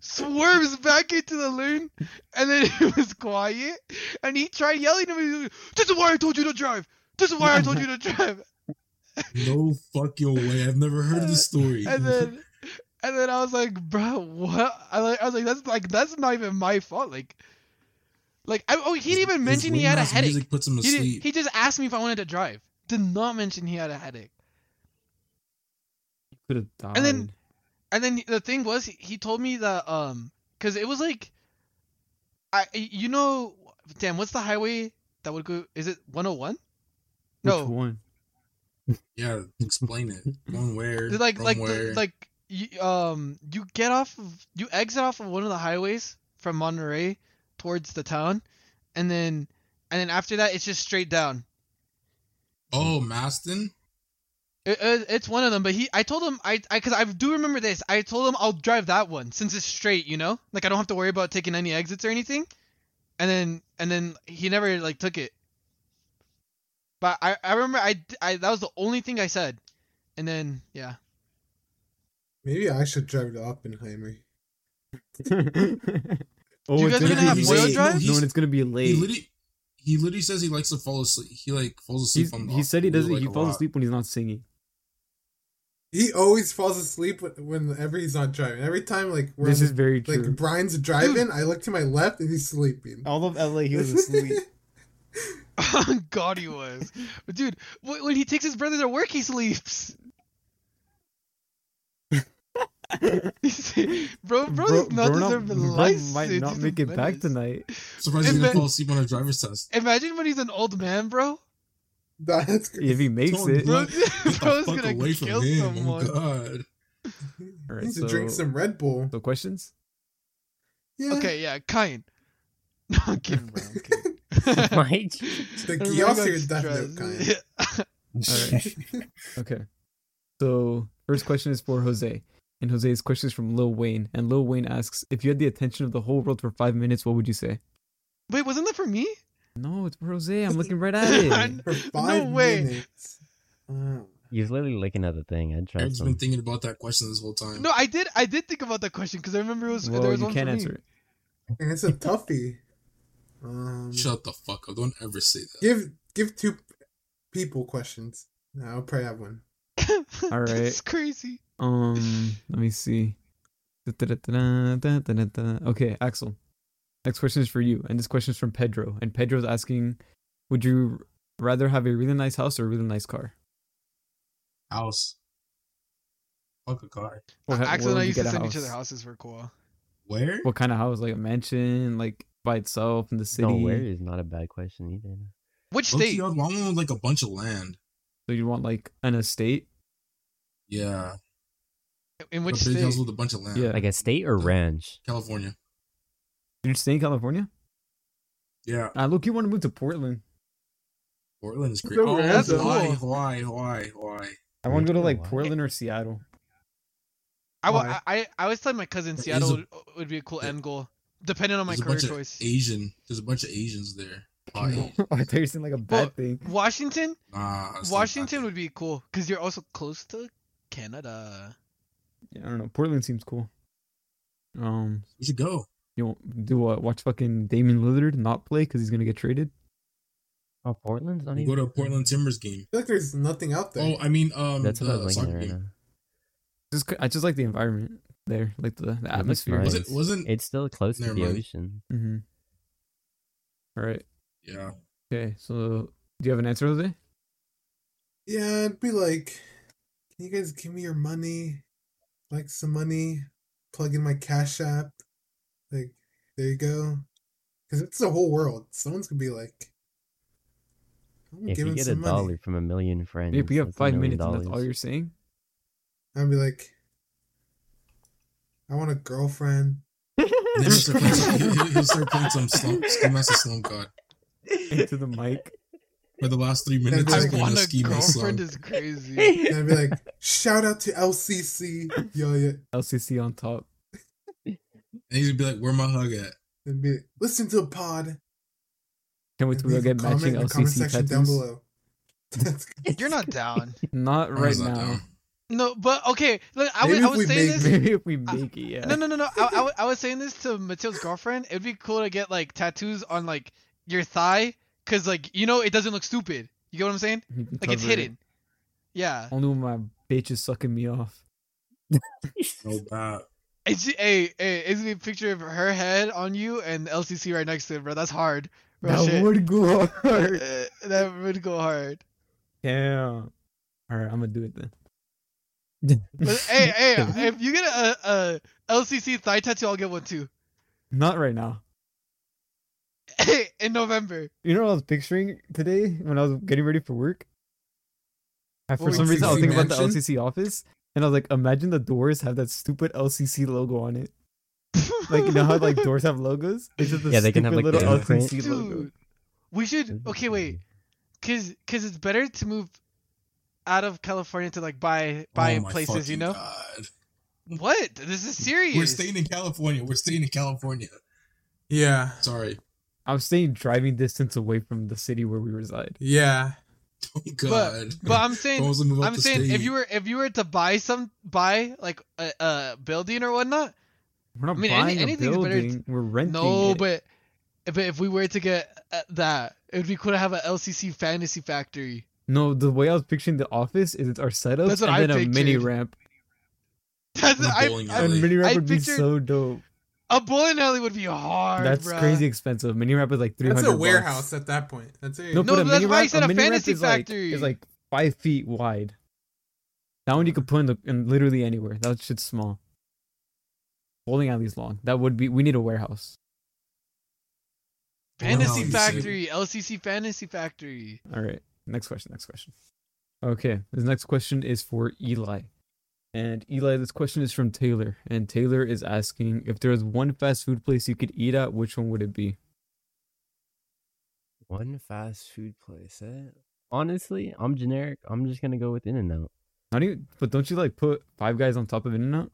[SPEAKER 3] swerves back into the lane, and then <laughs> it was quiet. And he tried yelling at me. he was like, This is why I told you to drive. This is why I told
[SPEAKER 8] <laughs>
[SPEAKER 3] you to drive.
[SPEAKER 8] No fucking way. I've never heard the
[SPEAKER 3] <laughs>
[SPEAKER 8] story.
[SPEAKER 3] And then, and then I was like, bro, what? I, like, I was like, that's like that's not even my fault. Like, like I, oh, he didn't even
[SPEAKER 8] His
[SPEAKER 3] mention he had a
[SPEAKER 8] loud
[SPEAKER 3] headache.
[SPEAKER 8] Music puts him to
[SPEAKER 3] he, didn't-
[SPEAKER 8] sleep.
[SPEAKER 3] he just asked me if I wanted to drive. Did not mention he had a headache.
[SPEAKER 10] Could have died.
[SPEAKER 3] And then- And then the thing was, he- he told me that um, cause it was like, I you know, damn, what's the highway that would go? Is it 101?
[SPEAKER 10] Which
[SPEAKER 3] No,
[SPEAKER 8] <laughs>
[SPEAKER 10] one?
[SPEAKER 8] yeah, explain it. Going where?
[SPEAKER 3] It's like
[SPEAKER 8] from
[SPEAKER 3] like the,
[SPEAKER 8] where.
[SPEAKER 3] like you, um you get off of you exit off of one of the highways from Monterey towards the town, and then and then after that it's just straight down.
[SPEAKER 8] oh, Maston.
[SPEAKER 3] It, it- it's one of them, but he I told him I I because I do remember this. I told him I'll drive that one since it's straight, you know, like I don't have to worry about taking any exits or anything. And then and then he never like took it. But I I remember I I that was the only thing I said, and then yeah. <laughs>
[SPEAKER 6] Maybe I should drive to Oppenheimer.
[SPEAKER 10] oh,
[SPEAKER 3] you
[SPEAKER 10] it's
[SPEAKER 3] guys
[SPEAKER 10] gonna
[SPEAKER 3] are gonna have
[SPEAKER 10] be
[SPEAKER 3] boil
[SPEAKER 10] late.
[SPEAKER 3] drive?
[SPEAKER 10] No, and it's gonna be
[SPEAKER 8] He
[SPEAKER 10] late.
[SPEAKER 8] literally, he literally says he likes to fall asleep. He like falls asleep
[SPEAKER 10] He's-
[SPEAKER 8] on the
[SPEAKER 10] he said he
[SPEAKER 8] wheel,
[SPEAKER 10] doesn't.
[SPEAKER 8] like,
[SPEAKER 10] he
[SPEAKER 8] a
[SPEAKER 10] falls
[SPEAKER 8] lot.
[SPEAKER 10] asleep when he's not singing.
[SPEAKER 6] He always falls asleep wh- whenever he's not driving. Every time, like we're
[SPEAKER 10] This
[SPEAKER 6] on
[SPEAKER 10] is very
[SPEAKER 6] the- like
[SPEAKER 10] true.
[SPEAKER 6] Brian's driving, I look to my left and he's sleeping.
[SPEAKER 3] Oh.
[SPEAKER 9] All of LA, he was asleep.
[SPEAKER 3] God, he was. But dude, wh- when he takes his brother to work, he sleeps. <laughs> bro, bro, does not
[SPEAKER 10] Bro-
[SPEAKER 3] deserve a
[SPEAKER 10] bro
[SPEAKER 3] license.
[SPEAKER 10] might not
[SPEAKER 3] He's
[SPEAKER 10] make
[SPEAKER 3] a
[SPEAKER 10] it back
[SPEAKER 3] menace.
[SPEAKER 10] tonight.
[SPEAKER 8] Surprised he
[SPEAKER 3] And
[SPEAKER 8] didn't
[SPEAKER 3] then-
[SPEAKER 8] fall asleep on a driver's test.
[SPEAKER 3] Imagine when he's an old man, bro.
[SPEAKER 6] <laughs> That's crazy.
[SPEAKER 10] If <laughs> he makes
[SPEAKER 8] Don't
[SPEAKER 10] it,
[SPEAKER 8] do
[SPEAKER 3] Bro, <laughs>
[SPEAKER 8] Look, Get <laughs> the
[SPEAKER 3] bro's
[SPEAKER 8] fuck
[SPEAKER 3] gonna
[SPEAKER 8] away
[SPEAKER 3] kill
[SPEAKER 8] from him!
[SPEAKER 3] someone.
[SPEAKER 8] Oh god.
[SPEAKER 10] All
[SPEAKER 6] He
[SPEAKER 10] right,
[SPEAKER 6] needs
[SPEAKER 10] so,
[SPEAKER 6] to drink some Red Bull.
[SPEAKER 10] so questions?
[SPEAKER 6] Yeah.
[SPEAKER 3] Okay, yeah, kind. <laughs> No, I'm kidding, bro. I'm kidding. <laughs>
[SPEAKER 10] <laughs>
[SPEAKER 4] My
[SPEAKER 6] The
[SPEAKER 3] Everybody
[SPEAKER 6] kiosk
[SPEAKER 3] got
[SPEAKER 6] is definitely
[SPEAKER 3] stressed. <laughs>
[SPEAKER 6] kind.
[SPEAKER 7] <laughs>
[SPEAKER 10] Alright. Okay. So first question is for Jose, and Jose's question is from Lil Wayne, and Lil Wayne asks, "If you had the attention of the whole world for five minutes, what would you say?"
[SPEAKER 3] Wait, wasn't that for me?
[SPEAKER 10] No, it's for Jose. I'm
[SPEAKER 3] <laughs>
[SPEAKER 10] looking right at it.
[SPEAKER 6] <laughs> For five
[SPEAKER 3] way.
[SPEAKER 6] minutes. Uh, Wow.
[SPEAKER 4] You're literally looking at the thing. I tried.
[SPEAKER 8] Eric's
[SPEAKER 4] Some.
[SPEAKER 8] been thinking about that question this whole time.
[SPEAKER 3] No, I did. I did think about that question because I remember it was there
[SPEAKER 10] well,
[SPEAKER 3] was
[SPEAKER 10] you
[SPEAKER 3] one
[SPEAKER 10] can't
[SPEAKER 3] for me.
[SPEAKER 10] answer it.
[SPEAKER 6] And it's a toughie. Um,
[SPEAKER 8] Shut the fuck up! Don't ever say that.
[SPEAKER 6] give give two people questions. No, I'll probably have one.
[SPEAKER 3] <laughs>
[SPEAKER 10] All
[SPEAKER 3] It's
[SPEAKER 10] right.
[SPEAKER 3] crazy.
[SPEAKER 10] Um, let me see. Da-da-da-da-da, da-da-da-da. Okay, Axel. Next question is for you, and this question is from Pedro, and Pedro's asking, "Would you rather have a really nice house or a really nice car?"
[SPEAKER 8] House. Fuck a car.
[SPEAKER 10] Or ha-
[SPEAKER 3] Axel
[SPEAKER 10] or
[SPEAKER 3] and I
[SPEAKER 10] would you
[SPEAKER 3] used to
[SPEAKER 10] get a
[SPEAKER 3] send each other
[SPEAKER 10] house?
[SPEAKER 3] houses for cool.
[SPEAKER 8] Where?
[SPEAKER 10] What kind of house? Like a mansion, like by itself in the city.
[SPEAKER 4] Don't worry, is not a bad question either.
[SPEAKER 3] Which
[SPEAKER 8] Loki,
[SPEAKER 3] state?
[SPEAKER 8] I want one with like a bunch of land.
[SPEAKER 10] So you want like an estate?
[SPEAKER 8] Yeah,
[SPEAKER 3] In
[SPEAKER 8] a
[SPEAKER 3] which
[SPEAKER 8] big
[SPEAKER 3] state?
[SPEAKER 8] house with a bunch of land.
[SPEAKER 10] Yeah.
[SPEAKER 4] Like a state or ranch?
[SPEAKER 8] California.
[SPEAKER 10] You're staying in California?
[SPEAKER 8] Yeah,
[SPEAKER 10] Ah, look, you want to move to Portland.
[SPEAKER 8] Portland is great.
[SPEAKER 6] So
[SPEAKER 8] Oh,
[SPEAKER 6] random.
[SPEAKER 8] Hawaii, Hawaii, Hawaii, Hawaii.
[SPEAKER 10] I want to go to
[SPEAKER 4] Yeah,
[SPEAKER 10] like
[SPEAKER 4] why?
[SPEAKER 10] Portland or Seattle. <laughs>
[SPEAKER 3] I, wa-
[SPEAKER 6] Why?
[SPEAKER 3] I, I, I always tell my cousin
[SPEAKER 8] There
[SPEAKER 3] Seattle
[SPEAKER 8] is
[SPEAKER 3] would, would be a cool end goal, depending on Oh, my
[SPEAKER 8] There's a
[SPEAKER 3] career
[SPEAKER 8] bunch
[SPEAKER 3] choice.
[SPEAKER 8] of Asian. There's a bunch of Asians there.
[SPEAKER 10] <laughs>
[SPEAKER 8] Hawaii.
[SPEAKER 10] Oh, I thought you said like a
[SPEAKER 3] Well,
[SPEAKER 10] bad thing.
[SPEAKER 3] Washington,
[SPEAKER 8] Nah, it's not
[SPEAKER 3] Washington
[SPEAKER 8] that
[SPEAKER 3] would be cool because you're also close to Canada.
[SPEAKER 10] Yeah, I don't know. Portland seems cool. Um,
[SPEAKER 8] big. We should go.
[SPEAKER 10] you want do what? Watch fucking Damian Lillard not play because he's gonna get traded.
[SPEAKER 4] Oh, Portland's not
[SPEAKER 8] We
[SPEAKER 4] even.
[SPEAKER 8] go to a Portland Timbers game.
[SPEAKER 6] I feel like there's nothing out there.
[SPEAKER 8] Oh, I mean, um,
[SPEAKER 4] That's what I
[SPEAKER 8] the
[SPEAKER 4] was looking
[SPEAKER 8] soccer
[SPEAKER 4] at right
[SPEAKER 8] game.
[SPEAKER 4] now.
[SPEAKER 10] Just c- I just like the environment there, like the, the atmosphere.
[SPEAKER 4] nice.
[SPEAKER 8] Was it? Wasn't?
[SPEAKER 4] It's still close to
[SPEAKER 8] Never
[SPEAKER 4] the
[SPEAKER 8] mind.
[SPEAKER 4] ocean.
[SPEAKER 10] Mm-hmm. All right.
[SPEAKER 8] Yeah.
[SPEAKER 10] Okay. So do you have an answer, Jose?
[SPEAKER 6] Yeah, it'd be like, can you guys give me your money? Like some money, plug in my Cash App. Like, there you go. Because it's the whole world. Someone's gonna be like, I'm
[SPEAKER 4] If you
[SPEAKER 6] giving
[SPEAKER 4] get a
[SPEAKER 6] some money.
[SPEAKER 4] dollar from a million friends,
[SPEAKER 10] If you have
[SPEAKER 4] that's a
[SPEAKER 10] five
[SPEAKER 4] million
[SPEAKER 10] minutes, and that's all
[SPEAKER 4] dollars.
[SPEAKER 10] you're saying.
[SPEAKER 6] I'd be like, I want a girlfriend.
[SPEAKER 8] And then he'll start playing some, he'll, he'll start playing some slump, ski master slump god
[SPEAKER 10] Into the mic.
[SPEAKER 6] <laughs>
[SPEAKER 8] for the last three minutes.
[SPEAKER 6] I
[SPEAKER 8] he's
[SPEAKER 3] I
[SPEAKER 8] playing
[SPEAKER 3] want
[SPEAKER 8] the
[SPEAKER 3] a
[SPEAKER 8] ski mask
[SPEAKER 3] girlfriend
[SPEAKER 8] slump.
[SPEAKER 3] is
[SPEAKER 4] <laughs>
[SPEAKER 3] crazy.
[SPEAKER 6] And I'd be like, shout out to LCC. Yo, yeah.
[SPEAKER 10] LCC on top.
[SPEAKER 8] And he'd be like, "Where my hug at?"
[SPEAKER 6] It'd be listen to a pod.
[SPEAKER 10] Can't
[SPEAKER 6] and
[SPEAKER 10] wait till we all
[SPEAKER 6] leave a
[SPEAKER 10] get matching
[SPEAKER 6] comment in the comment
[SPEAKER 10] LCC
[SPEAKER 6] section down
[SPEAKER 10] tattoos.
[SPEAKER 6] below. <laughs> Oh, That's
[SPEAKER 3] You're not down.
[SPEAKER 10] Not right
[SPEAKER 8] That's not
[SPEAKER 10] now.
[SPEAKER 8] down.
[SPEAKER 3] No, but okay. Look, I was,
[SPEAKER 6] Maybe
[SPEAKER 3] I
[SPEAKER 6] if we
[SPEAKER 3] was saying
[SPEAKER 6] make-
[SPEAKER 3] this.
[SPEAKER 10] <laughs> Maybe if we make it, yeah.
[SPEAKER 3] No, no, no, no. I, I, wa- I was saying this to Matilda's girlfriend. It'd be cool to get like tattoos on like your thigh, cause like you know it doesn't look stupid. You get what I'm saying?
[SPEAKER 10] You can
[SPEAKER 3] Like it's
[SPEAKER 10] cover it.
[SPEAKER 3] hidden. Yeah.
[SPEAKER 10] Only when my bitch is sucking me off.
[SPEAKER 8] "Oh,
[SPEAKER 7] No doubt.
[SPEAKER 3] It's hey, hey, it's a picture of her head on you and LCC right next to it, bro. That's hard. Bro,
[SPEAKER 10] that
[SPEAKER 3] Oh, shit.
[SPEAKER 10] would go hard.
[SPEAKER 3] Uh, that would go hard.
[SPEAKER 10] Damn. Alright, I'm gonna do it then.
[SPEAKER 3] But, hey,
[SPEAKER 10] <laughs>
[SPEAKER 3] hey, if you get a, a LCC thigh tattoo, I'll get one too.
[SPEAKER 10] <laughs>
[SPEAKER 3] <laughs>
[SPEAKER 10] Not right now.
[SPEAKER 3] in November.
[SPEAKER 10] You know what I was picturing today when I was getting ready for work? I, for
[SPEAKER 3] What
[SPEAKER 10] some
[SPEAKER 3] was
[SPEAKER 10] reason, I was
[SPEAKER 6] LCC
[SPEAKER 10] thinking about the
[SPEAKER 6] mansion?
[SPEAKER 10] LCC office, and I was like, imagine the doors have that stupid LCC logo on it. <laughs> Like, you know how
[SPEAKER 3] <laughs>
[SPEAKER 10] like doors have logos? It's just the
[SPEAKER 4] Yeah, they
[SPEAKER 10] stupid
[SPEAKER 4] can have, like,
[SPEAKER 10] little
[SPEAKER 4] the imprint.
[SPEAKER 10] LCC logo.
[SPEAKER 3] Dude, we should. Okay, wait. Cause, cause it's better to move out of California to like buy buy
[SPEAKER 8] Oh my
[SPEAKER 3] places. You
[SPEAKER 8] fucking
[SPEAKER 3] know
[SPEAKER 8] God.
[SPEAKER 3] what? This is serious.
[SPEAKER 8] We're staying in California. We're staying in California.
[SPEAKER 6] yeah,
[SPEAKER 8] Sorry.
[SPEAKER 10] I'm staying driving distance away from the city where we reside.
[SPEAKER 6] yeah.
[SPEAKER 8] <laughs> Oh
[SPEAKER 3] But-
[SPEAKER 8] God.
[SPEAKER 3] <laughs>
[SPEAKER 8] <laughs>
[SPEAKER 3] But I'm saying,
[SPEAKER 8] Don't move out
[SPEAKER 3] I'm
[SPEAKER 8] the
[SPEAKER 3] saying, if
[SPEAKER 8] state.
[SPEAKER 3] you were if you were to buy some buy like a, a building or whatnot,
[SPEAKER 10] We're not
[SPEAKER 3] I mean, any-
[SPEAKER 10] buying a
[SPEAKER 3] anything's better t-
[SPEAKER 10] building. We're renting.
[SPEAKER 3] no.
[SPEAKER 10] it.
[SPEAKER 3] But but if we were to get uh, that, it would be cool to have a LCC fantasy factory.
[SPEAKER 10] no. The way I was picturing the office is it's our setup
[SPEAKER 3] That's
[SPEAKER 10] and
[SPEAKER 3] what I
[SPEAKER 10] then a mini
[SPEAKER 3] pictured.
[SPEAKER 10] ramp.
[SPEAKER 3] That's
[SPEAKER 8] With a
[SPEAKER 3] I,
[SPEAKER 8] bowling
[SPEAKER 3] I,
[SPEAKER 8] alley.
[SPEAKER 10] And mini ramp
[SPEAKER 3] I
[SPEAKER 10] would
[SPEAKER 3] pictured-
[SPEAKER 10] be so dope.
[SPEAKER 3] a bowling alley would be hard.
[SPEAKER 10] That's
[SPEAKER 3] bruh.
[SPEAKER 10] crazy expensive. Mini ramp is like three hundred.
[SPEAKER 6] That's a warehouse at that point. That's a
[SPEAKER 10] No,
[SPEAKER 3] No,
[SPEAKER 10] but a
[SPEAKER 3] but that's
[SPEAKER 10] mini
[SPEAKER 3] why I
[SPEAKER 10] ramp,
[SPEAKER 3] said a
[SPEAKER 10] mini ramp
[SPEAKER 3] fantasy
[SPEAKER 10] is like,
[SPEAKER 3] factory.
[SPEAKER 10] is like five feet wide. That one you could put in, the, in literally anywhere. That shit's small. Bowling alley's long. That would be. We need a warehouse.
[SPEAKER 3] Fantasy
[SPEAKER 8] Wow, you
[SPEAKER 3] Factory, LCC Fantasy Factory.
[SPEAKER 10] All right. Next question. Next question. Okay. This next question is for Eli. And Eli, this question is from Taylor. And Taylor is asking if there was one fast food place you could eat at, which one would it be?
[SPEAKER 4] One fast food place. Eh? Honestly, I'm generic. I'm just gonna go with In and Out.
[SPEAKER 10] Not even, but don't you like put five guys on top of In N Out?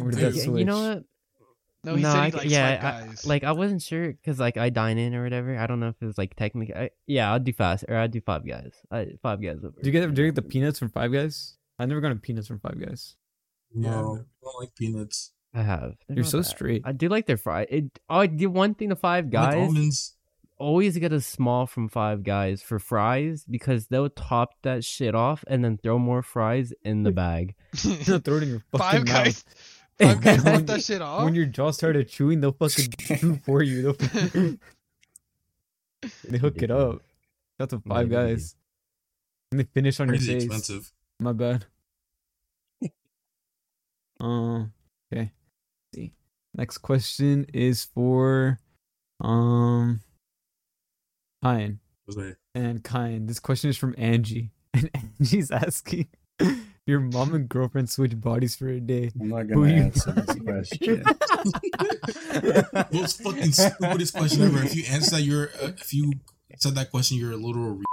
[SPEAKER 10] Or did that
[SPEAKER 4] You know
[SPEAKER 10] switch?
[SPEAKER 4] what?
[SPEAKER 3] No, he
[SPEAKER 4] No,
[SPEAKER 3] said
[SPEAKER 4] I
[SPEAKER 3] he
[SPEAKER 4] c-
[SPEAKER 3] likes
[SPEAKER 4] yeah,
[SPEAKER 3] yeah,
[SPEAKER 4] I-
[SPEAKER 3] guys. <laughs>
[SPEAKER 4] Like I wasn't sure because like I dine in or whatever. I don't know if it was like technically. I, yeah, I'll do fast or I'll do Five Guys. I, five Guys over.
[SPEAKER 10] Do you get do you
[SPEAKER 4] In-N-Out.
[SPEAKER 10] get the peanuts from Five Guys? I never got a peanuts from Five Guys.
[SPEAKER 8] No, I don't like peanuts.
[SPEAKER 4] I have. They're
[SPEAKER 10] You're
[SPEAKER 4] not
[SPEAKER 10] so
[SPEAKER 4] bad.
[SPEAKER 10] straight.
[SPEAKER 6] <laughs>
[SPEAKER 4] I do like their fry. It. Oh, the one thing the Five
[SPEAKER 8] I like
[SPEAKER 4] Guys
[SPEAKER 8] almonds.
[SPEAKER 4] always get a small from Five Guys for fries because they'll top that shit off and then throw more fries in the bag.
[SPEAKER 10] They'll throw it in your
[SPEAKER 3] five
[SPEAKER 10] fucking
[SPEAKER 3] guys,
[SPEAKER 4] <laughs>
[SPEAKER 10] mouth.
[SPEAKER 3] five guys want that shit off.
[SPEAKER 10] When your jaw started chewing, they'll fucking
[SPEAKER 3] <laughs>
[SPEAKER 10] chew for you. They'll fucking- <laughs> they hook it
[SPEAKER 4] Ridiculous.
[SPEAKER 10] up. That's a
[SPEAKER 4] Yeah, they
[SPEAKER 10] Five
[SPEAKER 4] do.
[SPEAKER 10] Guys. And they finish on
[SPEAKER 8] Crazy
[SPEAKER 10] your face.
[SPEAKER 8] expensive.
[SPEAKER 10] My bad. um. Okay. Let's see. Next question is for, um, Kyan.
[SPEAKER 8] Was I-
[SPEAKER 10] and kind. This question is from Angie, <laughs> and Angie's asking, "Your mom and girlfriend switch bodies for a day.
[SPEAKER 7] I'm not
[SPEAKER 10] Who
[SPEAKER 7] gonna
[SPEAKER 10] you-
[SPEAKER 7] answer
[SPEAKER 10] <laughs>
[SPEAKER 7] this question.
[SPEAKER 8] Most fucking stupidest question ever. If you answer that, you're uh, if you said that question, you're a literal. Re-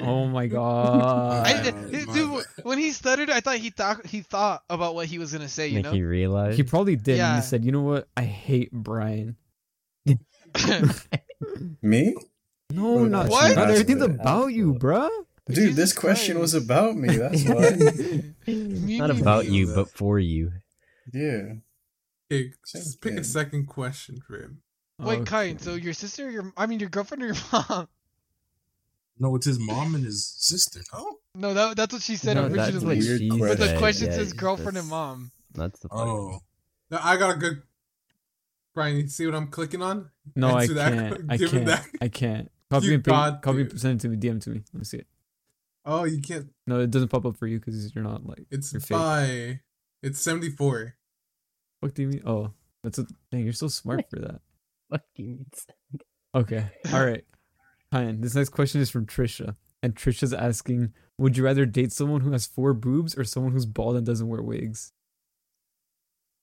[SPEAKER 10] Oh my
[SPEAKER 3] I,
[SPEAKER 10] god!
[SPEAKER 8] Uh,
[SPEAKER 3] dude,
[SPEAKER 8] my
[SPEAKER 3] dude,
[SPEAKER 8] bad.
[SPEAKER 3] when he stuttered, I thought he thought he thought about what he was gonna say. You <laughs>
[SPEAKER 4] Make you realize. <laughs>
[SPEAKER 10] he probably did. And
[SPEAKER 3] Yeah.
[SPEAKER 10] he said, "You know what? I hate Brian."
[SPEAKER 7] <laughs>
[SPEAKER 3] know,
[SPEAKER 7] Me?
[SPEAKER 10] No,
[SPEAKER 7] Well,
[SPEAKER 10] not
[SPEAKER 7] that's
[SPEAKER 3] What?
[SPEAKER 10] Not
[SPEAKER 7] not
[SPEAKER 10] everything's
[SPEAKER 7] what it
[SPEAKER 6] Oh,
[SPEAKER 10] about
[SPEAKER 7] is,
[SPEAKER 10] you,
[SPEAKER 7] but-
[SPEAKER 10] bruh.
[SPEAKER 7] Dude,
[SPEAKER 3] Jesus
[SPEAKER 7] this question was
[SPEAKER 3] Christ.
[SPEAKER 7] about me.
[SPEAKER 4] <laughs>
[SPEAKER 7] That's why.
[SPEAKER 4] Not
[SPEAKER 3] me
[SPEAKER 4] about
[SPEAKER 8] neither.
[SPEAKER 4] you, but for you.
[SPEAKER 7] yeah.
[SPEAKER 6] Okay, just pick
[SPEAKER 7] Yeah.
[SPEAKER 6] a second question for him.
[SPEAKER 3] wait,
[SPEAKER 4] Oh,
[SPEAKER 10] Okay.
[SPEAKER 3] kind. So your sister, or your I mean your girlfriend or your <laughs> mom?
[SPEAKER 8] no, it's his mom and his sister. No.
[SPEAKER 3] No, that, that's what she said
[SPEAKER 4] No, that's
[SPEAKER 3] originally.
[SPEAKER 4] what
[SPEAKER 7] weird
[SPEAKER 4] she
[SPEAKER 7] question.
[SPEAKER 3] But the
[SPEAKER 4] said.
[SPEAKER 3] question
[SPEAKER 4] Yeah,
[SPEAKER 3] says girlfriend
[SPEAKER 4] that's-
[SPEAKER 3] and mom.
[SPEAKER 4] That's the point.
[SPEAKER 8] Oh,
[SPEAKER 6] No, I got a good. Brian, you see what I'm clicking on?
[SPEAKER 10] No, I
[SPEAKER 6] Answer that <laughs>
[SPEAKER 10] can't.
[SPEAKER 6] que-
[SPEAKER 10] I
[SPEAKER 6] give it
[SPEAKER 10] can't.
[SPEAKER 6] that.
[SPEAKER 10] I can't. Copy
[SPEAKER 6] You
[SPEAKER 10] and paste.
[SPEAKER 6] got
[SPEAKER 10] Copy
[SPEAKER 6] to.
[SPEAKER 10] and send it to me. DM to me. Let me see it.
[SPEAKER 6] Oh, you can't.
[SPEAKER 10] No, it doesn't pop up for you because you're not like.
[SPEAKER 6] It's
[SPEAKER 10] You're fake.
[SPEAKER 6] by. It's 74.
[SPEAKER 10] What do you mean? Oh, that's a dang. You're so smart for that.
[SPEAKER 4] What do you mean?
[SPEAKER 3] <laughs>
[SPEAKER 10] Okay. All right. Fine. This next question is from Trisha. And Trisha's asking, would you rather date someone who has four boobs or someone who's bald and doesn't wear wigs?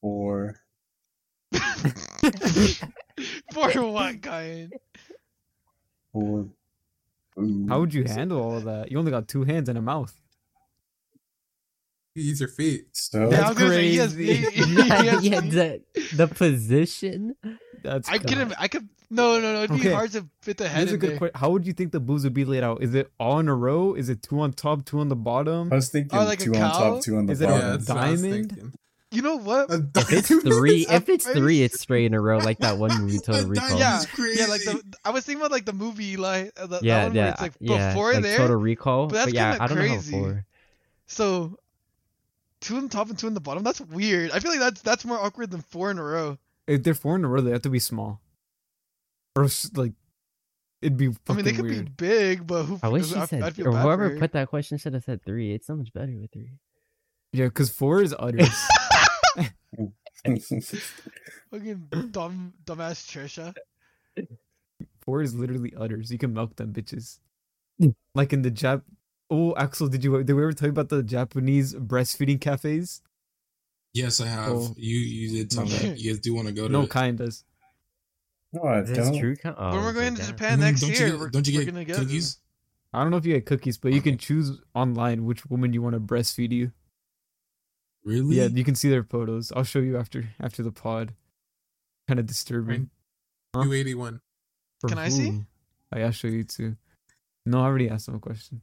[SPEAKER 7] Or
[SPEAKER 4] <laughs>
[SPEAKER 3] <laughs> For what, kind?
[SPEAKER 7] or.
[SPEAKER 10] How would you handle all of that? You only got two hands and a mouth.
[SPEAKER 6] You use your feet.
[SPEAKER 7] So
[SPEAKER 3] Yeah, I was gonna say, yes,
[SPEAKER 4] <laughs>
[SPEAKER 3] he- he has
[SPEAKER 4] yeah,
[SPEAKER 3] feet.
[SPEAKER 4] the,
[SPEAKER 3] <laughs>
[SPEAKER 4] the position.
[SPEAKER 10] That's
[SPEAKER 3] I
[SPEAKER 10] God.
[SPEAKER 3] could have. I could. No, no, no. It'd
[SPEAKER 10] Okay.
[SPEAKER 3] be hard to fit the head
[SPEAKER 10] Here's a
[SPEAKER 3] in
[SPEAKER 10] good
[SPEAKER 3] there.
[SPEAKER 10] question. How would you think the boobs would be laid out? Is it all in a row? Is it two on top, two on the bottom?
[SPEAKER 7] I was thinking
[SPEAKER 3] Oh, like a
[SPEAKER 7] two on
[SPEAKER 3] cow?
[SPEAKER 7] top, two on the
[SPEAKER 10] Is it a-
[SPEAKER 7] bottom.
[SPEAKER 6] that's what I was
[SPEAKER 10] diamond?
[SPEAKER 6] thinking.
[SPEAKER 3] You know what?
[SPEAKER 6] A
[SPEAKER 4] If it's
[SPEAKER 6] <laughs> diamond
[SPEAKER 4] three,
[SPEAKER 6] is a
[SPEAKER 4] if it's
[SPEAKER 6] face?
[SPEAKER 4] three, it's straight in a row like
[SPEAKER 3] <laughs>
[SPEAKER 4] that one
[SPEAKER 8] <laughs>
[SPEAKER 4] movie Total Recall.
[SPEAKER 3] Yeah,
[SPEAKER 4] Yeah,
[SPEAKER 8] That's crazy.
[SPEAKER 3] yeah. Like the, I was thinking about like the movie Eli. uh, The, that
[SPEAKER 4] yeah,
[SPEAKER 3] one where
[SPEAKER 4] yeah.
[SPEAKER 3] it's like
[SPEAKER 4] yeah,
[SPEAKER 3] before
[SPEAKER 4] like
[SPEAKER 3] there.
[SPEAKER 4] Total Recall.
[SPEAKER 3] but
[SPEAKER 4] But,
[SPEAKER 3] that's
[SPEAKER 4] yeah,
[SPEAKER 3] kinda
[SPEAKER 4] I don't
[SPEAKER 3] crazy.
[SPEAKER 4] know how four.
[SPEAKER 3] So two on top and two on the bottom. That's weird. I feel like that's that's more awkward than four in a row.
[SPEAKER 10] If they're four in a row, they have to be small. Or s- like, it'd be fucking
[SPEAKER 3] I mean, they could
[SPEAKER 10] weird.
[SPEAKER 3] be big, but who?
[SPEAKER 4] I wish
[SPEAKER 3] who-
[SPEAKER 4] she said,
[SPEAKER 3] I'd feel
[SPEAKER 4] or
[SPEAKER 3] bad
[SPEAKER 4] whoever
[SPEAKER 3] for her. <laughs>
[SPEAKER 4] put that question should have said three. It's so much better with three.
[SPEAKER 10] Yeah, because four is
[SPEAKER 3] <laughs>
[SPEAKER 10] udders.
[SPEAKER 3] Fucking dumb, dumbass Trisha.
[SPEAKER 10] four is literally udders. You can milk them, bitches. like in the Jap. Oh, Axel, did you did we ever tell you about the Japanese breastfeeding cafes?
[SPEAKER 8] Yes, I have.
[SPEAKER 10] Oh.
[SPEAKER 8] You you did tell me. You guys do want to go to
[SPEAKER 10] No,
[SPEAKER 8] it.
[SPEAKER 10] kind does.
[SPEAKER 7] no, I
[SPEAKER 4] Is this
[SPEAKER 7] don't.
[SPEAKER 4] true? Con- oh,
[SPEAKER 3] when
[SPEAKER 4] I
[SPEAKER 3] we're
[SPEAKER 4] was
[SPEAKER 3] going
[SPEAKER 4] like,
[SPEAKER 3] to
[SPEAKER 4] "Damn."
[SPEAKER 3] Japan
[SPEAKER 8] And then
[SPEAKER 3] next
[SPEAKER 8] Mm, don't you
[SPEAKER 3] year,
[SPEAKER 8] get-
[SPEAKER 3] we're,
[SPEAKER 8] don't you
[SPEAKER 3] we're
[SPEAKER 8] get
[SPEAKER 3] gonna get
[SPEAKER 8] cookies?
[SPEAKER 10] I don't know if you get cookies, but you
[SPEAKER 8] Okay.
[SPEAKER 10] can choose online which woman you want to breastfeed you.
[SPEAKER 8] Really?
[SPEAKER 10] Yeah, you can see their photos. I'll show you after after the pod. Kind of disturbing. Huh?
[SPEAKER 6] 281.
[SPEAKER 10] For
[SPEAKER 3] Can I see?
[SPEAKER 10] who? Oh, yeah, I'll show you too. No, I already asked them a question.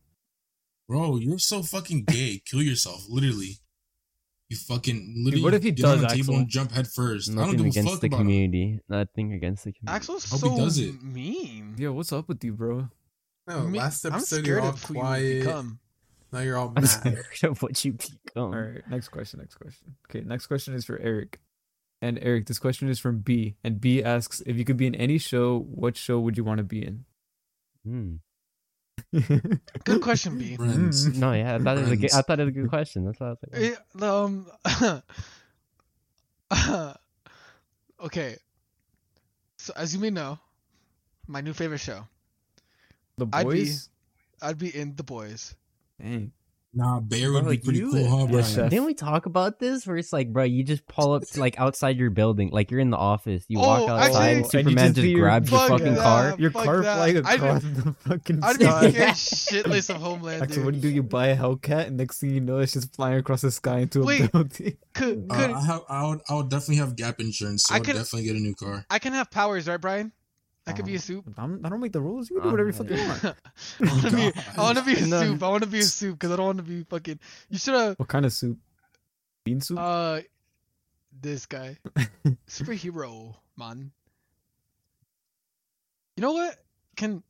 [SPEAKER 8] Bro, you're so fucking gay. Kill yourself, literally. You fucking literally.
[SPEAKER 10] what if he
[SPEAKER 8] get on
[SPEAKER 10] does,
[SPEAKER 8] the table
[SPEAKER 10] Axel?
[SPEAKER 8] and jump head first? I don't
[SPEAKER 4] Nothing
[SPEAKER 8] give a
[SPEAKER 4] against
[SPEAKER 8] fuck
[SPEAKER 4] the
[SPEAKER 8] about him.
[SPEAKER 4] community. Nothing against the community.
[SPEAKER 3] Axel's
[SPEAKER 8] Hope
[SPEAKER 3] so
[SPEAKER 8] he does it.
[SPEAKER 3] mean.
[SPEAKER 10] Yeah, what's up with you, bro?
[SPEAKER 6] No,
[SPEAKER 3] Me-
[SPEAKER 6] last
[SPEAKER 3] I'm
[SPEAKER 6] episode
[SPEAKER 3] scared
[SPEAKER 6] you're all
[SPEAKER 3] of who you will
[SPEAKER 6] quiet.
[SPEAKER 3] become.
[SPEAKER 6] Now you're all
[SPEAKER 4] <laughs>
[SPEAKER 3] <laughs>
[SPEAKER 4] I'm
[SPEAKER 6] mad.
[SPEAKER 4] scared of what you become.
[SPEAKER 10] All right, next question. Next question. Okay, next question is for Eric. And Eric, this question is from B. And B asks if you could be in any show, what show would you want to be in?
[SPEAKER 4] Hmm.
[SPEAKER 3] Good question, B.
[SPEAKER 8] Friends.
[SPEAKER 4] No, yeah, I thought it was a good, I
[SPEAKER 8] Friends.
[SPEAKER 4] thought it was a good question. That's why I was like,
[SPEAKER 3] Eh, um, <laughs> okay. So as you may know, my new favorite show,
[SPEAKER 10] the
[SPEAKER 3] I'd be-
[SPEAKER 10] boys.
[SPEAKER 3] I'd be in The Boys.
[SPEAKER 10] Dang.
[SPEAKER 8] Nah, Bear would
[SPEAKER 4] Bro,
[SPEAKER 8] be pretty
[SPEAKER 4] you-
[SPEAKER 8] cool, huh,
[SPEAKER 10] Yes,
[SPEAKER 8] Brian?
[SPEAKER 10] chef.
[SPEAKER 4] Didn't we talk about this? Where it's like, bro, you just pull up to, like outside your building, like you're in the office, you walk
[SPEAKER 3] Oh,
[SPEAKER 4] outside,
[SPEAKER 3] actually-
[SPEAKER 10] And you
[SPEAKER 4] Superman
[SPEAKER 10] just
[SPEAKER 4] just
[SPEAKER 10] see your-
[SPEAKER 4] grabs your
[SPEAKER 3] Fuck
[SPEAKER 4] fucking
[SPEAKER 3] that.
[SPEAKER 4] car.
[SPEAKER 10] Your
[SPEAKER 3] fuck
[SPEAKER 10] car
[SPEAKER 3] that.
[SPEAKER 10] flying
[SPEAKER 3] I'd be-
[SPEAKER 10] across <laughs> the
[SPEAKER 3] <laughs>
[SPEAKER 10] fucking
[SPEAKER 3] I'd be
[SPEAKER 10] sky.
[SPEAKER 3] scared shitless of Homeland,
[SPEAKER 10] <laughs> Axel, what do
[SPEAKER 3] dude.
[SPEAKER 10] you do? You buy a Hellcat, and next thing you know, it's just flying across the sky into a
[SPEAKER 3] Wait.
[SPEAKER 10] building. <laughs>
[SPEAKER 3] Could,
[SPEAKER 8] Uh,
[SPEAKER 3] could,
[SPEAKER 8] I have, I would, I would definitely have gap insurance, so
[SPEAKER 3] I
[SPEAKER 8] I would
[SPEAKER 3] could-
[SPEAKER 8] definitely get a new car.
[SPEAKER 3] I can have powers, right, Brian? I could be a soup.
[SPEAKER 10] I'm, I don't make the rules. You can do whatever you fucking
[SPEAKER 3] <laughs> <laughs>
[SPEAKER 10] want.
[SPEAKER 3] I want to be, I want to be a
[SPEAKER 10] No.
[SPEAKER 3] soup. I want to be a soup because I don't want to be fucking. You should have.
[SPEAKER 10] What kind of soup? Bean soup?
[SPEAKER 3] Uh, this
[SPEAKER 10] <laughs>
[SPEAKER 3] guy, superhero man. You know what? Can,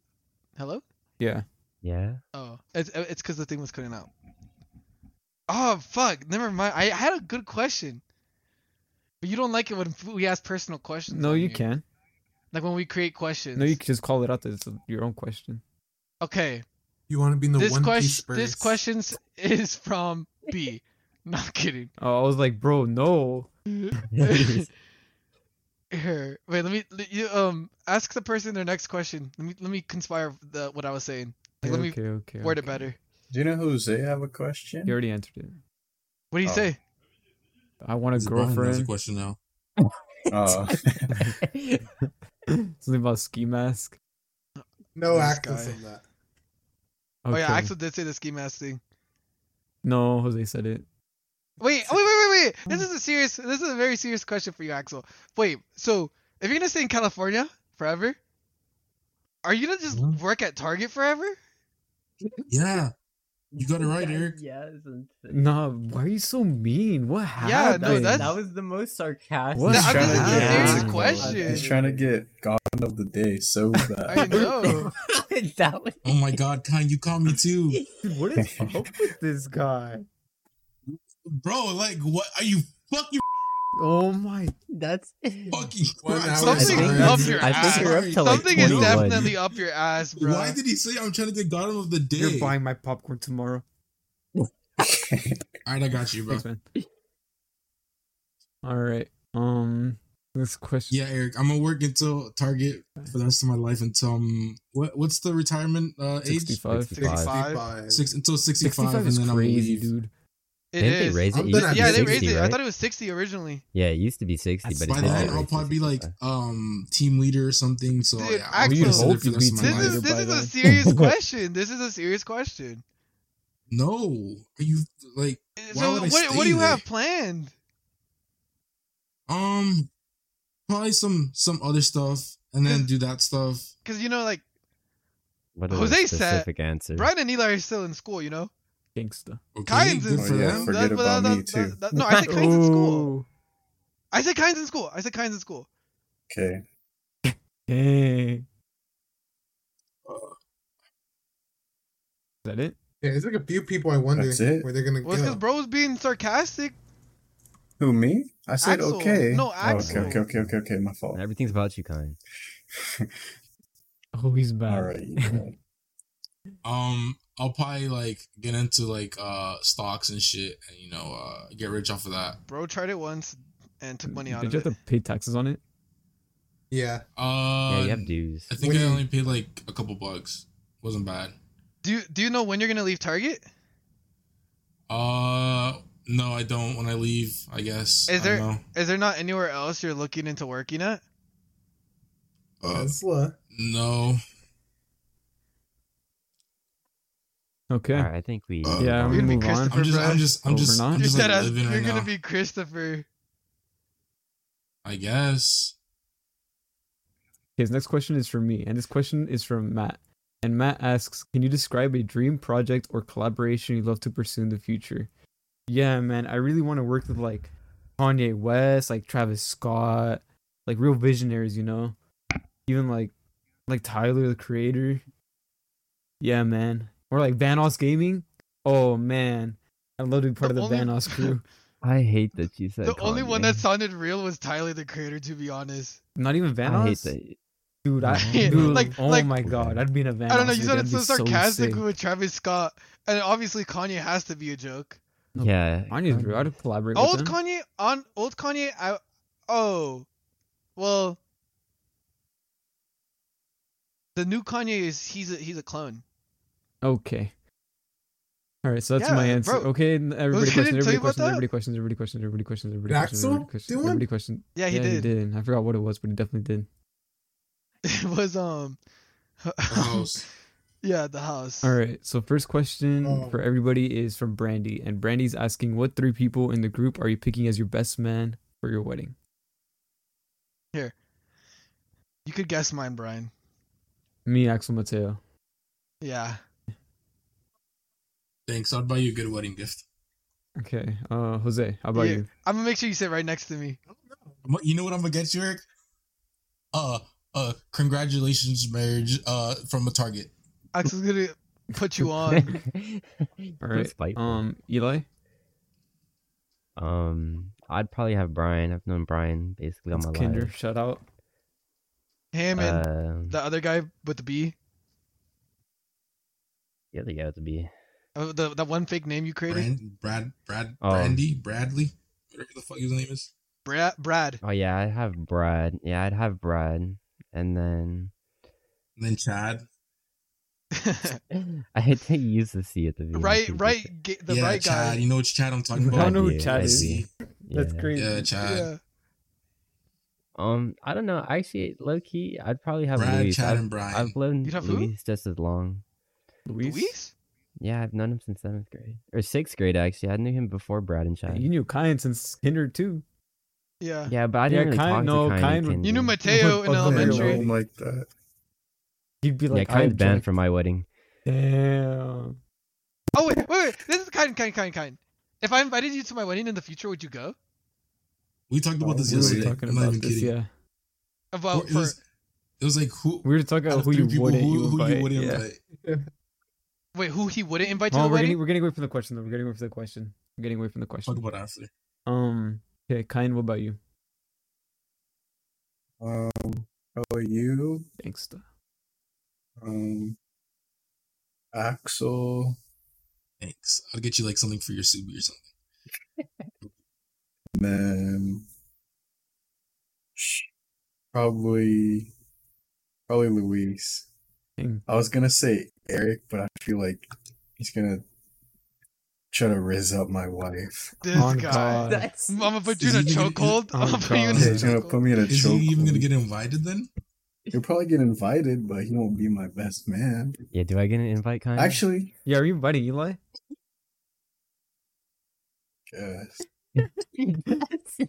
[SPEAKER 3] hello?
[SPEAKER 10] yeah.
[SPEAKER 4] Yeah,
[SPEAKER 3] Oh, it's it's because the thing was cutting out. Oh fuck! Never mind. I had a good question, but you don't like it when we ask personal questions.
[SPEAKER 10] No,
[SPEAKER 3] on
[SPEAKER 10] you
[SPEAKER 3] here.
[SPEAKER 10] can.
[SPEAKER 3] Like when we create questions.
[SPEAKER 10] No, you can just call it out. that It's your own question.
[SPEAKER 3] Okay.
[SPEAKER 6] You want to be in the
[SPEAKER 3] this
[SPEAKER 6] one piece
[SPEAKER 3] question.
[SPEAKER 6] first.
[SPEAKER 3] This question is from B. <laughs> Not kidding.
[SPEAKER 10] Oh, I was like, bro, no.
[SPEAKER 4] <laughs>
[SPEAKER 3] <laughs> Here, Mm-hmm. wait. Let me. Let you um ask the person their next question. Let me let me conspire the what I was saying. Like, let me
[SPEAKER 10] okay, okay.
[SPEAKER 3] word it
[SPEAKER 10] okay.
[SPEAKER 3] better.
[SPEAKER 7] Do you know Jose have a question?
[SPEAKER 10] You already answered it.
[SPEAKER 3] What do you
[SPEAKER 7] Oh.
[SPEAKER 3] say?
[SPEAKER 10] I want a
[SPEAKER 8] Is it Brian that has a
[SPEAKER 10] girlfriend.
[SPEAKER 8] question now.
[SPEAKER 3] Uh.
[SPEAKER 4] <laughs>
[SPEAKER 7] Oh. <laughs>
[SPEAKER 10] <clears throat> Something about ski mask.
[SPEAKER 6] No
[SPEAKER 3] This
[SPEAKER 6] access
[SPEAKER 3] guy.
[SPEAKER 6] in that.
[SPEAKER 10] Okay.
[SPEAKER 3] Oh yeah, Axel did say the ski mask thing.
[SPEAKER 10] No, Jose said it.
[SPEAKER 3] Wait, oh, wait, wait, wait, wait. This is a serious. This is a very serious question for you, Axel. Wait. So if you're gonna stay in California forever, are you gonna just
[SPEAKER 4] Mm-hmm.
[SPEAKER 8] Mhm.
[SPEAKER 3] work at Target forever?
[SPEAKER 8] Yeah, you got
[SPEAKER 4] <laughs>
[SPEAKER 8] it right, Eric.
[SPEAKER 4] Yes.
[SPEAKER 10] Nah, why are you so mean? What
[SPEAKER 3] Yeah,
[SPEAKER 10] happened?
[SPEAKER 3] no, that's-
[SPEAKER 4] that was the most sarcastic.
[SPEAKER 10] What? No,
[SPEAKER 7] He's
[SPEAKER 10] I'm
[SPEAKER 7] trying to
[SPEAKER 10] just-
[SPEAKER 7] get-
[SPEAKER 10] it's a serious
[SPEAKER 7] he's
[SPEAKER 3] question.
[SPEAKER 7] trying to get God of the day so bad.
[SPEAKER 4] <laughs>
[SPEAKER 3] I know.
[SPEAKER 4] that was.
[SPEAKER 8] Oh my God, Khan, you caught me too,
[SPEAKER 10] <laughs> Dude, what is up with this guy?
[SPEAKER 8] bro. Like, what are you fucking
[SPEAKER 10] Oh my.
[SPEAKER 4] That's. <laughs>
[SPEAKER 8] fucking?
[SPEAKER 6] One
[SPEAKER 8] I'm
[SPEAKER 6] hour
[SPEAKER 8] so
[SPEAKER 6] I think
[SPEAKER 8] sorry.
[SPEAKER 6] up
[SPEAKER 3] your
[SPEAKER 4] I think you're up
[SPEAKER 8] ass.
[SPEAKER 4] to like
[SPEAKER 3] Something is
[SPEAKER 4] 21.
[SPEAKER 3] definitely up your ass, bro.
[SPEAKER 8] Why did he say I'm trying to get God of the day?
[SPEAKER 10] You're buying my popcorn tomorrow.
[SPEAKER 8] All right, I got you, bro.
[SPEAKER 10] Thanks, man. All right. Um, this question.
[SPEAKER 8] Yeah, Eric, I'm gonna work until Target for the rest of my life until um, what what's the retirement uh, age?
[SPEAKER 10] 65.
[SPEAKER 4] 65.
[SPEAKER 6] Five.
[SPEAKER 8] Six until 65,
[SPEAKER 10] 65 is
[SPEAKER 8] and then I'm
[SPEAKER 10] crazy,
[SPEAKER 8] leave.
[SPEAKER 10] dude.
[SPEAKER 3] It
[SPEAKER 4] Didn't they
[SPEAKER 3] is.
[SPEAKER 4] raise it?
[SPEAKER 6] I'm
[SPEAKER 4] It used
[SPEAKER 6] gonna-
[SPEAKER 4] to be
[SPEAKER 3] yeah, they
[SPEAKER 4] 60,
[SPEAKER 3] raised it. I
[SPEAKER 4] right?
[SPEAKER 3] thought it was 60 originally.
[SPEAKER 4] Yeah, it used to be 60,
[SPEAKER 10] That's
[SPEAKER 4] but
[SPEAKER 8] By
[SPEAKER 4] it's
[SPEAKER 10] fine.
[SPEAKER 4] now
[SPEAKER 8] then, I'll
[SPEAKER 4] raised
[SPEAKER 8] probably be like
[SPEAKER 4] 65.
[SPEAKER 8] um team leader or something. So
[SPEAKER 3] Dude,
[SPEAKER 8] yeah, I'll
[SPEAKER 3] Axel-
[SPEAKER 8] be considered
[SPEAKER 10] Hope
[SPEAKER 8] for the
[SPEAKER 10] you
[SPEAKER 8] rest of
[SPEAKER 10] beat
[SPEAKER 8] my
[SPEAKER 3] This
[SPEAKER 10] Team
[SPEAKER 3] is
[SPEAKER 8] <laughs> life.
[SPEAKER 10] leader
[SPEAKER 3] this
[SPEAKER 10] by
[SPEAKER 3] is a
[SPEAKER 10] then.
[SPEAKER 3] serious question. This is a serious question.
[SPEAKER 8] No, are you like? Why
[SPEAKER 3] so
[SPEAKER 8] would I
[SPEAKER 3] what,
[SPEAKER 8] stay
[SPEAKER 3] what do you
[SPEAKER 8] there?
[SPEAKER 3] have planned?
[SPEAKER 8] Um, probably some some other stuff, and then do that stuff.
[SPEAKER 3] Because you know, like
[SPEAKER 4] What is
[SPEAKER 3] Jose
[SPEAKER 4] a
[SPEAKER 3] said,
[SPEAKER 4] specific answer?
[SPEAKER 3] Brian and Eli are still in school, you know.
[SPEAKER 10] Gangsta.
[SPEAKER 8] Okay,
[SPEAKER 3] Kynes in
[SPEAKER 8] good
[SPEAKER 7] Oh,
[SPEAKER 8] for
[SPEAKER 3] school.
[SPEAKER 7] yeah,
[SPEAKER 8] them.
[SPEAKER 7] forget about me, too.
[SPEAKER 3] that- no, I said Kynes in school.
[SPEAKER 10] Oh,
[SPEAKER 3] I said Kynes in school. I said Kynes in school.
[SPEAKER 7] Okay.
[SPEAKER 10] dang. Is that it?
[SPEAKER 6] Yeah, there's like a few people I wonder
[SPEAKER 7] That's it?
[SPEAKER 6] where they're gonna
[SPEAKER 3] Well, it's
[SPEAKER 6] go.
[SPEAKER 3] because bro was being sarcastic.
[SPEAKER 7] Who me? I said
[SPEAKER 3] Axel.
[SPEAKER 7] okay.
[SPEAKER 3] No,
[SPEAKER 7] Oh,
[SPEAKER 3] Axel.
[SPEAKER 7] okay, okay, okay, okay, okay. My fault.
[SPEAKER 4] Everything's about you,
[SPEAKER 10] <laughs>
[SPEAKER 4] kind.
[SPEAKER 10] Oh, he's back.
[SPEAKER 7] All right. you know.
[SPEAKER 8] Um, I'll probably like get into like uh stocks and shit, and you know, uh, get rich off of that.
[SPEAKER 3] Bro tried it once and took money out
[SPEAKER 10] Did
[SPEAKER 3] of
[SPEAKER 10] you
[SPEAKER 3] it.
[SPEAKER 10] have to pay taxes on it?
[SPEAKER 6] yeah,
[SPEAKER 8] Uh,
[SPEAKER 4] yeah, you have dues.
[SPEAKER 8] I think
[SPEAKER 6] When
[SPEAKER 8] I
[SPEAKER 6] you-
[SPEAKER 8] only paid like a couple bucks. Wasn't bad.
[SPEAKER 3] Do you, Do you know when you're gonna leave Target?
[SPEAKER 8] Uh, no, I don't. When I leave, I guess.
[SPEAKER 3] Is
[SPEAKER 8] I
[SPEAKER 3] there-
[SPEAKER 8] don't
[SPEAKER 3] Is there not anywhere else you're looking into working at?
[SPEAKER 8] know. Uh,
[SPEAKER 6] Tesla.
[SPEAKER 8] no.
[SPEAKER 10] Okay.
[SPEAKER 4] All right, I think we.
[SPEAKER 8] Uh,
[SPEAKER 10] Yeah,
[SPEAKER 4] um,
[SPEAKER 10] we
[SPEAKER 3] You're gonna be
[SPEAKER 10] move on.
[SPEAKER 3] Christopher
[SPEAKER 8] I'm just, I'm
[SPEAKER 3] Brad.
[SPEAKER 8] just, I'm just,
[SPEAKER 10] Overnight?
[SPEAKER 8] I'm
[SPEAKER 3] You're
[SPEAKER 8] just like,
[SPEAKER 3] dead ass-
[SPEAKER 8] living
[SPEAKER 3] you're
[SPEAKER 8] right
[SPEAKER 3] gonna
[SPEAKER 8] now.
[SPEAKER 3] be Christopher.
[SPEAKER 8] I guess.
[SPEAKER 10] His next question is from me, and this question is from Matt. And Matt asks, "Can you describe a dream project or collaboration you'd love to pursue in the future?" Yeah, man, I really want to work with like Kanye West, like Travis Scott, like real visionaries, you know, even like like Tyler the Creator. Yeah, man, or like Vanoss Gaming. Oh man, I'd love to be part
[SPEAKER 3] The
[SPEAKER 10] of the
[SPEAKER 3] only- <laughs>
[SPEAKER 10] Vanoss crew.
[SPEAKER 4] I hate that you said.
[SPEAKER 3] The only one
[SPEAKER 4] Kanye.
[SPEAKER 3] that sounded real was Tyler the Creator, to be honest.
[SPEAKER 10] Not even Vanoss.
[SPEAKER 4] I hate that.
[SPEAKER 10] Dude,
[SPEAKER 3] <laughs>
[SPEAKER 10] <laughs> I
[SPEAKER 3] Yeah,
[SPEAKER 10] dude,
[SPEAKER 3] like-
[SPEAKER 10] oh
[SPEAKER 3] like-
[SPEAKER 10] my god, I'd be in a van.
[SPEAKER 3] I don't know. You sounded so sarcastic with Travis Scott, and obviously Kanye has to be a joke.
[SPEAKER 5] Oh,
[SPEAKER 4] Yeah,
[SPEAKER 10] Kanye's
[SPEAKER 4] Kanye.
[SPEAKER 10] real. I'd collaborate
[SPEAKER 3] Old
[SPEAKER 10] with him.
[SPEAKER 3] Kanye on old Kanye. I oh, well, the new Kanye is he's a he's a clone.
[SPEAKER 10] okay. All right, so that's my
[SPEAKER 3] Yeah,
[SPEAKER 10] answer.
[SPEAKER 3] bro.
[SPEAKER 10] Okay, n- everybody
[SPEAKER 3] didn't
[SPEAKER 10] questions,
[SPEAKER 3] tell
[SPEAKER 10] everybody
[SPEAKER 3] you about that?
[SPEAKER 10] questions, everybody questions, everybody questions, everybody questions, everybody
[SPEAKER 6] Did
[SPEAKER 10] questions, everybody
[SPEAKER 6] Axl
[SPEAKER 10] questions,
[SPEAKER 6] do one?
[SPEAKER 10] everybody questions.
[SPEAKER 3] Yeah, he
[SPEAKER 10] yeah,
[SPEAKER 3] did.
[SPEAKER 10] he did. I forgot what it was, but he definitely did.
[SPEAKER 3] <laughs> It was um, <laughs>
[SPEAKER 8] The house.
[SPEAKER 3] yeah, the house.
[SPEAKER 10] All right, so first question
[SPEAKER 6] Oh.
[SPEAKER 10] for everybody is from Brandy, and Brandy's asking, "What three people in the group are you picking as your best man for your wedding?"
[SPEAKER 3] You could guess mine, Brian.
[SPEAKER 10] Me, Axel, Mateo.
[SPEAKER 3] Yeah.
[SPEAKER 8] Thanks. I'll buy you a good wedding gift.
[SPEAKER 10] Okay, uh, Jose, how about
[SPEAKER 3] Yeah.
[SPEAKER 10] you?
[SPEAKER 3] I'm gonna make sure you sit right next to me.
[SPEAKER 8] I'm gonna- You know what I'm gonna get you, Eric? Uh, uh, congratulations, marriage. Uh, from a Target.
[SPEAKER 3] Axel's gonna put
[SPEAKER 10] <laughs>
[SPEAKER 3] you on.
[SPEAKER 10] All right,
[SPEAKER 4] Spiteful. Um,
[SPEAKER 10] um, Eli.
[SPEAKER 4] I'd probably have Brian. I've known Brian basically all
[SPEAKER 10] It's
[SPEAKER 4] my
[SPEAKER 10] Kinder,
[SPEAKER 4] life.
[SPEAKER 10] shout out.
[SPEAKER 3] Him and
[SPEAKER 4] Um,
[SPEAKER 3] the other guy with the B.
[SPEAKER 4] the other guy with the B.
[SPEAKER 3] Oh, the that one fake name you created.
[SPEAKER 8] Brand, Brad, Brad,
[SPEAKER 10] Oh.
[SPEAKER 4] Um,
[SPEAKER 8] Brandy, Bradley, whatever the fuck his name is.
[SPEAKER 3] Brad. Brad. <laughs>
[SPEAKER 4] Oh yeah, I'd have Brad. Yeah, I'd have Brad, and then
[SPEAKER 8] And then Chad.
[SPEAKER 4] <laughs> I had to use the C at the
[SPEAKER 3] <laughs>
[SPEAKER 4] beginning.
[SPEAKER 3] right.
[SPEAKER 4] too, just-
[SPEAKER 3] Right. ga- The
[SPEAKER 8] yeah,
[SPEAKER 3] right
[SPEAKER 8] Chad.
[SPEAKER 3] guy.
[SPEAKER 8] You know which Chad I'm talking
[SPEAKER 10] I
[SPEAKER 8] about?
[SPEAKER 10] don't know who
[SPEAKER 4] Yeah,
[SPEAKER 10] Chad
[SPEAKER 4] I
[SPEAKER 10] is.
[SPEAKER 4] see.
[SPEAKER 8] See.
[SPEAKER 10] That's
[SPEAKER 4] Yeah.
[SPEAKER 10] crazy.
[SPEAKER 8] Yeah, Chad.
[SPEAKER 3] Yeah.
[SPEAKER 4] Um, I don't know. Actually, low key, I'd probably have
[SPEAKER 8] Brad,
[SPEAKER 4] Luis.
[SPEAKER 8] Chad,
[SPEAKER 4] I've,
[SPEAKER 8] and Brian.
[SPEAKER 4] I've known
[SPEAKER 3] You'd have who?
[SPEAKER 4] Luis just as long.
[SPEAKER 10] Luis?
[SPEAKER 3] Luis.
[SPEAKER 4] Yeah, I've known him since seventh grade or sixth grade. Actually, I knew him before Brad and Chad.
[SPEAKER 10] You knew Kyan since Kinder too.
[SPEAKER 3] Yeah.
[SPEAKER 4] Yeah, Oh, but I
[SPEAKER 10] Yeah,
[SPEAKER 4] didn't really
[SPEAKER 10] Kyan-
[SPEAKER 4] talk
[SPEAKER 10] no,
[SPEAKER 4] to Kyan.
[SPEAKER 10] Kyan
[SPEAKER 4] and
[SPEAKER 10] would-
[SPEAKER 4] Kendi.
[SPEAKER 3] You knew Mateo in
[SPEAKER 10] Fuck
[SPEAKER 7] Yeah,
[SPEAKER 10] Elementary.
[SPEAKER 7] I
[SPEAKER 3] elementary.
[SPEAKER 7] don't like that.
[SPEAKER 10] He'd be
[SPEAKER 4] Yeah,
[SPEAKER 10] like,
[SPEAKER 4] Kyan's
[SPEAKER 10] I
[SPEAKER 4] banned
[SPEAKER 10] object.
[SPEAKER 4] from my wedding.
[SPEAKER 10] Damn.
[SPEAKER 3] Oh wait, wait, wait. This is kind, kind, kind, kind. If I invited you to my wedding in the future, would you go?
[SPEAKER 8] we talked
[SPEAKER 7] Oh,
[SPEAKER 8] about this
[SPEAKER 10] We were
[SPEAKER 8] yesterday.
[SPEAKER 10] talking
[SPEAKER 8] I'm not
[SPEAKER 10] about
[SPEAKER 8] even
[SPEAKER 10] this,
[SPEAKER 8] kidding.
[SPEAKER 10] yeah.
[SPEAKER 3] About
[SPEAKER 8] It
[SPEAKER 3] for
[SPEAKER 8] was, it was like who?
[SPEAKER 10] We were talking
[SPEAKER 8] out
[SPEAKER 10] about
[SPEAKER 8] of
[SPEAKER 10] who
[SPEAKER 8] three
[SPEAKER 10] you
[SPEAKER 8] people,
[SPEAKER 10] wouldn't
[SPEAKER 8] who, who
[SPEAKER 10] invite.
[SPEAKER 8] you wouldn't
[SPEAKER 10] yeah.
[SPEAKER 8] invite.
[SPEAKER 3] wait, who he wouldn't invite to
[SPEAKER 10] Mom,
[SPEAKER 3] the
[SPEAKER 10] Oh, we're
[SPEAKER 3] wedding?
[SPEAKER 10] getting we're getting away from the question though. We're getting away from the question. We're getting away from the
[SPEAKER 8] Talk
[SPEAKER 10] question.
[SPEAKER 8] about it after.
[SPEAKER 10] Um. Okay, Kyan, what about you?
[SPEAKER 7] Um, how about you?
[SPEAKER 10] Thanks. though.
[SPEAKER 7] Um, Axel.
[SPEAKER 8] Thanks. I'll get you like something for your subi or something.
[SPEAKER 7] And then probably probably Luis.
[SPEAKER 4] Hmm.
[SPEAKER 10] Dang.
[SPEAKER 7] I was gonna say Eric, but I feel like he's gonna try to riz up my wife.
[SPEAKER 3] This
[SPEAKER 10] On
[SPEAKER 3] guy.
[SPEAKER 10] God.
[SPEAKER 3] I'm gonna put <laughs>
[SPEAKER 8] Is
[SPEAKER 3] you in a
[SPEAKER 8] he gonna-
[SPEAKER 3] chokehold. I'm gonna
[SPEAKER 10] Oh,
[SPEAKER 3] put you in a
[SPEAKER 7] Yeah, he's gonna put
[SPEAKER 3] chokehold.
[SPEAKER 7] me in a
[SPEAKER 8] Is he even gonna
[SPEAKER 7] chokehold.
[SPEAKER 8] get invited then?
[SPEAKER 7] He'll probably get invited, but he won't be my best man.
[SPEAKER 4] Yeah, do I get an invite, Kyan?
[SPEAKER 7] Actually,
[SPEAKER 10] Yeah, are you inviting Eli? guess.
[SPEAKER 4] That's insane.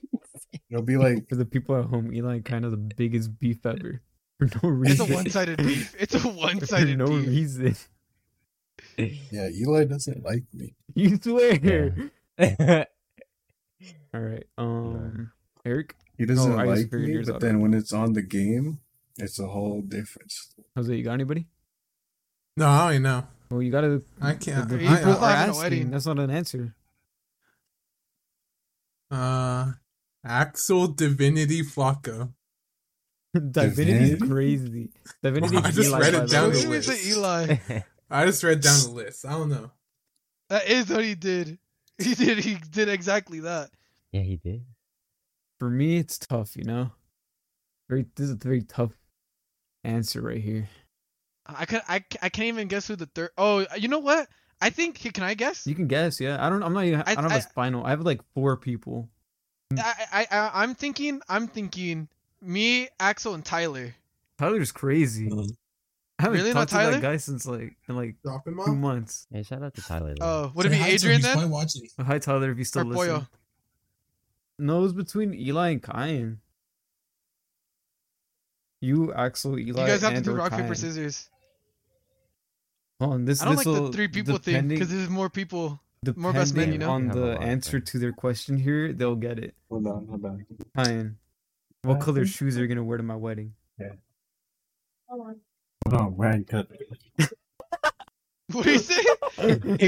[SPEAKER 10] It'll be like
[SPEAKER 5] For the people at home, Eli kind of the biggest beef
[SPEAKER 10] <laughs>
[SPEAKER 5] ever for no
[SPEAKER 3] It's
[SPEAKER 5] reason.
[SPEAKER 3] a one-sided beef. It's
[SPEAKER 4] <laughs>
[SPEAKER 3] a
[SPEAKER 5] for
[SPEAKER 3] one-sided
[SPEAKER 5] no
[SPEAKER 3] beef.
[SPEAKER 5] reason.
[SPEAKER 10] <laughs> yeah, Eli doesn't like me.
[SPEAKER 5] You swear.
[SPEAKER 4] Yeah. <laughs>
[SPEAKER 5] All right. Um, Eric,
[SPEAKER 10] He doesn't
[SPEAKER 5] I just
[SPEAKER 10] like
[SPEAKER 5] figured
[SPEAKER 10] me,
[SPEAKER 5] yours
[SPEAKER 10] but
[SPEAKER 5] out.
[SPEAKER 10] then when it's on the game, it's a whole difference.
[SPEAKER 5] Jose, you got anybody?
[SPEAKER 6] No, I don't even know.
[SPEAKER 5] Well, you gotta.
[SPEAKER 6] I can't.
[SPEAKER 5] the
[SPEAKER 3] He
[SPEAKER 6] I,
[SPEAKER 5] people
[SPEAKER 3] was
[SPEAKER 5] are
[SPEAKER 6] I,
[SPEAKER 3] having a
[SPEAKER 5] asking.
[SPEAKER 3] wedding.
[SPEAKER 5] That's not an answer. <laughs>
[SPEAKER 6] uh, Axel Divinity Flacco.
[SPEAKER 5] Divinity is
[SPEAKER 10] Divinity?
[SPEAKER 5] crazy. Divinity.
[SPEAKER 6] I
[SPEAKER 5] is
[SPEAKER 6] just
[SPEAKER 5] Eli,
[SPEAKER 6] read
[SPEAKER 5] by
[SPEAKER 6] it
[SPEAKER 5] the
[SPEAKER 3] Don't
[SPEAKER 6] down
[SPEAKER 5] way.
[SPEAKER 6] the
[SPEAKER 3] even
[SPEAKER 6] list.
[SPEAKER 3] say
[SPEAKER 6] <laughs>
[SPEAKER 3] Eli.
[SPEAKER 6] I just read down the list. I don't know.
[SPEAKER 3] That is what he did. <laughs> He did. He did exactly that.
[SPEAKER 4] yeah, he did.
[SPEAKER 5] For me, it's tough. You know, very. This is a very tough answer right here.
[SPEAKER 3] I could. I, c- I can't even guess who the third. Oh, you know what? I think. Can I guess?
[SPEAKER 5] You can guess. Yeah, I don't. I'm not even. I,
[SPEAKER 3] I-
[SPEAKER 5] don't
[SPEAKER 3] I-
[SPEAKER 5] have a spinal. I have like four people.
[SPEAKER 3] I, I, I, I'm thinking. I'm thinking. Me, Axel, and Tyler.
[SPEAKER 5] Tyler's crazy. I haven't
[SPEAKER 3] Mm-hmm. Really? Not
[SPEAKER 5] talked to
[SPEAKER 3] Tyler?
[SPEAKER 5] that guy since like in like
[SPEAKER 6] Drop him
[SPEAKER 5] two
[SPEAKER 6] off.
[SPEAKER 5] months.
[SPEAKER 4] Hey, shout out to Tyler. though.
[SPEAKER 3] Oh, would it be
[SPEAKER 8] Say hi to him,
[SPEAKER 3] Adrian
[SPEAKER 8] he's probably
[SPEAKER 3] then?
[SPEAKER 8] watching.
[SPEAKER 5] Oh, hi Tyler, if you
[SPEAKER 3] Or
[SPEAKER 5] still listen.
[SPEAKER 3] Boyo?
[SPEAKER 5] No, it was between Eli and Kyan. You, Axel, Eli,
[SPEAKER 3] You guys have to
[SPEAKER 5] and
[SPEAKER 3] do
[SPEAKER 5] or
[SPEAKER 3] rock paper
[SPEAKER 5] Kyan.
[SPEAKER 3] scissors.
[SPEAKER 5] Hold on, this
[SPEAKER 3] I don't like
[SPEAKER 5] this'll-
[SPEAKER 3] the three people thing
[SPEAKER 5] depending-
[SPEAKER 3] because there's more
[SPEAKER 5] <laughs>
[SPEAKER 3] people. <laughs> more best men,
[SPEAKER 5] depending
[SPEAKER 3] you know?
[SPEAKER 5] on
[SPEAKER 4] Have a lot
[SPEAKER 5] the
[SPEAKER 4] of
[SPEAKER 5] answer
[SPEAKER 4] friends.
[SPEAKER 5] to their question here, they'll get it.
[SPEAKER 10] Hold on, hold on.
[SPEAKER 5] Kyan, what
[SPEAKER 10] Uh,
[SPEAKER 5] color shoes are you gonna wear to my wedding?
[SPEAKER 10] Oh man, cut.
[SPEAKER 3] What do you say? <laughs>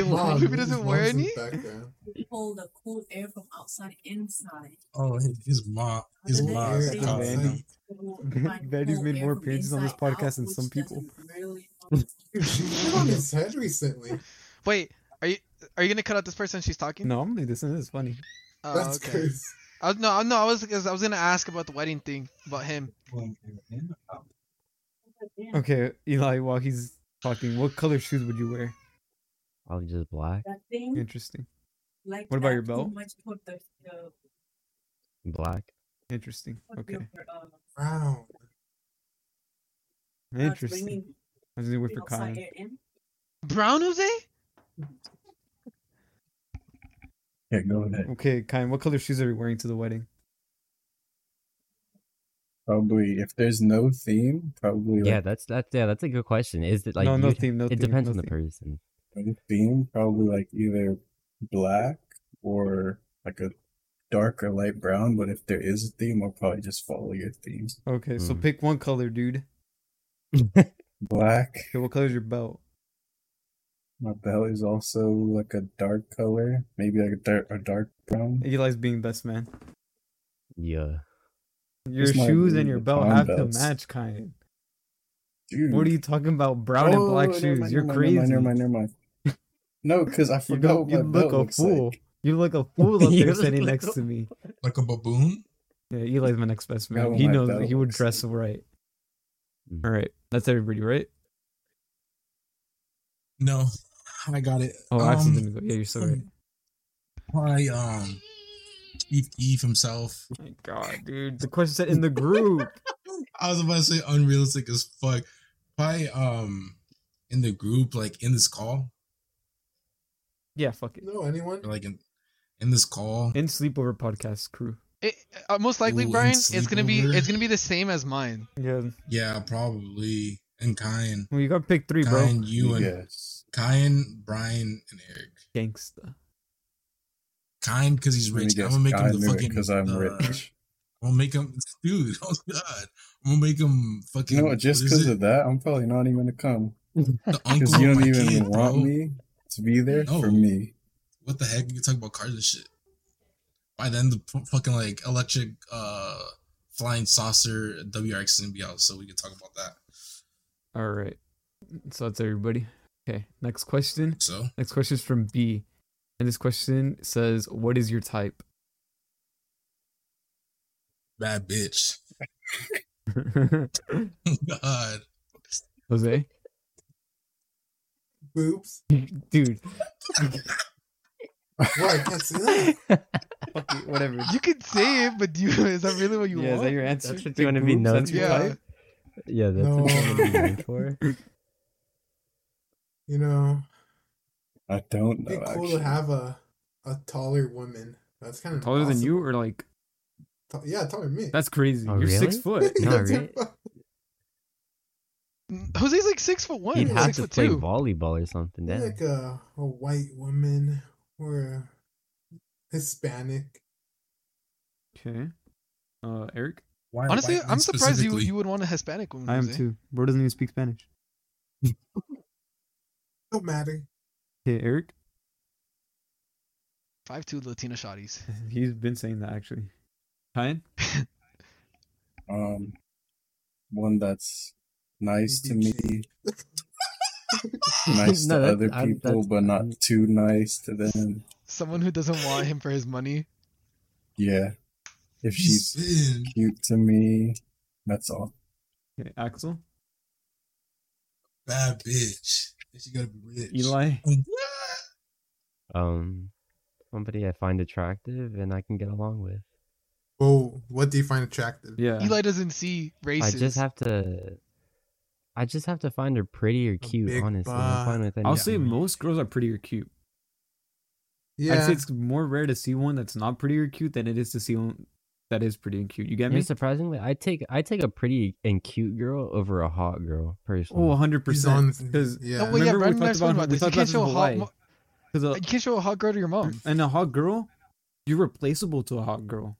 [SPEAKER 6] Mom,
[SPEAKER 3] If he doesn't wear
[SPEAKER 6] mom's in
[SPEAKER 3] any?
[SPEAKER 6] the
[SPEAKER 10] <laughs>
[SPEAKER 6] background.
[SPEAKER 12] pull the cool air from outside inside.
[SPEAKER 5] <laughs>
[SPEAKER 8] Oh, his- his mom. His
[SPEAKER 12] His
[SPEAKER 8] mom.
[SPEAKER 10] Oh,
[SPEAKER 12] mom.
[SPEAKER 8] is calling him.
[SPEAKER 5] Betty's made more appearances on this podcast than some people. <laughs>
[SPEAKER 6] She shit on his head recently.
[SPEAKER 3] Wait, are you are you gonna cut out this person? She's talking.
[SPEAKER 5] No, I'm like, this is funny.
[SPEAKER 3] Oh,
[SPEAKER 6] That's
[SPEAKER 3] okay.
[SPEAKER 6] crazy.
[SPEAKER 3] I was, no, I- no, I was 'cause I was gonna ask about the wedding thing about him.
[SPEAKER 5] Okay, Eli, while he's talking, what color shoes would you wear?
[SPEAKER 4] Probably just black.
[SPEAKER 5] Interesting,
[SPEAKER 12] Like
[SPEAKER 5] What about
[SPEAKER 12] that
[SPEAKER 5] your
[SPEAKER 12] too
[SPEAKER 5] belt?
[SPEAKER 12] much for the- the-
[SPEAKER 4] Black.
[SPEAKER 5] interesting.
[SPEAKER 12] for
[SPEAKER 5] Okay,
[SPEAKER 12] your, uh, not
[SPEAKER 6] Wow.
[SPEAKER 5] interesting.
[SPEAKER 12] bringing
[SPEAKER 5] I was gonna wait for
[SPEAKER 12] outside
[SPEAKER 5] Kyan.
[SPEAKER 12] air in.
[SPEAKER 3] Brown Jose?
[SPEAKER 10] Yeah, go ahead.
[SPEAKER 5] Okay, Kyan, what color shoes are you wearing to the wedding?
[SPEAKER 10] Probably if there's no theme, probably
[SPEAKER 4] <laughs> Yeah,
[SPEAKER 10] like
[SPEAKER 4] that's that's yeah, that's a good question. Is it like
[SPEAKER 5] no, no
[SPEAKER 4] you-
[SPEAKER 5] theme, no
[SPEAKER 4] It
[SPEAKER 5] theme.
[SPEAKER 4] depends
[SPEAKER 5] no
[SPEAKER 4] on the
[SPEAKER 5] theme.
[SPEAKER 4] person.
[SPEAKER 10] no theme, probably like either black or like a dark or light brown. But if there is a theme, I'll probably just follow your theme.
[SPEAKER 5] Okay, so
[SPEAKER 4] Mm.
[SPEAKER 5] pick one color, dude.
[SPEAKER 10] Black.
[SPEAKER 5] Okay, what color is your belt?
[SPEAKER 10] My belt is also like a dark color, maybe like a dark, a dark brown.
[SPEAKER 5] Eli's being best man.
[SPEAKER 4] Yeah.
[SPEAKER 5] Your
[SPEAKER 10] It's not
[SPEAKER 5] shoes
[SPEAKER 10] even
[SPEAKER 5] and your
[SPEAKER 10] the
[SPEAKER 5] belt
[SPEAKER 10] brown
[SPEAKER 5] have
[SPEAKER 10] belts.
[SPEAKER 5] to match, Kyan.
[SPEAKER 10] Dude.
[SPEAKER 6] Hmm.
[SPEAKER 5] What are you talking about? <laughs> Brown and
[SPEAKER 6] Oh,
[SPEAKER 5] black
[SPEAKER 10] Oh, never
[SPEAKER 5] shoes.
[SPEAKER 10] mind,
[SPEAKER 5] You're
[SPEAKER 10] never mind,
[SPEAKER 5] crazy.
[SPEAKER 10] Never mind, never mind. No, because
[SPEAKER 5] <laughs>
[SPEAKER 10] I
[SPEAKER 5] You,
[SPEAKER 10] forgot
[SPEAKER 5] don't,
[SPEAKER 10] what
[SPEAKER 5] you
[SPEAKER 10] my
[SPEAKER 5] look
[SPEAKER 10] belt
[SPEAKER 5] a
[SPEAKER 10] looks
[SPEAKER 5] fool.
[SPEAKER 10] like.
[SPEAKER 5] You look a fool up
[SPEAKER 4] You
[SPEAKER 5] there
[SPEAKER 4] look
[SPEAKER 5] sitting
[SPEAKER 4] a
[SPEAKER 5] next to me.
[SPEAKER 8] Like a baboon.
[SPEAKER 5] Yeah, Eli's my next best
[SPEAKER 10] Forgot
[SPEAKER 5] man.
[SPEAKER 10] what
[SPEAKER 5] He
[SPEAKER 10] my
[SPEAKER 5] knows that
[SPEAKER 10] belt
[SPEAKER 5] he would
[SPEAKER 10] looks
[SPEAKER 5] dress right.
[SPEAKER 4] Mm.
[SPEAKER 5] All right, that's everybody, right?
[SPEAKER 8] No, I got it.
[SPEAKER 5] Oh,
[SPEAKER 8] Um,
[SPEAKER 5] Axel didn't go. Yeah, you're so right.
[SPEAKER 8] Hi, um, Keith Eve himself.
[SPEAKER 5] My God, dude, the question said in the group.
[SPEAKER 10] <laughs>
[SPEAKER 8] I was about to say unrealistic as fuck. Probably um in the group, like in this call,
[SPEAKER 5] yeah, fuck it.
[SPEAKER 6] No, anyone?
[SPEAKER 8] or like in in this call.
[SPEAKER 5] In sleepover podcast crew.
[SPEAKER 3] It, uh, most likely,
[SPEAKER 8] Ooh, and
[SPEAKER 3] Brian, it's gonna be
[SPEAKER 8] sleepover.
[SPEAKER 3] it's gonna be the same as mine.
[SPEAKER 5] Yeah,
[SPEAKER 8] Yeah, probably. And Kyan,
[SPEAKER 5] well, you got to pick three, bro.
[SPEAKER 8] Kyan, you and
[SPEAKER 10] Yes.
[SPEAKER 8] Kyan, Brian, and Eric.
[SPEAKER 5] Gangsta.
[SPEAKER 8] Kyan because he's rich. I'm gonna make him the fucking.
[SPEAKER 10] because I'm
[SPEAKER 8] uh,
[SPEAKER 10] rich.
[SPEAKER 8] I'm gonna make him, dude. <laughs> Oh god, I'm gonna make him fucking.
[SPEAKER 10] You know what? Just
[SPEAKER 8] is
[SPEAKER 10] because
[SPEAKER 8] it?
[SPEAKER 10] of that, I'm probably not even gonna come <laughs>
[SPEAKER 8] the
[SPEAKER 10] because
[SPEAKER 8] uncle
[SPEAKER 10] you
[SPEAKER 8] of
[SPEAKER 10] don't
[SPEAKER 8] my
[SPEAKER 10] even
[SPEAKER 8] kid,
[SPEAKER 10] want
[SPEAKER 8] bro.
[SPEAKER 10] me to be there for
[SPEAKER 8] No.
[SPEAKER 10] me.
[SPEAKER 8] What the heck? You talk about cars and shit. By then, the fu- fucking like electric uh flying saucer WRX is gonna be out, so we can talk about that.
[SPEAKER 5] All right. So that's everybody. Okay. Next question.
[SPEAKER 8] So
[SPEAKER 5] Next question is from B. And this question says, What is your type? <laughs>
[SPEAKER 8] bad bitch. <laughs> Oh
[SPEAKER 5] Jose?
[SPEAKER 8] god,
[SPEAKER 6] Boobs?
[SPEAKER 5] Dude,
[SPEAKER 6] Why? I can't see
[SPEAKER 10] <laughs>
[SPEAKER 6] that.
[SPEAKER 5] fuck it,
[SPEAKER 4] <laughs>
[SPEAKER 5] whatever.
[SPEAKER 3] You could say it, but do you, is that really what you
[SPEAKER 5] yeah, is
[SPEAKER 3] want?
[SPEAKER 5] that your answer?
[SPEAKER 4] That's what you
[SPEAKER 5] Big
[SPEAKER 4] wanna be
[SPEAKER 5] boobs?
[SPEAKER 4] known
[SPEAKER 5] That's your
[SPEAKER 3] for?
[SPEAKER 5] type?
[SPEAKER 4] Yeah, that's
[SPEAKER 6] No.
[SPEAKER 4] what I'm gonna be known for.
[SPEAKER 6] You know,
[SPEAKER 10] I don't know.
[SPEAKER 6] it'd be cool
[SPEAKER 10] actually.
[SPEAKER 6] to have a a a taller woman. That's kind of
[SPEAKER 10] Taller than you or like
[SPEAKER 6] yeah, taller than <laughs> me.
[SPEAKER 10] that's crazy.
[SPEAKER 4] Oh,
[SPEAKER 10] You're six
[SPEAKER 4] really?
[SPEAKER 10] foot.
[SPEAKER 4] <laughs>
[SPEAKER 10] <laughs>
[SPEAKER 4] No,
[SPEAKER 6] That's
[SPEAKER 4] really?
[SPEAKER 6] how-
[SPEAKER 3] Mm, Jose's like six foot one.
[SPEAKER 4] You'd have
[SPEAKER 3] six
[SPEAKER 4] to
[SPEAKER 3] foot
[SPEAKER 4] play
[SPEAKER 3] two.
[SPEAKER 4] volleyball or something. <laughs>
[SPEAKER 6] Maybe
[SPEAKER 4] Then.
[SPEAKER 6] like a, a white woman or a Hispanic.
[SPEAKER 10] Okay. Uh, Eric,
[SPEAKER 7] Why,
[SPEAKER 3] Honestly,
[SPEAKER 8] White man
[SPEAKER 3] I'm surprised you
[SPEAKER 8] specifically.
[SPEAKER 3] you would want a Hispanic woman.
[SPEAKER 10] I am
[SPEAKER 3] Jose.
[SPEAKER 10] too. Bro doesn't even speak Spanish.
[SPEAKER 6] Don't matter.
[SPEAKER 10] Okay, Eric.
[SPEAKER 3] Five two Latina shotties.
[SPEAKER 10] He's been saying that actually. Kyan,
[SPEAKER 7] Um, one that's nice to me,
[SPEAKER 6] <laughs>
[SPEAKER 7] nice
[SPEAKER 4] No,
[SPEAKER 7] to
[SPEAKER 4] that-
[SPEAKER 7] other
[SPEAKER 4] I'm-
[SPEAKER 7] people,
[SPEAKER 4] that's-
[SPEAKER 7] but not too nice to them.
[SPEAKER 3] Someone who doesn't want him for his money.
[SPEAKER 7] Yeah, if she's
[SPEAKER 8] Spin.
[SPEAKER 7] cute to me, that's all.
[SPEAKER 10] okay, Axel,
[SPEAKER 8] bad bitch. And she gotta be rich.
[SPEAKER 10] Eli.
[SPEAKER 8] Um,
[SPEAKER 4] Um, somebody I find attractive and I can get along with.
[SPEAKER 6] Whoa, Oh, what do you find attractive?
[SPEAKER 10] Yeah.
[SPEAKER 3] Eli doesn't see races.
[SPEAKER 4] I just have to. I just have to find her pretty or cute.
[SPEAKER 6] big
[SPEAKER 4] Honestly, I'm fine with
[SPEAKER 10] I'll say
[SPEAKER 4] anything.
[SPEAKER 10] most girls are pretty or cute. I'd
[SPEAKER 6] Yeah,
[SPEAKER 10] say it's more rare to see one that's not pretty or cute than it is to see one that is pretty and cute. You get
[SPEAKER 4] You know,
[SPEAKER 10] me?
[SPEAKER 4] surprisingly, I take I take a pretty and cute girl over a hot girl personally.
[SPEAKER 10] Oh, 100
[SPEAKER 6] he's
[SPEAKER 10] percent.
[SPEAKER 6] on-
[SPEAKER 10] Because
[SPEAKER 6] yeah.
[SPEAKER 3] Oh, well, yeah,
[SPEAKER 10] Remember we
[SPEAKER 3] Brandon and I
[SPEAKER 10] talked
[SPEAKER 3] spoke
[SPEAKER 10] about-
[SPEAKER 3] about
[SPEAKER 10] we
[SPEAKER 3] this. You
[SPEAKER 10] talked
[SPEAKER 3] can't
[SPEAKER 10] about
[SPEAKER 3] show a
[SPEAKER 10] this in
[SPEAKER 3] hot,
[SPEAKER 10] Hawaii.
[SPEAKER 3] mo- you can't show a hot girl to your mom.
[SPEAKER 10] and uh, a hot girl, you're replaceable to a hot girl.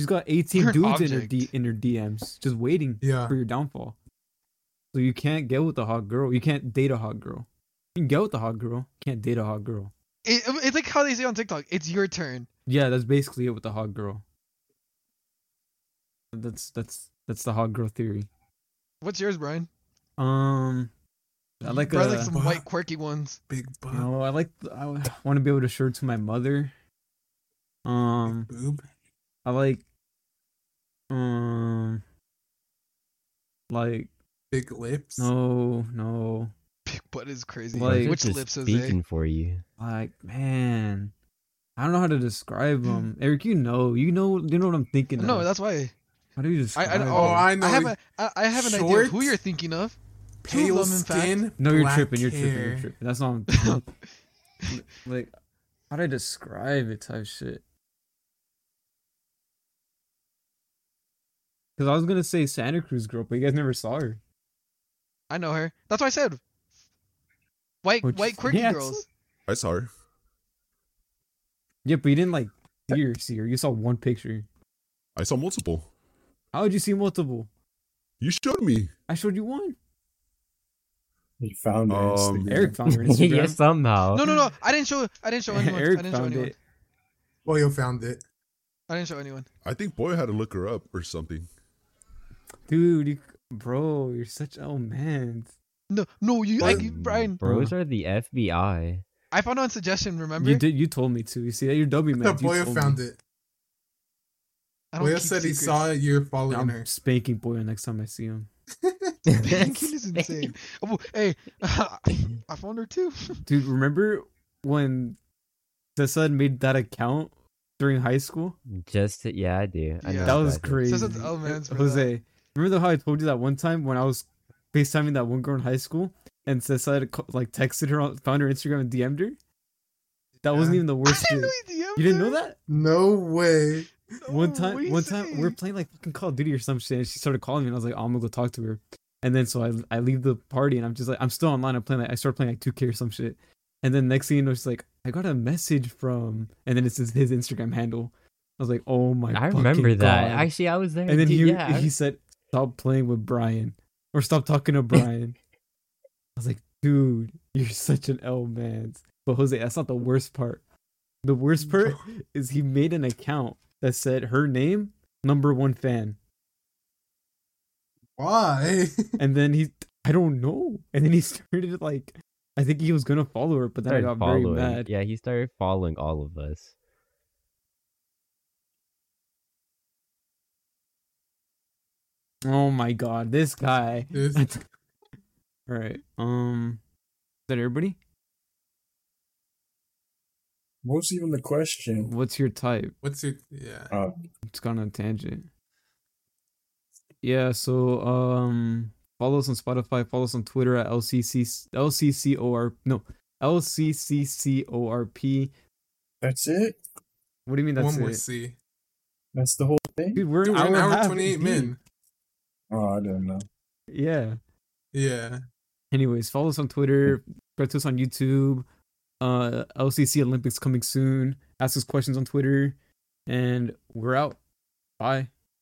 [SPEAKER 10] She's got 18
[SPEAKER 3] You're an
[SPEAKER 10] dudes in her D,
[SPEAKER 3] object.
[SPEAKER 10] in her DMs, just waiting
[SPEAKER 6] Yeah.
[SPEAKER 10] for your downfall. So you can't get with a hot girl. You can't date a hot girl. You can get with a hot girl. Can't date a hot girl.
[SPEAKER 3] It, it's like how they say on TikTok. It's your turn.
[SPEAKER 10] Yeah, that's basically it with the hot girl. That's that's that's the hot girl theory.
[SPEAKER 3] What's yours, Brian?
[SPEAKER 10] Um, I like uh,
[SPEAKER 3] Brian
[SPEAKER 10] a,
[SPEAKER 3] like some
[SPEAKER 10] <laughs>
[SPEAKER 6] Wow.
[SPEAKER 3] white quirky ones. <laughs>
[SPEAKER 6] big butt,
[SPEAKER 10] you know, I like I want to be able to show it to my mother. Um,
[SPEAKER 6] boob.
[SPEAKER 10] I like um like
[SPEAKER 6] big lips.
[SPEAKER 10] no no
[SPEAKER 3] Big butt is crazy.
[SPEAKER 10] Like-
[SPEAKER 4] Those are
[SPEAKER 3] Which
[SPEAKER 4] just
[SPEAKER 3] lips, Jose?
[SPEAKER 4] speaking for you.
[SPEAKER 10] like man I don't know how to describe them. Eric, you know, you know, you know what I'm thinking. of.
[SPEAKER 3] Mm. No, that's why.
[SPEAKER 10] how do you
[SPEAKER 3] I,
[SPEAKER 10] describe?
[SPEAKER 3] I,
[SPEAKER 10] them?
[SPEAKER 3] oh,
[SPEAKER 6] I
[SPEAKER 3] I
[SPEAKER 6] know.
[SPEAKER 3] have a, I, I have an idea of who
[SPEAKER 6] Short,
[SPEAKER 3] you're thinking of. Two
[SPEAKER 6] Pale
[SPEAKER 3] of them, in fact.
[SPEAKER 6] skin.
[SPEAKER 10] no, you're
[SPEAKER 6] black
[SPEAKER 10] tripping. You're tripping. You're
[SPEAKER 6] hair.
[SPEAKER 10] tripping.
[SPEAKER 6] <laughs>
[SPEAKER 10] That's not what I'm like. How do I describe it? Type shit. Because I was gonna say Santa Cruz girl, but you guys never saw her.
[SPEAKER 3] I know her. That's why I said white
[SPEAKER 10] What'd you
[SPEAKER 3] white
[SPEAKER 10] say?
[SPEAKER 3] quirky
[SPEAKER 10] Yes.
[SPEAKER 3] girls.
[SPEAKER 1] I saw her.
[SPEAKER 10] Yeah, but you didn't like see her. See her. You saw one picture.
[SPEAKER 1] I saw multiple.
[SPEAKER 10] How would you see multiple?
[SPEAKER 1] You showed me.
[SPEAKER 10] I showed you one.
[SPEAKER 7] You found her
[SPEAKER 1] Um,
[SPEAKER 7] Instagram.
[SPEAKER 10] Eric found
[SPEAKER 6] <laughs>
[SPEAKER 10] her
[SPEAKER 4] <laughs>
[SPEAKER 10] Instagram.
[SPEAKER 4] yeah, somehow.
[SPEAKER 3] No, no, no. I didn't show. I
[SPEAKER 10] <laughs>
[SPEAKER 3] didn't show anyone.
[SPEAKER 10] Eric
[SPEAKER 3] I didn't show
[SPEAKER 10] found
[SPEAKER 3] anyone.
[SPEAKER 10] it.
[SPEAKER 6] Boyo found it.
[SPEAKER 3] I didn't show anyone.
[SPEAKER 1] I think Boy had to look her up or something.
[SPEAKER 10] Dude, you, bro, you're such oh man.
[SPEAKER 3] No, no. You, I,
[SPEAKER 6] What?
[SPEAKER 3] Brian.
[SPEAKER 4] Bros
[SPEAKER 10] Huh.
[SPEAKER 4] are the FBI.
[SPEAKER 3] I found on suggestion. Remember?
[SPEAKER 10] You did. You told me to. You see that you're W man.
[SPEAKER 6] No, Boyo found it.
[SPEAKER 3] I don't
[SPEAKER 6] Boyo
[SPEAKER 3] keep
[SPEAKER 6] said he
[SPEAKER 3] secrets. <laughs>
[SPEAKER 6] saw you following
[SPEAKER 10] I'm
[SPEAKER 6] her.
[SPEAKER 10] spanking boy next time I see him,
[SPEAKER 3] <laughs>
[SPEAKER 4] <laughs>
[SPEAKER 10] <laughs>
[SPEAKER 3] Banking is insane. Oh, hey, <laughs> I found her too. <laughs>
[SPEAKER 10] dude. Remember when Tessa made that account during high school?
[SPEAKER 4] Just to, yeah, I do. I
[SPEAKER 3] Yeah.
[SPEAKER 4] know
[SPEAKER 10] that was
[SPEAKER 4] exactly.
[SPEAKER 10] crazy.
[SPEAKER 3] Tessa's oh, man's for that.
[SPEAKER 10] Jose, remember how I told you that one time when I was facetiming that one girl in high school, and Tessa had co- like texted her, on, found her Instagram and DM'd her. That wasn't
[SPEAKER 6] Yeah.
[SPEAKER 10] even
[SPEAKER 3] <laughs>
[SPEAKER 10] the
[SPEAKER 3] I
[SPEAKER 10] worst.
[SPEAKER 3] didn't
[SPEAKER 10] shit.
[SPEAKER 3] know he DM'd
[SPEAKER 10] You didn't know
[SPEAKER 3] her.
[SPEAKER 10] that?
[SPEAKER 6] No way.
[SPEAKER 3] No,
[SPEAKER 10] <laughs> one time,
[SPEAKER 3] what are you
[SPEAKER 10] one time we were
[SPEAKER 3] saying?
[SPEAKER 10] playing like fucking Call of Duty or some shit, and she started calling me, and I was like, oh, I'm gonna go talk to her. And then so I, I leave the party, and I'm just like, I'm still online. I'm playing. Like, I start playing like 2K or some shit. And then next thing you know, she's like, I got a message from, and then it's his, his Instagram handle. I was like, oh my.
[SPEAKER 4] I remember
[SPEAKER 10] fucking
[SPEAKER 4] that.
[SPEAKER 10] God.
[SPEAKER 4] Actually, I was there.
[SPEAKER 10] and then
[SPEAKER 4] dude,
[SPEAKER 10] he
[SPEAKER 4] yeah, I-
[SPEAKER 10] he said, stop playing with Brian, or stop
[SPEAKER 4] <laughs>
[SPEAKER 10] talking to Brian. I was like, dude, you're such an L man. But Jose, that's not the worst part. The worst
[SPEAKER 4] Mm.
[SPEAKER 10] part
[SPEAKER 4] <laughs>
[SPEAKER 10] is he made an account that said her name, number one fan.
[SPEAKER 6] Why? <laughs>
[SPEAKER 10] And then he, I don't know. And then he <laughs> started like, I think he was going to follow her, but then I
[SPEAKER 4] started
[SPEAKER 10] got very
[SPEAKER 4] following.
[SPEAKER 10] mad.
[SPEAKER 4] Yeah, he started following all of us.
[SPEAKER 10] Oh my God, this guy.
[SPEAKER 6] This-
[SPEAKER 10] <laughs> All right. Um, is that everybody?
[SPEAKER 7] What was even the question?
[SPEAKER 10] What's your type?
[SPEAKER 6] What's your yeah?
[SPEAKER 7] Uh,
[SPEAKER 10] It's gone on a tangent. Yeah, so um follow us on Spotify, follow us on Twitter at LCC LCCOR no LCCCORP.
[SPEAKER 7] That's it.
[SPEAKER 10] What do you mean that's
[SPEAKER 6] One more
[SPEAKER 10] it?
[SPEAKER 6] C.
[SPEAKER 7] That's the whole thing.
[SPEAKER 10] Dude, we're
[SPEAKER 6] Dude,
[SPEAKER 10] an
[SPEAKER 6] we're an
[SPEAKER 10] hour, and a
[SPEAKER 6] hour
[SPEAKER 10] half
[SPEAKER 6] twenty eight
[SPEAKER 10] deep.
[SPEAKER 6] min.
[SPEAKER 7] Oh, I don't know.
[SPEAKER 10] Yeah.
[SPEAKER 6] Yeah.
[SPEAKER 10] Anyways, follow us on Twitter, subscribe to us on YouTube. Uh, LCC Olympics coming soon. Ask us questions on Twitter, and we're out. Bye.